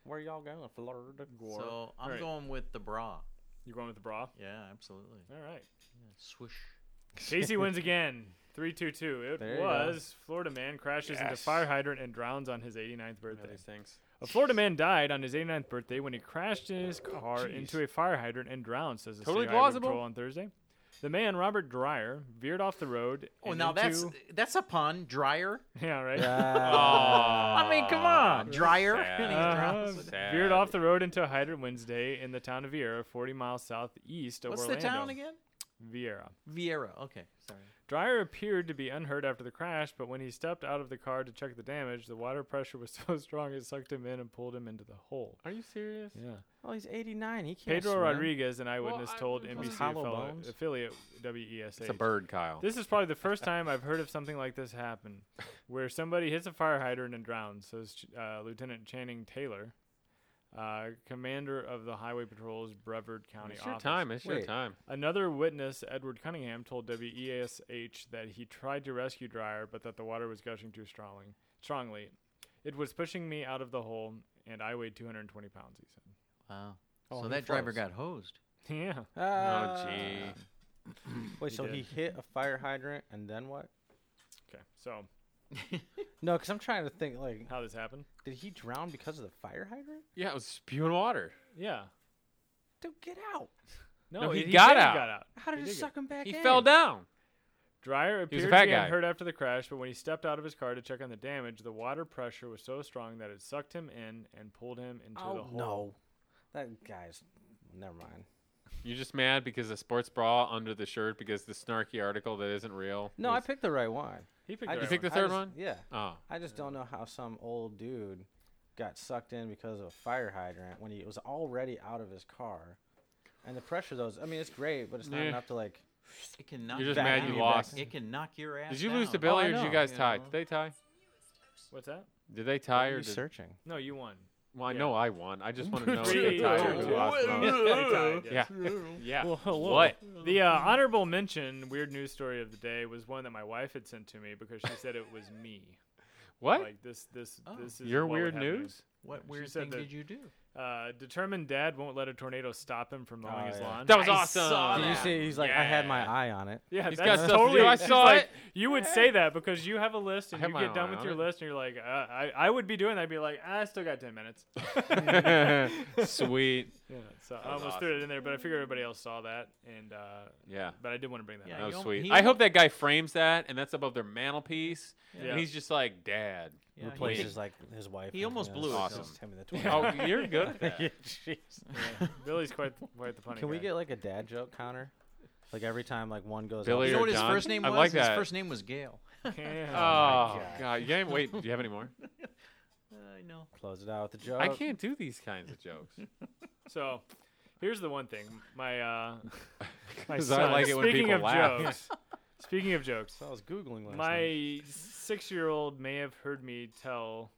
[SPEAKER 4] Where y'all going? Florida.
[SPEAKER 2] So I'm
[SPEAKER 1] Alright.
[SPEAKER 2] going with the bra.
[SPEAKER 1] You're going with the bra?
[SPEAKER 2] Yeah, absolutely.
[SPEAKER 1] All right.
[SPEAKER 2] Swoosh.
[SPEAKER 1] Casey wins again. 3 2 2. It
[SPEAKER 4] There you go.
[SPEAKER 1] was Florida man crashes into fire hydrant and drowns on his 89th birthday.
[SPEAKER 3] These things.
[SPEAKER 1] A Florida man died on his 89th birthday when he crashed his
[SPEAKER 2] Oh,
[SPEAKER 1] car into a fire hydrant and drowned, says the
[SPEAKER 3] Totally
[SPEAKER 1] State Highway
[SPEAKER 3] plausible.
[SPEAKER 1] Patrol on Thursday. The man, Robert Dreyer, veered off the road.
[SPEAKER 2] Oh,
[SPEAKER 1] and
[SPEAKER 2] now that's
[SPEAKER 1] into-
[SPEAKER 2] that's a pun. Dryer.
[SPEAKER 1] Yeah, right?
[SPEAKER 3] Oh.
[SPEAKER 2] I mean, come on. Dryer.
[SPEAKER 3] sad.
[SPEAKER 2] And he
[SPEAKER 1] Uh-huh.
[SPEAKER 2] drops it.
[SPEAKER 1] Veered off the road into a hydrant Wednesday in the town of Vieira, 40 miles southeast of
[SPEAKER 2] What's
[SPEAKER 1] Orlando.
[SPEAKER 2] the town again?
[SPEAKER 1] Vieira.
[SPEAKER 2] Vieira. Okay, sorry.
[SPEAKER 1] Dreyer appeared to be unhurt after the crash, but when he stepped out of the car to check the damage, the water pressure was so strong it sucked him in and pulled him into the hole.
[SPEAKER 3] Are you serious?
[SPEAKER 1] Yeah.
[SPEAKER 4] Well, Oh, he's 89. He can't.
[SPEAKER 1] Pedro
[SPEAKER 4] swim.
[SPEAKER 1] Rodriguez, an eyewitness,
[SPEAKER 3] I-
[SPEAKER 1] told
[SPEAKER 3] With
[SPEAKER 1] NBC
[SPEAKER 4] hollow
[SPEAKER 1] fellow-
[SPEAKER 4] bones?
[SPEAKER 1] affiliate WESA.
[SPEAKER 3] It's a bird, Kyle.
[SPEAKER 1] This is probably the first time I've heard of something like this happen, where somebody hits a fire hydrant and drowns, says uh, Lieutenant Channing Taylor, uh, commander of the Highway Patrol's Brevard County
[SPEAKER 3] it's your
[SPEAKER 1] office.
[SPEAKER 3] time. It's your
[SPEAKER 4] Wait.
[SPEAKER 3] time.
[SPEAKER 1] Another witness, Edward Cunningham, told WESH that he tried to rescue Dreyer, but that the water was gushing too strongly. Strongly, it was pushing me out of the hole, and I weighed 220 pounds. He said.
[SPEAKER 2] Wow.
[SPEAKER 4] Oh,
[SPEAKER 2] so
[SPEAKER 4] he
[SPEAKER 2] that driver
[SPEAKER 4] floats.
[SPEAKER 2] got hosed.
[SPEAKER 1] Yeah.
[SPEAKER 4] Ah.
[SPEAKER 3] oh gee.
[SPEAKER 4] Wait, so
[SPEAKER 1] did.
[SPEAKER 4] he hit a fire hydrant and then what?
[SPEAKER 1] Okay. So
[SPEAKER 4] No, because I'm trying to think. Like,
[SPEAKER 1] how this happened?
[SPEAKER 4] did he drown because of the fire hydrant?
[SPEAKER 3] Yeah, it was spewing water.
[SPEAKER 1] Yeah.
[SPEAKER 4] Dude, get out!
[SPEAKER 3] No, he
[SPEAKER 1] said
[SPEAKER 3] got out.
[SPEAKER 1] Got out.
[SPEAKER 4] How did
[SPEAKER 1] He
[SPEAKER 4] it
[SPEAKER 1] did get-
[SPEAKER 4] suck him back
[SPEAKER 3] He
[SPEAKER 4] in?
[SPEAKER 3] fell down.
[SPEAKER 1] Dreyer
[SPEAKER 3] was a
[SPEAKER 1] appeared
[SPEAKER 3] fat
[SPEAKER 1] to be
[SPEAKER 3] guy.
[SPEAKER 1] unhurt after the crash, but when he stepped out of his car to check on the damage, the water pressure was so strong that it sucked him in and pulled him into the
[SPEAKER 4] Oh
[SPEAKER 1] hole.
[SPEAKER 4] no! That guy's. Never mind.
[SPEAKER 3] You're just mad because the sports bra under the shirt because the snarky article that isn't real.
[SPEAKER 4] No, I
[SPEAKER 3] was-
[SPEAKER 4] picked the right one.
[SPEAKER 1] He picked
[SPEAKER 4] I
[SPEAKER 1] the
[SPEAKER 3] You
[SPEAKER 1] right
[SPEAKER 4] just-
[SPEAKER 3] picked
[SPEAKER 1] one.
[SPEAKER 3] the
[SPEAKER 4] I
[SPEAKER 3] third
[SPEAKER 4] just-
[SPEAKER 3] one?
[SPEAKER 4] Yeah.
[SPEAKER 3] Oh,
[SPEAKER 4] I just don't know how some old dude got sucked in because of a fire hydrant when he was already out of his car. And the pressure, though, is, I mean, it's great, but it's not
[SPEAKER 3] Yeah.
[SPEAKER 4] enough to, like,
[SPEAKER 2] It can knock
[SPEAKER 3] You're just
[SPEAKER 2] back
[SPEAKER 4] mad
[SPEAKER 2] down.
[SPEAKER 4] you
[SPEAKER 2] Back
[SPEAKER 3] lost.
[SPEAKER 2] It can knock your ass.
[SPEAKER 3] did you lose
[SPEAKER 2] down.
[SPEAKER 3] to Billy
[SPEAKER 4] Oh, I
[SPEAKER 3] or did you
[SPEAKER 4] know,
[SPEAKER 3] guys
[SPEAKER 2] you
[SPEAKER 3] tie?
[SPEAKER 2] know.
[SPEAKER 3] Did they tie?
[SPEAKER 1] What's that?
[SPEAKER 3] Did they tie
[SPEAKER 4] what are
[SPEAKER 3] or
[SPEAKER 4] you
[SPEAKER 3] did?
[SPEAKER 4] searching?
[SPEAKER 1] No, you won.
[SPEAKER 3] Well, I
[SPEAKER 1] Yeah.
[SPEAKER 3] know I won. I just want to know if
[SPEAKER 1] Three,
[SPEAKER 3] they
[SPEAKER 2] Oh,
[SPEAKER 3] tied or
[SPEAKER 1] two,
[SPEAKER 3] who lost
[SPEAKER 1] one.
[SPEAKER 3] most.
[SPEAKER 1] They tied,
[SPEAKER 3] Yeah, yeah. What?
[SPEAKER 1] The uh, honorable mention weird news story of the day was one that my wife had sent to me because she said it was me.
[SPEAKER 3] What?
[SPEAKER 1] Like this, this,
[SPEAKER 2] Oh.
[SPEAKER 1] this is
[SPEAKER 3] Your
[SPEAKER 1] what would
[SPEAKER 3] weird
[SPEAKER 1] happen.
[SPEAKER 3] news?
[SPEAKER 2] What
[SPEAKER 1] She
[SPEAKER 2] weird
[SPEAKER 1] said
[SPEAKER 2] thing
[SPEAKER 1] that-
[SPEAKER 2] did you do?
[SPEAKER 1] Uh, determined dad won't let a tornado stop him from mowing
[SPEAKER 4] Oh,
[SPEAKER 1] his
[SPEAKER 4] yeah.
[SPEAKER 1] lawn.
[SPEAKER 3] That was
[SPEAKER 2] I
[SPEAKER 3] awesome.
[SPEAKER 2] saw
[SPEAKER 4] Did you
[SPEAKER 2] that.
[SPEAKER 4] see? He's like, I had my
[SPEAKER 3] Yeah.
[SPEAKER 4] eye on it.
[SPEAKER 1] Yeah,
[SPEAKER 3] He's
[SPEAKER 1] that's
[SPEAKER 3] got stuff to
[SPEAKER 1] totally.
[SPEAKER 3] do. I
[SPEAKER 1] she's
[SPEAKER 3] saw
[SPEAKER 1] like,
[SPEAKER 3] it.
[SPEAKER 1] You would say that because you have a list and
[SPEAKER 3] had
[SPEAKER 1] you
[SPEAKER 3] my
[SPEAKER 1] get done
[SPEAKER 3] eye
[SPEAKER 1] with
[SPEAKER 3] on
[SPEAKER 1] your
[SPEAKER 3] it.
[SPEAKER 1] list and you're like, uh, I, I would be doing that. I'd be like, "Ah, I still got 10 minutes.
[SPEAKER 3] Sweet.
[SPEAKER 1] Yeah, so I
[SPEAKER 3] was
[SPEAKER 1] almost threw it in there, but I figured everybody else saw that, and uh,
[SPEAKER 3] Yeah.
[SPEAKER 1] but I did want to bring that
[SPEAKER 2] Yeah,
[SPEAKER 1] up.
[SPEAKER 3] That
[SPEAKER 2] you
[SPEAKER 3] was
[SPEAKER 2] don't-
[SPEAKER 3] sweet.
[SPEAKER 2] he
[SPEAKER 3] I
[SPEAKER 2] don't-
[SPEAKER 3] hope that guy frames that and that's above their mantelpiece.
[SPEAKER 1] Yeah.
[SPEAKER 3] And he's just like, Dad.
[SPEAKER 2] Yeah,
[SPEAKER 4] Replaces,
[SPEAKER 2] he-
[SPEAKER 4] like, his wife.
[SPEAKER 2] he
[SPEAKER 4] with,
[SPEAKER 2] almost
[SPEAKER 4] you know,
[SPEAKER 2] blew
[SPEAKER 3] it,
[SPEAKER 4] it's
[SPEAKER 3] though.
[SPEAKER 4] just him and the twin.
[SPEAKER 3] Oh, you're good at that.
[SPEAKER 4] Yeah, jeez.
[SPEAKER 1] Billy's quite quite the punny
[SPEAKER 4] Can we
[SPEAKER 1] guy.
[SPEAKER 4] get, like, a dad joke counter? Like, every time, like, one goes
[SPEAKER 3] Billy
[SPEAKER 2] You
[SPEAKER 3] Here,
[SPEAKER 2] know what his
[SPEAKER 3] John.
[SPEAKER 2] first name
[SPEAKER 3] I
[SPEAKER 2] was?
[SPEAKER 3] like
[SPEAKER 2] his
[SPEAKER 3] that.
[SPEAKER 2] first name was Gail.
[SPEAKER 3] Oh,
[SPEAKER 4] God.
[SPEAKER 3] God. You can't wait. Do you have any more?
[SPEAKER 2] I know.
[SPEAKER 4] Close it out with a joke.
[SPEAKER 3] I can't do these kinds of jokes.
[SPEAKER 1] So, here's the one thing. My uh, my
[SPEAKER 3] 'Cause I
[SPEAKER 1] son.
[SPEAKER 3] like it when
[SPEAKER 1] speaking
[SPEAKER 3] people
[SPEAKER 1] of
[SPEAKER 3] laugh.
[SPEAKER 1] jokes. speaking of jokes,
[SPEAKER 4] So I was Googling last night.
[SPEAKER 1] my six-year-old may have heard me tell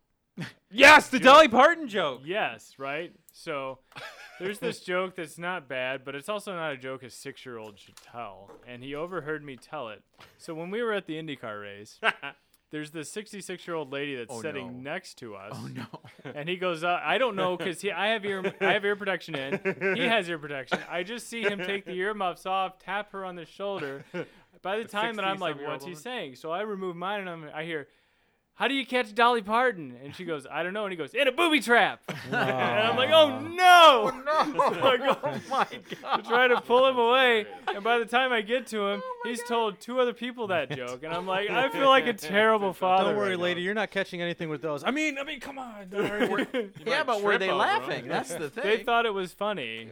[SPEAKER 3] Yes, the Dolly Parton joke.
[SPEAKER 1] yes, right? So there's this joke that's not bad, but it's also not a joke a six year old should tell. And he overheard me tell it. So when we were at the IndyCar race, there's this 66 year old lady that's
[SPEAKER 2] Oh,
[SPEAKER 1] sitting
[SPEAKER 2] no.
[SPEAKER 1] next to us.
[SPEAKER 2] Oh no.
[SPEAKER 1] And he goes, uh, I don't know, cause he, I have ear, I have ear protection in. He has ear protection. I just see him take the earmuffs off, tap her on the shoulder. By the time that I'm like,
[SPEAKER 3] 60-some-year-old
[SPEAKER 1] what's he
[SPEAKER 3] woman.
[SPEAKER 1] saying? So I remove mine, and I'm, I hear, how do you catch Dolly Parton? And she goes, I don't know. And he goes, in a booby trap. And I'm like, oh no! So I go To try to pull him away, and by the time I get to him,
[SPEAKER 2] Oh
[SPEAKER 1] he's told two other people that joke, and I'm like, I feel like a terrible father.
[SPEAKER 4] Don't worry,
[SPEAKER 1] right now.
[SPEAKER 4] lady. You're not catching anything with those. I mean, I mean, come on. Don't worry. we're-
[SPEAKER 2] yeah, but were they laughing? That's the thing.
[SPEAKER 1] They thought it was funny,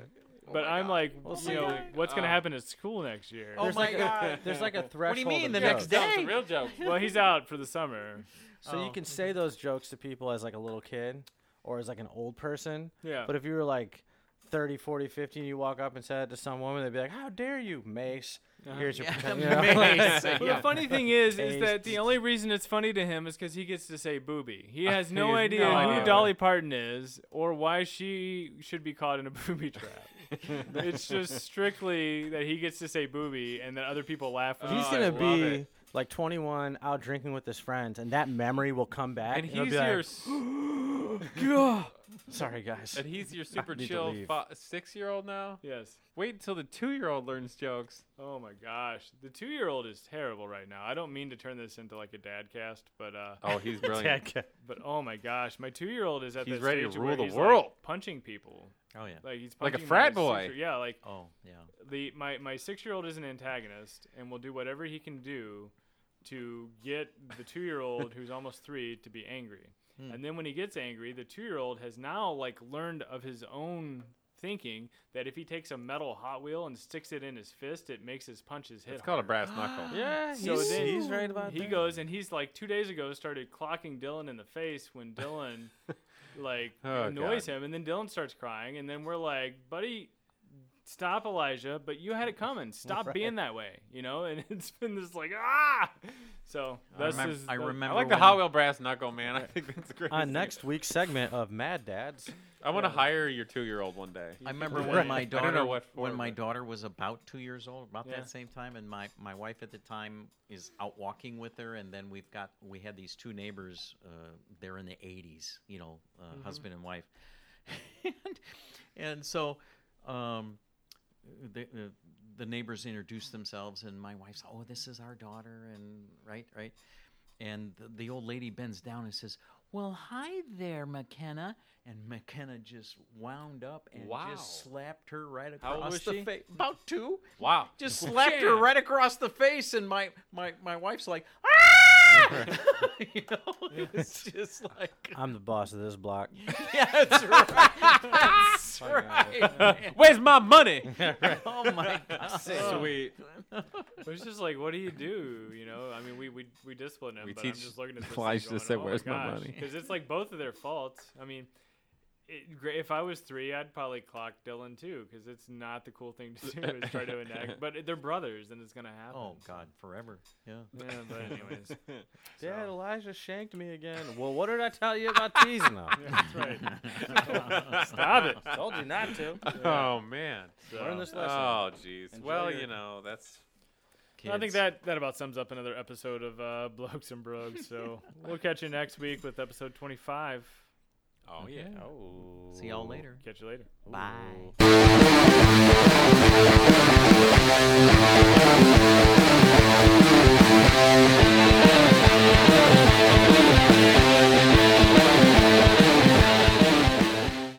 [SPEAKER 1] but
[SPEAKER 3] my
[SPEAKER 1] I'm
[SPEAKER 3] God.
[SPEAKER 1] like,
[SPEAKER 4] my
[SPEAKER 1] you know,
[SPEAKER 4] God.
[SPEAKER 1] what's gonna
[SPEAKER 3] Oh.
[SPEAKER 1] happen at school next year?
[SPEAKER 2] oh my god.
[SPEAKER 4] There's like a threshold.
[SPEAKER 2] What do you mean
[SPEAKER 4] of
[SPEAKER 2] the
[SPEAKER 4] jokes.
[SPEAKER 2] next day?
[SPEAKER 3] real joke.
[SPEAKER 1] Well, he's out for the summer.
[SPEAKER 4] So you can say those jokes to people as like a little kid, or as like an old person.
[SPEAKER 1] Yeah.
[SPEAKER 4] But if you were like 30, 40, 50, and you walk up and said it to some woman, they'd be like, "How dare you, Mace? Here's your pen," you know?
[SPEAKER 2] Amazing.
[SPEAKER 1] Well, the funny thing is, is
[SPEAKER 4] Taste.
[SPEAKER 1] that the only reason it's funny to him is because he gets to say booby. He has no
[SPEAKER 7] has
[SPEAKER 1] idea
[SPEAKER 7] no
[SPEAKER 1] who
[SPEAKER 7] idea.
[SPEAKER 1] Dolly Parton is or why she should be caught in a booby trap. it's just strictly that he gets to say booby, and then other people laugh.
[SPEAKER 3] Uh.
[SPEAKER 1] when he
[SPEAKER 4] He's
[SPEAKER 1] says
[SPEAKER 4] gonna
[SPEAKER 1] booby.
[SPEAKER 3] love
[SPEAKER 4] be
[SPEAKER 3] it.
[SPEAKER 4] like 21, out drinking with his friends, and that memory will come back.
[SPEAKER 3] And
[SPEAKER 4] it'll
[SPEAKER 3] he's
[SPEAKER 4] be like,
[SPEAKER 3] your s-
[SPEAKER 4] Sorry, guys.
[SPEAKER 3] and he's your super
[SPEAKER 4] need to
[SPEAKER 3] chill
[SPEAKER 4] leave.
[SPEAKER 3] fi- six year old now.
[SPEAKER 1] yes.
[SPEAKER 3] Wait until the two year old learns jokes.
[SPEAKER 1] Oh my gosh, the two-year-old is terrible right now. I don't mean to turn this into like a dad cast, but uh,
[SPEAKER 3] Oh, he's
[SPEAKER 4] Yeah,
[SPEAKER 3] brilliant.
[SPEAKER 4] okay.
[SPEAKER 1] but oh my gosh, my two-year-old is at
[SPEAKER 3] He's
[SPEAKER 1] that
[SPEAKER 3] ready to
[SPEAKER 1] stage
[SPEAKER 3] rule
[SPEAKER 1] where
[SPEAKER 3] the
[SPEAKER 1] he's,
[SPEAKER 3] world.
[SPEAKER 1] like, punching people.
[SPEAKER 2] Oh yeah.
[SPEAKER 1] Like he's
[SPEAKER 3] Like a
[SPEAKER 1] punching them
[SPEAKER 3] frat
[SPEAKER 1] with a
[SPEAKER 3] boy.
[SPEAKER 1] six- Yeah, like
[SPEAKER 2] Oh yeah.
[SPEAKER 1] the my my six year old is an antagonist and will do whatever he can do to get the two year old who's almost three to be angry. And then when he gets angry, the two year old has now like learned of his own thinking that if he takes a metal Hot Wheel and sticks it in his fist, it makes his punches hit.
[SPEAKER 3] It's called a
[SPEAKER 1] harder.
[SPEAKER 3] brass knuckle.
[SPEAKER 4] Yeah,
[SPEAKER 1] So
[SPEAKER 4] he's,
[SPEAKER 1] then
[SPEAKER 4] he's right about
[SPEAKER 1] He
[SPEAKER 4] that.
[SPEAKER 1] goes and he's like two days ago started clocking Dylan in the face when Dylan like
[SPEAKER 3] Oh,
[SPEAKER 1] annoys him, and then Dylan starts crying, and then we're like, buddy, stop Elijah, but you had it coming. Stop being that way, you know. And it's been this like ah. So
[SPEAKER 2] I,
[SPEAKER 1] this
[SPEAKER 2] remem-
[SPEAKER 1] is
[SPEAKER 2] I
[SPEAKER 1] the-
[SPEAKER 2] remember.
[SPEAKER 3] I like the
[SPEAKER 2] when-
[SPEAKER 3] Hot Wheel brass knuckle, man. I think that's great.
[SPEAKER 4] on Uh, next week's segment of Mad Dads.
[SPEAKER 3] I want to hire your two year old one day.
[SPEAKER 2] I remember
[SPEAKER 3] Right.
[SPEAKER 2] when my
[SPEAKER 3] I don't
[SPEAKER 2] daughter
[SPEAKER 3] know what for,
[SPEAKER 2] when my
[SPEAKER 3] but-
[SPEAKER 2] daughter was about two years old, about
[SPEAKER 1] Yeah.
[SPEAKER 2] that same time, and my, my wife at the time is out walking with her, and then we've got we had these two neighbors. Uh, they're in the eighties, you know, uh,
[SPEAKER 3] Mm-hmm.
[SPEAKER 2] husband and wife, and and so. Um, the, the, the neighbors introduced themselves, and my wife's, oh, this is our daughter, and right, right. And the, the old lady bends down and says, well, hi there, McKenna. And McKenna just wound up and
[SPEAKER 3] Wow.
[SPEAKER 2] just slapped her right
[SPEAKER 3] How old
[SPEAKER 2] across
[SPEAKER 3] was
[SPEAKER 2] the
[SPEAKER 3] she?
[SPEAKER 2] face. About two.
[SPEAKER 3] Wow.
[SPEAKER 2] Just slapped her
[SPEAKER 3] Jam.
[SPEAKER 2] right across the face, and my, my, my wife's like, ah! you know, it's just like,
[SPEAKER 4] I'm the boss of this block.
[SPEAKER 2] yeah, that's right. That's right. man.
[SPEAKER 3] Where's my money?
[SPEAKER 2] Oh, my God.
[SPEAKER 3] Sweet.
[SPEAKER 1] But it's just like, what do you do? You know, I mean, we we, we discipline him,
[SPEAKER 3] We
[SPEAKER 1] but I'm
[SPEAKER 3] teach
[SPEAKER 1] just looking at this "Oh
[SPEAKER 3] Elijah to say, "Where's my money?"
[SPEAKER 1] Because it's like both of their faults. I mean, it, gra- if I was three, I'd probably clock Dylan too, because it's not the cool thing to do is try to enact. But they're brothers, and it's gonna happen.
[SPEAKER 2] Oh, God, forever. Yeah.
[SPEAKER 1] Yeah, but anyways,
[SPEAKER 4] Dad, Elijah shanked me again. Well, what did I tell you about teasing them?
[SPEAKER 1] that's right. Stop it.
[SPEAKER 4] Told you not to.
[SPEAKER 3] Oh man.
[SPEAKER 4] Learn this lesson.
[SPEAKER 3] Oh jeez.
[SPEAKER 4] Enjoy
[SPEAKER 3] Well,
[SPEAKER 4] your-
[SPEAKER 3] you know that's
[SPEAKER 1] I think
[SPEAKER 2] Kids.
[SPEAKER 1] that that about sums up another episode of uh, Blokes and Brogues. So we'll catch you next week with episode 25.
[SPEAKER 3] Oh yeah.
[SPEAKER 2] See y'all later.
[SPEAKER 1] Catch you later.
[SPEAKER 2] Bye.